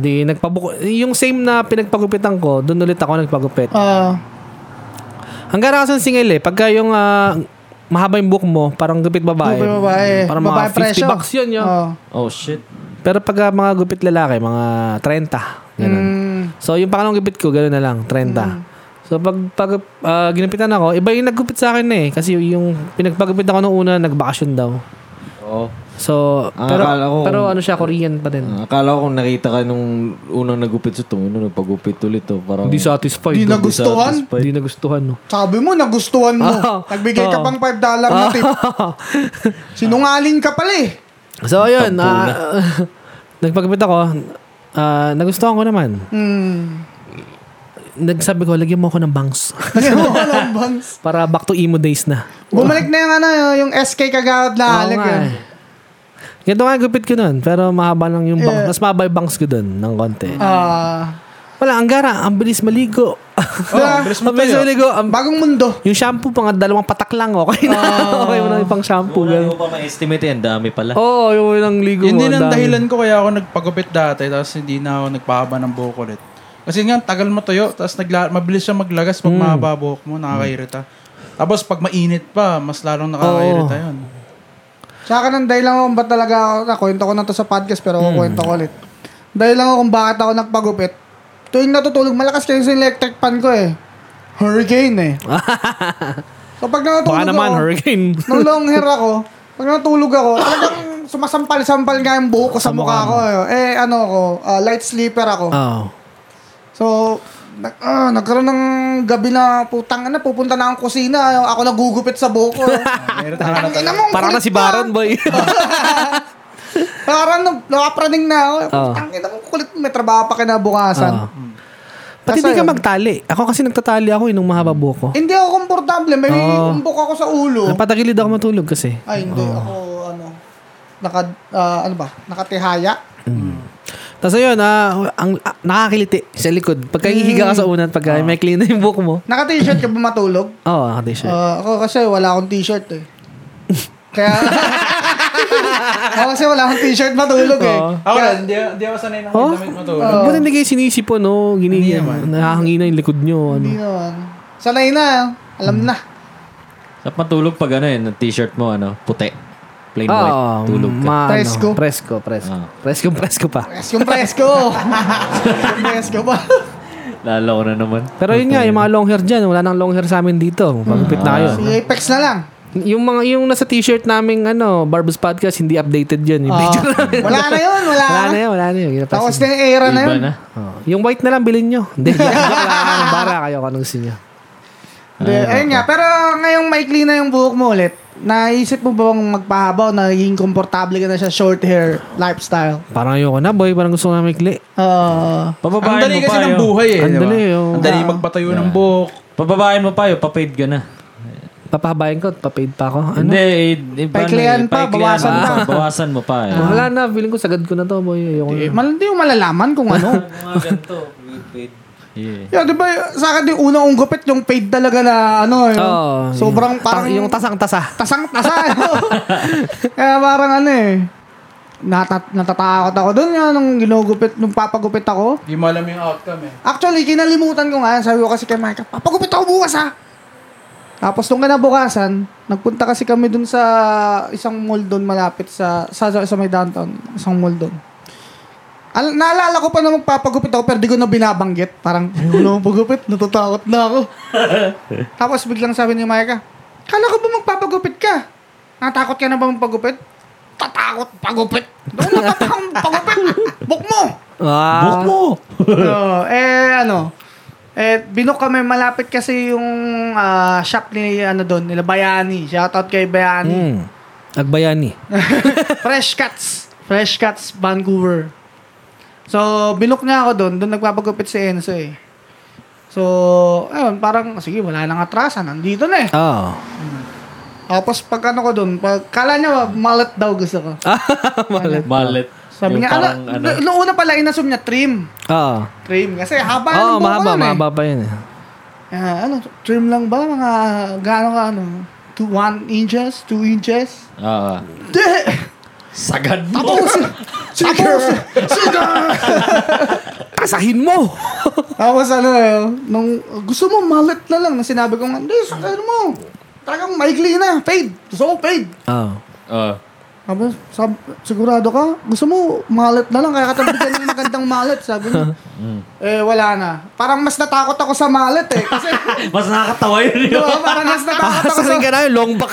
[SPEAKER 2] Eh Di nagpabuko yung same na pinagpagupitan ko, doon ulit ako nagpagupit.
[SPEAKER 1] Ah,
[SPEAKER 2] Hanggang ako sa singil eh, pagka yung ah, mahaba yung buhok mo, parang gupit babae.
[SPEAKER 1] Gupit babae.
[SPEAKER 2] Parang
[SPEAKER 1] Babae
[SPEAKER 2] mga 50
[SPEAKER 1] presyo.
[SPEAKER 2] bucks yun yun.
[SPEAKER 1] Oo.
[SPEAKER 4] Oh, shit.
[SPEAKER 2] Pero pagka mga gupit lalaki, mga 30. Ganun.
[SPEAKER 1] mm,
[SPEAKER 2] So yung pangalawang gupit ko, gano'n na lang, 30. So pag, pag ah, ginupitan ako, iba yung naggupit sa akin na eh. Kasi yung pinagpagupit ako nung una, nagbakasyon daw.
[SPEAKER 4] Oo.
[SPEAKER 2] So,
[SPEAKER 4] Ah,
[SPEAKER 2] pero,
[SPEAKER 4] akala ko-
[SPEAKER 2] pero ano siya, Korean pa din.
[SPEAKER 4] Ah, Akala ko kung nakita ka nung unang nagupit sa tungo, nung nagpagupit ulit to. Parang...
[SPEAKER 2] Hindi satisfied.
[SPEAKER 1] Di
[SPEAKER 2] no?
[SPEAKER 1] nagustuhan?
[SPEAKER 2] Hindi nagustuhan, no?
[SPEAKER 1] Sabi mo, nagustuhan mo.
[SPEAKER 2] Oo.
[SPEAKER 1] Nagbigay ka
[SPEAKER 2] Oo.
[SPEAKER 1] pang $5 na Ano tip.
[SPEAKER 2] Ah.
[SPEAKER 1] Sinungaling ka pala eh.
[SPEAKER 2] *laughs* So, ayun. Uh, *laughs* nagpagpit ako. ah, nagustuhan ko naman.
[SPEAKER 1] Mm.
[SPEAKER 2] Nagsabi ko, lagyan mo ako ng bangs. *laughs*
[SPEAKER 1] Kasi wala ng bangs.
[SPEAKER 2] Para back to emo days na.
[SPEAKER 1] Bumalik na yung ano, yung SK kagawad na
[SPEAKER 2] Oo
[SPEAKER 1] Alec.
[SPEAKER 2] nga
[SPEAKER 1] yun.
[SPEAKER 2] eh. Ganito nga yung gupit ko nun. Pero mahaba lang yung bangs. Mas mahaba yung bangs ko dun ng konti.
[SPEAKER 1] Ah,
[SPEAKER 2] Wala, ang gara. Ang bilis maligo.
[SPEAKER 3] Oh, bilis
[SPEAKER 2] ang
[SPEAKER 3] mo
[SPEAKER 2] bilis
[SPEAKER 3] tayo.
[SPEAKER 2] maligo. Ang-
[SPEAKER 1] bagong mundo.
[SPEAKER 2] yung shampoo, pang dalawang patak lang. Okay na. *laughs* okay mo na yung pang shampoo.
[SPEAKER 4] Wala
[SPEAKER 2] ganun.
[SPEAKER 4] ko pa ma-estimate yan. Dami pala.
[SPEAKER 2] Oo, yung unang ligo
[SPEAKER 3] Yun
[SPEAKER 2] mo. ang
[SPEAKER 3] din ang
[SPEAKER 2] dami.
[SPEAKER 3] dahilan ko kaya ako nagpagupit dati tapos hindi na ako nagpahaba ng buhok ulit.
[SPEAKER 2] Hmm.
[SPEAKER 3] Kasi nga, tagal matuyo, tapos nagla- mabilis siya maglagas pag mahaba buhok mo, nakakairita. Tapos pag mainit pa, mas lalong nakakairita
[SPEAKER 2] Oh. *laughs*
[SPEAKER 3] yun.
[SPEAKER 1] Tsaka nang dahil lang ako kung ba't talaga ako, ah, kwento ko na to sa podcast pero
[SPEAKER 2] Hmm.
[SPEAKER 1] kukwento ko ulit. Dahil lang ako kung bakit ako nagpagupit. Tuwing natutulog, malakas kayo sa electric fan ko eh. Hurricane
[SPEAKER 2] *laughs*
[SPEAKER 1] eh. Kapag natutulog
[SPEAKER 2] Baka naman,
[SPEAKER 1] ako,
[SPEAKER 2] hurricane.
[SPEAKER 1] *laughs* nung long hair ako, pag natulog ako, talagang sumasampal-sampal nga yung buhok ko sa mukha ko. Eh, Eh, ano ko, ah, light sleeper ako.
[SPEAKER 2] Oo.
[SPEAKER 1] So, nag, ah, nagkaroon ng gabi na putang na, pupunta na ang kusina. Ako nagugupit sa buhok ko.
[SPEAKER 2] *laughs*
[SPEAKER 3] Nairita ka na
[SPEAKER 1] Ang ina
[SPEAKER 3] talaga.
[SPEAKER 1] mo, ang
[SPEAKER 2] Parang na
[SPEAKER 1] kulit
[SPEAKER 2] si
[SPEAKER 1] pa.
[SPEAKER 2] Baron, boy.
[SPEAKER 1] Parang nung- napapraning na ako.
[SPEAKER 2] Oo.
[SPEAKER 1] Putang ina mo, kulit. May trabaho pa kinabukasan.
[SPEAKER 2] Oo. *laughs* Pati
[SPEAKER 1] Kasi
[SPEAKER 2] hindi ka
[SPEAKER 1] yun.
[SPEAKER 2] magtali. Ako kasi nagtatali ako eh, nung mahaba buhok ko.
[SPEAKER 1] Hindi ako komportable. May
[SPEAKER 2] Oo.
[SPEAKER 1] umbok ako sa ulo.
[SPEAKER 2] Napatagilid ako matulog kasi.
[SPEAKER 1] Ay, hindi. Ako, ano, naka, ah, ano ba, nakatihaya.
[SPEAKER 2] Hmm. Tapos ayun, ah, ang, ah, nakakiliti sa likod. Pagka hihiga ka sa unan, pagka may clean na yung buhok mo.
[SPEAKER 1] Naka-t-shirt ka ba matulog?
[SPEAKER 2] Oo, oh, nakati-shirt.
[SPEAKER 1] Ah, ako kasi wala akong t-shirt eh. Kaya, ako kasi wala akong t-shirt matulog eh.
[SPEAKER 2] Oo.
[SPEAKER 3] Ako na, hindi, hindi ako sanay na
[SPEAKER 2] Oh?
[SPEAKER 3] damit matulog.
[SPEAKER 2] Ba't hindi kayo sinisip ano? Gini, nahahangin na yung likod nyo. Ano.
[SPEAKER 1] Hindi naman. Sanay na. Alam na.
[SPEAKER 4] Sa matulog pag ano yun, ang t-shirt mo, ano, puti. Plain white,
[SPEAKER 2] Oo,
[SPEAKER 4] tulog ka.
[SPEAKER 2] ma- ano,
[SPEAKER 1] Presko.
[SPEAKER 2] presko, presko.
[SPEAKER 4] Ah.
[SPEAKER 2] Presko, presko pa.
[SPEAKER 1] Presko, presko. presko ba?
[SPEAKER 4] Lalo ko na naman.
[SPEAKER 2] Pero yun nga, yung mga long hair dyan, wala nang long hair sa amin dito. Magupit na yun.
[SPEAKER 1] Si Apex na lang.
[SPEAKER 2] Yung mga yung nasa t-shirt naming ano, Barbers Podcast, hindi updated yun. Yung
[SPEAKER 1] Ah,
[SPEAKER 2] picture namin.
[SPEAKER 1] wala na yun, wala,
[SPEAKER 2] *laughs* Wala
[SPEAKER 1] na.
[SPEAKER 2] na yun, wala na yun. Ginapas
[SPEAKER 1] Tapos
[SPEAKER 2] yun.
[SPEAKER 1] na yung era na
[SPEAKER 4] Iba
[SPEAKER 1] yun.
[SPEAKER 4] na.
[SPEAKER 2] Oo. Yung white na lang, bilhin nyo. Hindi, joke lang. Bara kayo kung anong gusto nyo.
[SPEAKER 1] Hindi, ayun nga. Pero ngayong maikli na yung buhok mo ulit, naisip mo ba bang magpahaba o naging komportable ka na sa short hair lifestyle?
[SPEAKER 2] Parang ayoko na, boy. Parang gusto ko na maikli.
[SPEAKER 1] Ah.
[SPEAKER 3] Ang
[SPEAKER 4] Pababayan
[SPEAKER 3] dali
[SPEAKER 4] mo pa
[SPEAKER 3] kasi ng
[SPEAKER 4] yun.
[SPEAKER 3] buhay eh.
[SPEAKER 2] Ang
[SPEAKER 3] di ba?
[SPEAKER 2] dali, oh.
[SPEAKER 3] Ang dali magpatayo ng buhok.
[SPEAKER 4] Pababayan mo pa yun, papaid ka na.
[SPEAKER 2] Papahabayin ko at papaid pa ako. Ano?
[SPEAKER 4] Hindi, i- iba na eh.
[SPEAKER 1] Paiklian pa,
[SPEAKER 4] Paiklian
[SPEAKER 1] bawasan
[SPEAKER 4] mo
[SPEAKER 1] pa.
[SPEAKER 4] Bawasan mo pa. eh.
[SPEAKER 2] Wala na, feeling ko sagad ko na to, boy. Ayoko na.
[SPEAKER 1] mal- hindi mo malalaman kung
[SPEAKER 4] *laughs*
[SPEAKER 1] ano.
[SPEAKER 4] Mga ganito, paid. Yeah.
[SPEAKER 1] yeah, di ba sa akin yung unang gupit yung paid talaga na ano. Yung,
[SPEAKER 2] Oo.
[SPEAKER 1] sobrang parang
[SPEAKER 2] Ta- Oh, yung tasang-tasa.
[SPEAKER 1] tasang-tasa. eh.
[SPEAKER 2] *laughs*
[SPEAKER 1] *laughs* Kaya parang ano eh. Natat natatakot ako doon nga nung ginugupit, nung papagupit ako.
[SPEAKER 3] Hindi mo alam yung outcome eh.
[SPEAKER 1] Actually, kinalimutan ko nga. Sabi ko kasi kay Mike, papagupit ako bukas ha. Tapos nung kinabukasan, nagpunta kasi kami dun sa isang mall dun malapit sa, sa, sa may downtown. Isang mall dun. Al- naalala ko pa na magpapagupit ako pero di ko na binabanggit. Parang, ayoko na magpagupit, *laughs* natatakot na ako. Tapos biglang sabi ni Micah, kala ko ba magpapagupit ka? Natakot ka na ba magpagupit? Tatakot, pagupit. Doon na tatakot, pagupit. Buk mo!
[SPEAKER 2] Ah.
[SPEAKER 4] Buhok mo!
[SPEAKER 1] Oo, eh ano, eh binok kami malapit kasi yung ah, shop ni ano doon, nila Bayani. Shoutout kay Bayani.
[SPEAKER 2] Mm. Agbayani.
[SPEAKER 1] *laughs* Fresh Cuts. Fresh Cuts Vancouver. So, binok niya ako doon. Doon nagpapagupit si Enzo eh. So, ayun, parang, sige, wala nang atrasan. Nandito na eh.
[SPEAKER 2] Oo.
[SPEAKER 1] Tapos, pag ano ko doon, pag, kala niya, mallet daw gusto ko.
[SPEAKER 2] Malit.
[SPEAKER 4] Ballet.
[SPEAKER 1] Sabi
[SPEAKER 4] Yung
[SPEAKER 1] niya,
[SPEAKER 4] parang,
[SPEAKER 1] ano, ano? noong una pala, inasum niya, trim.
[SPEAKER 2] Oo.
[SPEAKER 1] Trim. Kasi haba ng
[SPEAKER 2] Oo,
[SPEAKER 1] buhok ko
[SPEAKER 2] mahaba,
[SPEAKER 1] nun eh.
[SPEAKER 2] mahaba pa yun. eh.
[SPEAKER 1] Ah, ano, trim lang ba? Mga gaano ka, ano? 1 inches? 2
[SPEAKER 4] *laughs*
[SPEAKER 1] inches?
[SPEAKER 4] Ah.
[SPEAKER 1] Hindi!
[SPEAKER 4] Sagad mo!
[SPEAKER 1] Tapos! Tapos!
[SPEAKER 2] Kasahin mo!
[SPEAKER 1] Tapos ano, eh, nung gusto mo mallet na lang na sinabi ko nga, hindi, sa ano mo? Talagang maikli na, fade. Gusto mo fade.
[SPEAKER 2] Oo.
[SPEAKER 4] Ah.
[SPEAKER 1] Sabi, sab, sigurado ka? Gusto mo mallet na lang, kaya katabi ka ng magandang mallet, sabi
[SPEAKER 4] *laughs*
[SPEAKER 1] niya.
[SPEAKER 4] Mm.
[SPEAKER 1] eh, wala na. Parang mas natakot ako sa mallet eh. Kasi,
[SPEAKER 4] *laughs* Mas nakakatawa yun yun.
[SPEAKER 1] diba, parang mas natakot ako sa...
[SPEAKER 2] Kasahin ka na yun, long back.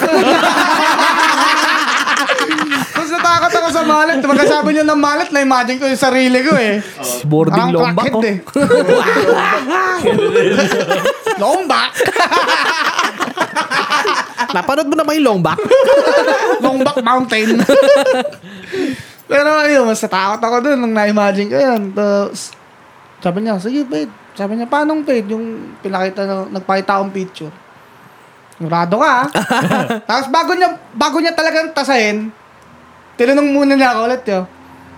[SPEAKER 1] Mas natakot ako sa Diba? mallet. Pagkasabi niyo ng mallet, na-imagine ko yung sarili ko eh.
[SPEAKER 2] Boarding
[SPEAKER 1] Parang
[SPEAKER 2] long back.
[SPEAKER 1] crackhead
[SPEAKER 2] oh. *laughs*
[SPEAKER 1] eh. long back?
[SPEAKER 2] Napanood mo naman yung long
[SPEAKER 1] *laughs*
[SPEAKER 2] back?
[SPEAKER 1] Long back mountain. Pero ayun, mas natakot ako dun nung na-imagine ko yun. Tapos, sabi niya, sige, Pete. Sabi niya, paanong Pete? Yung pinakita, na, nagpakita akong picture. Sigurado ka, ah." Tapos bago niya, bago niya talagang tasahin, tinanong muna niya ako ulit yo.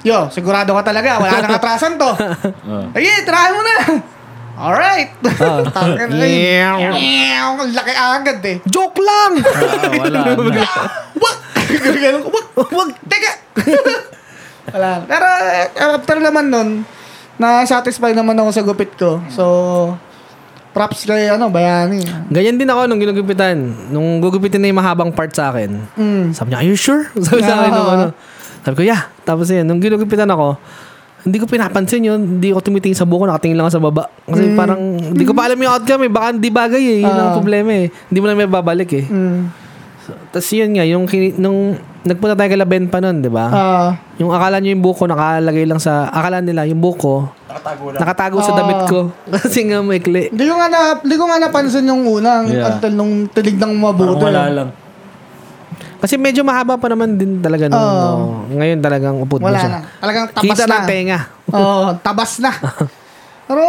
[SPEAKER 1] Yo, sigurado ka talaga, wala nang atrasan to. Sige, try mo na. Alright. *laughs* eh. Tangin na yun. Meow. Ang Laki agad eh.
[SPEAKER 2] Joke lang!
[SPEAKER 4] wala na.
[SPEAKER 1] Wak! Ganun ko, wak! Wak! Teka! Wala. Pero eh, after naman nun, na-satisfy naman ako sa gupit ko. So, Props kay ano, bayani.
[SPEAKER 2] Ganyan din ako nung ginugupitan. Nung gugupitin na yung mahabang part sa akin.
[SPEAKER 1] Mm.
[SPEAKER 2] Sabi niya, are you sure? *laughs* Sabi sa akin nung
[SPEAKER 1] Ah.
[SPEAKER 2] ano. Sabi ko, yeah. Tapos yun, nung ginugupitan ako, hindi ko pinapansin yun. Hindi ako tumitingin sa buko, nakatingin lang ako sa baba. Kasi parang, hindi ko pa alam yung outcome eh. Baka hindi bagay eh. Yun ang
[SPEAKER 1] Mm. Ah.
[SPEAKER 2] problema eh. Hindi mo na may babalik eh.
[SPEAKER 1] Mm.
[SPEAKER 2] Tapos yun nga, yung, kini- nung nagpunta tayo kay Laben pa nun, di ba?
[SPEAKER 1] Ah.
[SPEAKER 2] Yung akala nyo yung buko, nakalagay lang sa, akala nila yung buko, nakatago, sa
[SPEAKER 1] Ah.
[SPEAKER 2] damit ko. *laughs* Kasi nga maikli.
[SPEAKER 1] Hindi ko nga na, hindi ko nga napansin yung unang
[SPEAKER 4] Yeah.
[SPEAKER 1] until nung tilig ng
[SPEAKER 4] Parang
[SPEAKER 1] mabuti.
[SPEAKER 4] wala lang.
[SPEAKER 2] Kasi medyo mahaba pa naman din talaga nun.
[SPEAKER 1] Oo.
[SPEAKER 2] no? Ngayon talagang upod mo
[SPEAKER 1] Ah. Wala
[SPEAKER 2] siya.
[SPEAKER 1] na. Talagang tabas
[SPEAKER 2] Kita
[SPEAKER 1] na.
[SPEAKER 2] ng tenga.
[SPEAKER 1] Oo, tabas *laughs* na. Pero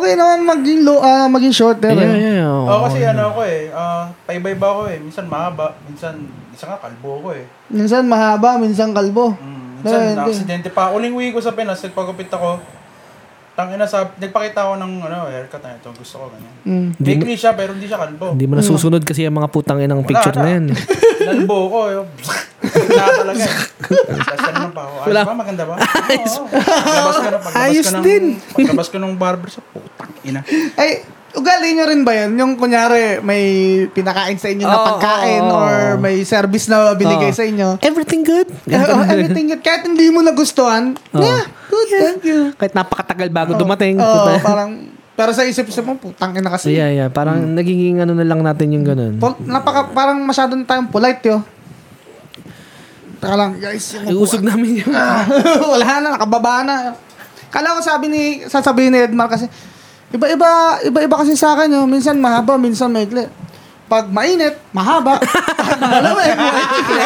[SPEAKER 1] okay naman maging low, ah, maging shorter.
[SPEAKER 2] Yeah,
[SPEAKER 1] eh.
[SPEAKER 2] yeah, yeah.
[SPEAKER 3] Oo, kasi ano ako eh. ah, paiba-iba ako eh. Minsan mahaba. Minsan, isa nga kalbo ako eh.
[SPEAKER 1] Minsan mahaba, minsan kalbo.
[SPEAKER 3] Mm,
[SPEAKER 1] No,
[SPEAKER 3] minsan,
[SPEAKER 1] hindi.
[SPEAKER 3] na-aksidente pa. Uling uwi ko sa Pinas, nagpagupit ako. Tangina sa, nagpakita ako ng ano, haircut na ito. Gusto ko ganyan.
[SPEAKER 1] Mm.
[SPEAKER 3] Bigli siya, pero hindi siya kalbo.
[SPEAKER 2] Hindi
[SPEAKER 1] Hmm.
[SPEAKER 2] mo nasusunod kasi yung mga putang inang picture na yan. eh?
[SPEAKER 3] Nalbo ko. eh. Na talaga eh. Tapos ano pa ako. Ayos ba? Maganda ba? Ayos. Paglabas ko na, paglabas
[SPEAKER 2] Ayos
[SPEAKER 3] ko ng,
[SPEAKER 2] din.
[SPEAKER 3] Paglabas ko ng barber sa putang ina.
[SPEAKER 1] Ay, Eh, ugali nyo rin ba yun? Yung kunyari, may pinakain sa inyo na
[SPEAKER 2] Oo,
[SPEAKER 1] pagkain
[SPEAKER 2] oo.
[SPEAKER 1] or may service na binigay
[SPEAKER 2] Oo.
[SPEAKER 1] sa inyo.
[SPEAKER 2] Ah. Everything good?
[SPEAKER 1] Eh, *laughs* oh, everything yun. Kahit hindi mo nagustuhan, yeah, good, thank you.
[SPEAKER 2] Kahit napakatagal bago dumating.
[SPEAKER 1] Oo,
[SPEAKER 2] puta.
[SPEAKER 1] parang, pero sa isip-isip mo, putang ina kasi.
[SPEAKER 2] yeah, yeah. Parang
[SPEAKER 1] Hmm.
[SPEAKER 2] nagiging ano na lang natin yung ganun.
[SPEAKER 1] Pol- napaka, parang masyado na tayong polite yo. Taka lang, guys. yung-
[SPEAKER 2] Iusog namin yun.
[SPEAKER 1] Ah. *laughs* Wala na, nakababa na. Kala ko sabi ni, sasabihin ni Edmar kasi, iba-iba, iba-iba kasi sa akin, yo. minsan mahaba, minsan maikli. Pag mainit, mahaba. Pag malamig, maikli.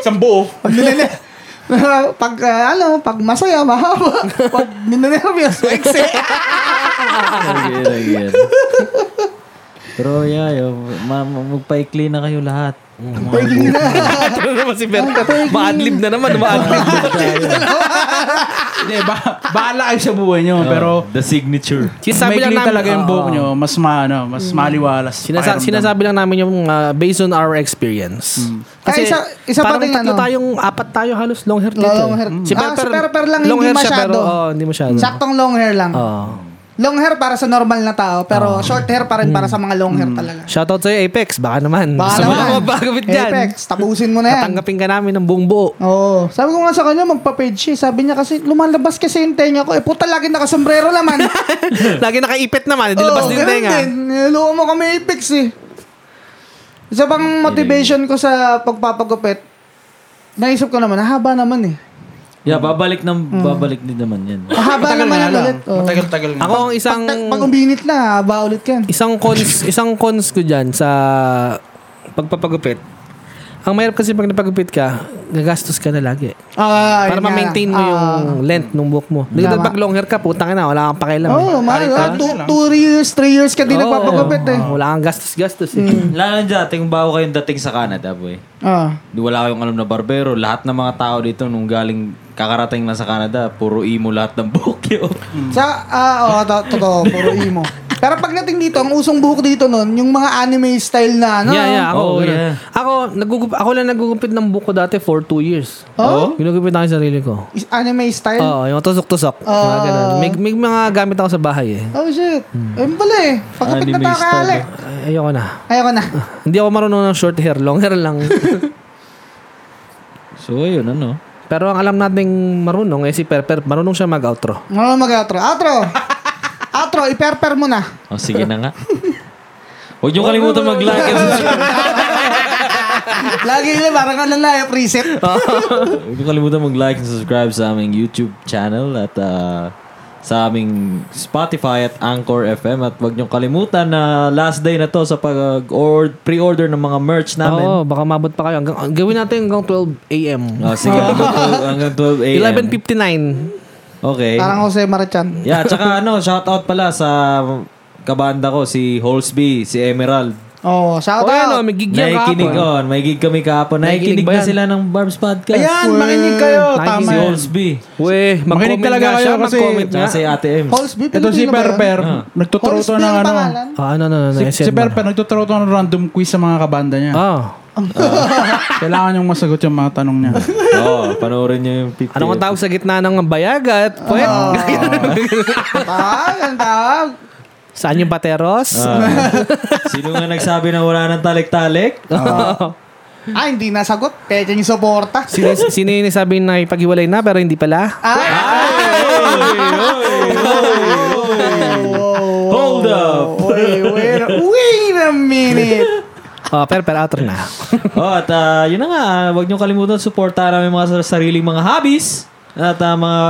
[SPEAKER 3] Isang buo.
[SPEAKER 1] Pag nilili- *laughs* pag ah, ano, pag masaya, mahaba. Pag ninenervyos, maikli.
[SPEAKER 4] Again, again. Pero yeah, yo, ma- ma- magpaikli na kayo lahat.
[SPEAKER 1] Pwede na.
[SPEAKER 2] Ito Ano na naman si Berta. Maadlib na naman. Maadlib.
[SPEAKER 3] Hindi, ba, bahala kayo sa buhay nyo. Pero,
[SPEAKER 4] the signature.
[SPEAKER 2] Sinasabi
[SPEAKER 3] may
[SPEAKER 2] lang
[SPEAKER 3] clean
[SPEAKER 2] namin.
[SPEAKER 3] talaga yung
[SPEAKER 2] Oo,
[SPEAKER 3] buhok
[SPEAKER 2] oo. Mm.
[SPEAKER 3] nyo. Mas maano, mas maliwalas.
[SPEAKER 2] *laughs* Sinasa-
[SPEAKER 3] pakiramdam.
[SPEAKER 2] sinasabi lang namin yung uh, based on our experience. Kasi
[SPEAKER 1] Mm. Kaya isa- isa pa
[SPEAKER 2] parang
[SPEAKER 1] ding
[SPEAKER 2] tatlo
[SPEAKER 1] ano.
[SPEAKER 2] tayong apat tayo halos long hair dito.
[SPEAKER 1] Long hair.
[SPEAKER 2] Mm.
[SPEAKER 1] Ah, si Perper lang
[SPEAKER 2] long
[SPEAKER 1] hindi
[SPEAKER 2] hair siya,
[SPEAKER 1] masyado.
[SPEAKER 2] pero oh, hindi masyado. Oh.
[SPEAKER 1] Saktong long hair lang.
[SPEAKER 2] Oo.
[SPEAKER 1] Long hair para sa normal na tao, pero short hair pa rin para sa mga long hair talaga.
[SPEAKER 2] Shoutout sa'yo Apex. Baka naman.
[SPEAKER 1] Baka
[SPEAKER 2] Gusto mo
[SPEAKER 1] naman.
[SPEAKER 2] lang magpagupit dyan.
[SPEAKER 1] Apex, tapusin mo na yan.
[SPEAKER 2] Tatanggapin ka namin ng buong buo. *laughs*
[SPEAKER 1] Oo. Sabi ko nga sa kanya, magpa-page siya. Sabi niya kasi, lumalabas kasi yung tenga ko. Eh, puta, lagi nakasombrero naman.
[SPEAKER 2] Lagi nakaipit naman. Hindi labas
[SPEAKER 1] Oo,
[SPEAKER 2] din
[SPEAKER 1] Oh, ganun
[SPEAKER 2] tenga.
[SPEAKER 1] din. Niloko mo kami Apex eh. Isa pang motivation ko sa pagpapagupit, naisip ko naman, haba naman eh.
[SPEAKER 4] Yeah, babalik nam babalik din naman yan.
[SPEAKER 1] Haba
[SPEAKER 3] Matagal
[SPEAKER 1] naman
[SPEAKER 3] nga
[SPEAKER 1] yan
[SPEAKER 3] lang.
[SPEAKER 1] ulit. Oo.
[SPEAKER 3] Matagal-tagal nga.
[SPEAKER 2] Ako ang isang...
[SPEAKER 1] Pag, pag uminit na, haba ulit yan.
[SPEAKER 2] isang cons isang cons ko diyan sa pagpapagupit. Ang mahirap kasi pag napagupit ka, gagastos ka na lagi.
[SPEAKER 1] Ah, yun
[SPEAKER 2] Para
[SPEAKER 1] nga.
[SPEAKER 2] ma-maintain mo
[SPEAKER 1] Ah.
[SPEAKER 2] yung length ng buhok mo. Dito
[SPEAKER 1] Tama.
[SPEAKER 2] pag long hair ka, putang ina, wala kang pakialam. eh.
[SPEAKER 1] Oo, oh, mahal.
[SPEAKER 3] Kahit
[SPEAKER 1] ah.
[SPEAKER 3] ano
[SPEAKER 1] Two,
[SPEAKER 3] lang.
[SPEAKER 1] two years, three years ka din
[SPEAKER 2] Oo,
[SPEAKER 1] nagpapagupit eh. Hmm.
[SPEAKER 2] oo, Wala kang gastos-gastos eh.
[SPEAKER 4] Lalo na dating bago kayong dating sa Canada, boy.
[SPEAKER 1] Ah.
[SPEAKER 4] Di wala kayong alam na barbero. Lahat ng mga tao dito nung galing kakarating lang sa Canada, puro emo lahat ng buhok yun.
[SPEAKER 1] Sa, ah, oo, to- totoo, puro imo. Pero pagdating dito, ang usong buhok dito nun, yung mga anime style na, ano?
[SPEAKER 2] Yeah, Oh, yeah, ako.
[SPEAKER 4] Oo,
[SPEAKER 2] ganun.
[SPEAKER 4] yeah.
[SPEAKER 2] Ako, nagugup ako lang nagugupit ng buhok ko dati for two years.
[SPEAKER 1] Oh?
[SPEAKER 2] Ginugupit ako yung sarili ko.
[SPEAKER 1] Is- Anime style? Oh,
[SPEAKER 2] Oo, yung tusok-tusok.
[SPEAKER 1] Ah.
[SPEAKER 2] mga ganun. May, may mga gamit ako sa bahay eh.
[SPEAKER 1] Oh, shit. Ayun pala eh. Pagkapit na
[SPEAKER 4] Anime
[SPEAKER 1] tayo kay
[SPEAKER 4] style,
[SPEAKER 1] Alec.
[SPEAKER 2] Ay- Ayoko na.
[SPEAKER 1] Ayoko na.
[SPEAKER 2] Hindi ako marunong ng short hair. Long hair lang. *laughs*
[SPEAKER 4] So, yun ano.
[SPEAKER 2] Pero ang alam nating marunong eh si Perper, marunong siya mag-outro.
[SPEAKER 1] Ano mag-outro? Outro! Outro, iperper mo na.
[SPEAKER 4] O, sige na nga. Huwag niyo kalimutan mag-like and subscribe.
[SPEAKER 1] Lagi yun, parang ano na, yung preset.
[SPEAKER 4] Ah. Huwag niyo kalimutan mag-like and subscribe sa aming YouTube channel at ah, sa aming Spotify at Anchor FM. At huwag niyo kalimutan na last day na to sa pag-order, pre-order ng mga merch namin.
[SPEAKER 2] Oo, baka mabot pa kayo. Hanggang, gawin natin hanggang 12 a.m.
[SPEAKER 1] Ah,
[SPEAKER 4] O, sige, hanggang
[SPEAKER 2] *laughs*
[SPEAKER 4] 12 hanggang 12 a.m.
[SPEAKER 2] 11.59.
[SPEAKER 4] Okay.
[SPEAKER 1] Parang Jose Marichan.
[SPEAKER 4] Yeah, tsaka ano, shoutout pala sa kabanda ko, si Holsby, si Emerald.
[SPEAKER 1] Oh, shout
[SPEAKER 2] O yan o,
[SPEAKER 1] out.
[SPEAKER 2] may gig yan
[SPEAKER 4] Nakikinig
[SPEAKER 2] kahapon.
[SPEAKER 4] on. May gig kami kahapon.
[SPEAKER 2] Nakikinig
[SPEAKER 4] Nakikinig
[SPEAKER 2] ba
[SPEAKER 4] na
[SPEAKER 2] yan?
[SPEAKER 4] sila ng Barb's Podcast.
[SPEAKER 1] Ayan, makinig kayo.
[SPEAKER 2] Nakikinig
[SPEAKER 1] Tama.
[SPEAKER 4] Si
[SPEAKER 1] yan.
[SPEAKER 4] Olsby.
[SPEAKER 2] Weh, mag-comment
[SPEAKER 3] Makinig talaga
[SPEAKER 2] nga
[SPEAKER 3] kayo
[SPEAKER 2] siya,
[SPEAKER 3] kasi-
[SPEAKER 2] mag-comment nga.
[SPEAKER 4] Tsaka si Ate Ems.
[SPEAKER 1] Holsby,
[SPEAKER 3] Ito si
[SPEAKER 1] Pilipino ba yun?
[SPEAKER 3] Perper.
[SPEAKER 4] Ah.
[SPEAKER 3] Nagtuturo to
[SPEAKER 1] Holsby
[SPEAKER 3] ng
[SPEAKER 1] ang
[SPEAKER 3] ano.
[SPEAKER 1] pangalan?
[SPEAKER 2] Ah, ano, ano, ano,
[SPEAKER 3] Si,
[SPEAKER 2] yes,
[SPEAKER 3] si
[SPEAKER 2] yan ba?
[SPEAKER 3] Perper nagtuturo to ng random quiz sa mga kabanda niya.
[SPEAKER 2] Ah.
[SPEAKER 3] Kailangan niyong masagot yung mga tanong niya.
[SPEAKER 4] Oo, panoorin niyo yung 50.
[SPEAKER 2] Anong ang tawag sa gitna ng bayagat? Pwet?
[SPEAKER 3] Ah.
[SPEAKER 1] Ah, ganda.
[SPEAKER 2] *laughs* Saan yung bateros?
[SPEAKER 4] Ah. sino nga nagsabi na wala ng
[SPEAKER 1] *laughs*
[SPEAKER 4] talik-talik?
[SPEAKER 1] Ah, hindi nasagot. Peking suporta.
[SPEAKER 2] sino, sino yung nasabi na ipaghiwalay na pero hindi pala?
[SPEAKER 1] Ah,
[SPEAKER 4] Hold up!
[SPEAKER 1] wait, wait, wait a minute.
[SPEAKER 2] Oh, Perper, outro na.
[SPEAKER 4] oh, at ah, yun na nga, ah, huwag niyong kalimutan suportahan namin mga sar- sariling mga hobbies at ah, mga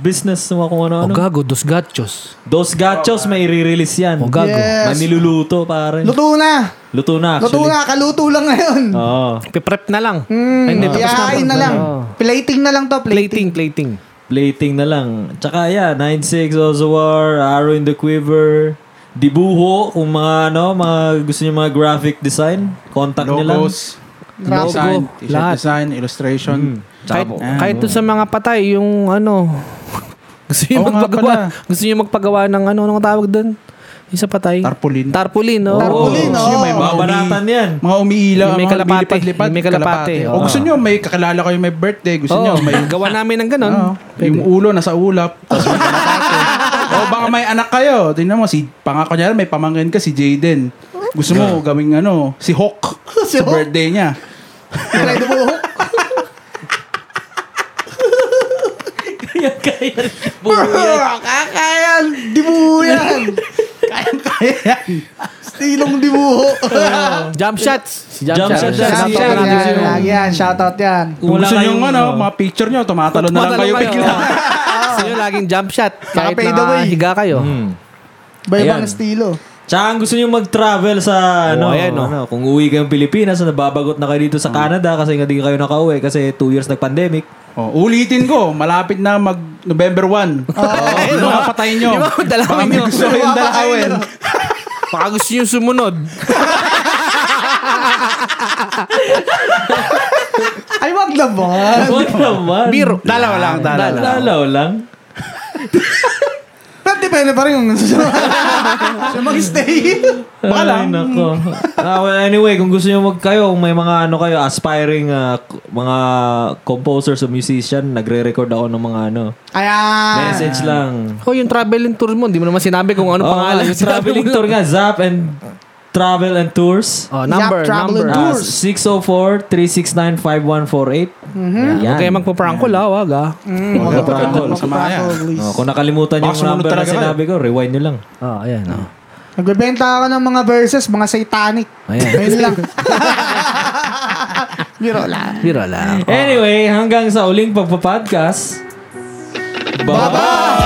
[SPEAKER 4] business mga kung
[SPEAKER 2] O
[SPEAKER 4] ano-ano.
[SPEAKER 2] gago, dos gachos.
[SPEAKER 4] Dos Gachos, may i-release yan.
[SPEAKER 2] O gago.
[SPEAKER 1] Yeah.
[SPEAKER 4] May niluluto, pare.
[SPEAKER 1] Luto na.
[SPEAKER 4] Luto na,
[SPEAKER 1] Luto
[SPEAKER 4] actually. Oh.
[SPEAKER 1] na. Kaluto lang ngayon.
[SPEAKER 4] Oo.
[SPEAKER 2] Piprep na lang.
[SPEAKER 3] Hmm,
[SPEAKER 1] Mm,
[SPEAKER 2] Ay, hindi, tapos na.
[SPEAKER 1] Iyain na lang.
[SPEAKER 2] Oo.
[SPEAKER 1] Plating na lang to. Plating.
[SPEAKER 2] Plating, plating.
[SPEAKER 4] plating na lang. Tsaka, yeah, 9-6, Ozawar, Arrow in the Quiver, Dibuho, kung mga ano, mga gusto niyo mga graphic design, contact niyo lang.
[SPEAKER 3] Logos,
[SPEAKER 2] Logo,
[SPEAKER 3] design, t-shirt
[SPEAKER 2] lahat. Hmm.
[SPEAKER 3] design, illustration.
[SPEAKER 2] Kahit,
[SPEAKER 4] Tsaka,
[SPEAKER 2] kahit dun sa mga patay, yung ano, *laughs* gusto niyo
[SPEAKER 3] Oo nga
[SPEAKER 2] magpagawa,
[SPEAKER 3] pala.
[SPEAKER 2] gusto niyo magpagawa ng ano, anong tawag doon? Yung sa patay?
[SPEAKER 3] Tarpaulin.
[SPEAKER 2] Tarpaulin, no?
[SPEAKER 1] Tarpaulin,
[SPEAKER 3] Gusto niyo
[SPEAKER 1] oo.
[SPEAKER 3] may mga
[SPEAKER 4] Babanatan
[SPEAKER 3] umi-
[SPEAKER 4] yan.
[SPEAKER 3] Mga umiilaw,
[SPEAKER 2] May
[SPEAKER 3] may
[SPEAKER 2] kalapate.
[SPEAKER 3] kalapate. lipad
[SPEAKER 2] May kalapate,
[SPEAKER 3] O
[SPEAKER 2] oo.
[SPEAKER 3] gusto niyo may kakilala kayo may birthday. Gusto
[SPEAKER 2] Oo,
[SPEAKER 3] niyo may...
[SPEAKER 2] gawa namin ng ganun.
[SPEAKER 3] Oo, Ano? yung ulo nasa ulap. tapos may kalapate. o baka may anak kayo. Tingnan mo, si, pangako niya, may pamangkin ka, si Jaden. Gusto mo gawing ano, si Hawk.
[SPEAKER 1] Si
[SPEAKER 3] sa
[SPEAKER 1] Hawk?
[SPEAKER 3] birthday niya.
[SPEAKER 1] Incredible.
[SPEAKER 4] Yan, kaya.
[SPEAKER 1] Kakayan. Dibuho yan. Kayang-kaya yan. Stilong dibuho.
[SPEAKER 2] Jump shots. Si
[SPEAKER 4] Jump shots.
[SPEAKER 1] Shout
[SPEAKER 2] Shout
[SPEAKER 1] out
[SPEAKER 2] out natin
[SPEAKER 1] yan.
[SPEAKER 2] sa'yo.
[SPEAKER 1] Lagi yan. Shout out yan.
[SPEAKER 4] Kung
[SPEAKER 3] Kung
[SPEAKER 4] wala
[SPEAKER 3] gusto niyo
[SPEAKER 4] kayong,
[SPEAKER 3] ano,
[SPEAKER 4] oh.
[SPEAKER 3] mga picture niyo, tumatalo na lang kayo bigla.
[SPEAKER 2] Gusto nyo laging jump shot. Kahit
[SPEAKER 1] fade
[SPEAKER 2] na
[SPEAKER 1] away.
[SPEAKER 2] higa kayo. *laughs*
[SPEAKER 4] Hmm.
[SPEAKER 1] Iba-ibang
[SPEAKER 4] Ayan.
[SPEAKER 1] estilo.
[SPEAKER 4] Tsaka kung gusto niyo mag-travel sa ano,
[SPEAKER 2] ayan, oh.
[SPEAKER 4] ano, kung uwi kayong Pilipinas, nababagot na kayo dito sa Canada kasi hindi kayo nakauwi kasi 2 years nag-pandemic.
[SPEAKER 3] Oh, ulitin ko, malapit na mag November 1. Oh, ano nga patayin nyo?
[SPEAKER 2] Yung mga dalawin
[SPEAKER 3] Baka may
[SPEAKER 2] nyo.
[SPEAKER 3] gusto kayong dalawin.
[SPEAKER 2] Baka gusto nyo sumunod.
[SPEAKER 1] Ay, wag naman.
[SPEAKER 4] What Ano naman?
[SPEAKER 2] Biro. Dalaw lang, dalaw lang.
[SPEAKER 4] Dalaw lang.
[SPEAKER 1] Pero depende pa rin kung siya mag-stay.
[SPEAKER 4] Baka lang. Nako. Ah, well, anyway, kung gusto nyo mag kayo, kung may mga ano kayo, aspiring ah, k- mga composers o musician, nagre-record ako ng mga ano.
[SPEAKER 1] Ayan.
[SPEAKER 4] Message lang.
[SPEAKER 2] Oh, yung traveling tour mo. Hindi mo naman sinabi kung ano
[SPEAKER 4] Oh,
[SPEAKER 2] pangalan.
[SPEAKER 4] yung traveling tour nga, Zap and Travel and Tours.
[SPEAKER 2] *laughs* Oh, number,
[SPEAKER 1] Zap traveling
[SPEAKER 2] number.
[SPEAKER 4] Ah,
[SPEAKER 1] Tours.
[SPEAKER 4] 604-369-5148.
[SPEAKER 2] Huwag kayo magpa-prank ah. call, ha? Wag, ha?
[SPEAKER 3] Huwag
[SPEAKER 1] Mga
[SPEAKER 3] ka prank call.
[SPEAKER 1] mga
[SPEAKER 3] Sama yan.
[SPEAKER 1] prank call,
[SPEAKER 4] Oh, kung nakalimutan
[SPEAKER 3] Baka
[SPEAKER 4] yung
[SPEAKER 3] sumunod
[SPEAKER 4] number na
[SPEAKER 3] talaga
[SPEAKER 4] sinabi ko, rewind nyo lang.
[SPEAKER 2] Oh, ayan, oh.
[SPEAKER 1] Nagbebenta ako ng mga verses, mga satanic.
[SPEAKER 2] Ayan.
[SPEAKER 1] Ayun lang. Biro lang.
[SPEAKER 2] Biro lang.
[SPEAKER 4] Anyway, hanggang sa uling pagpa-podcast. Bye-bye!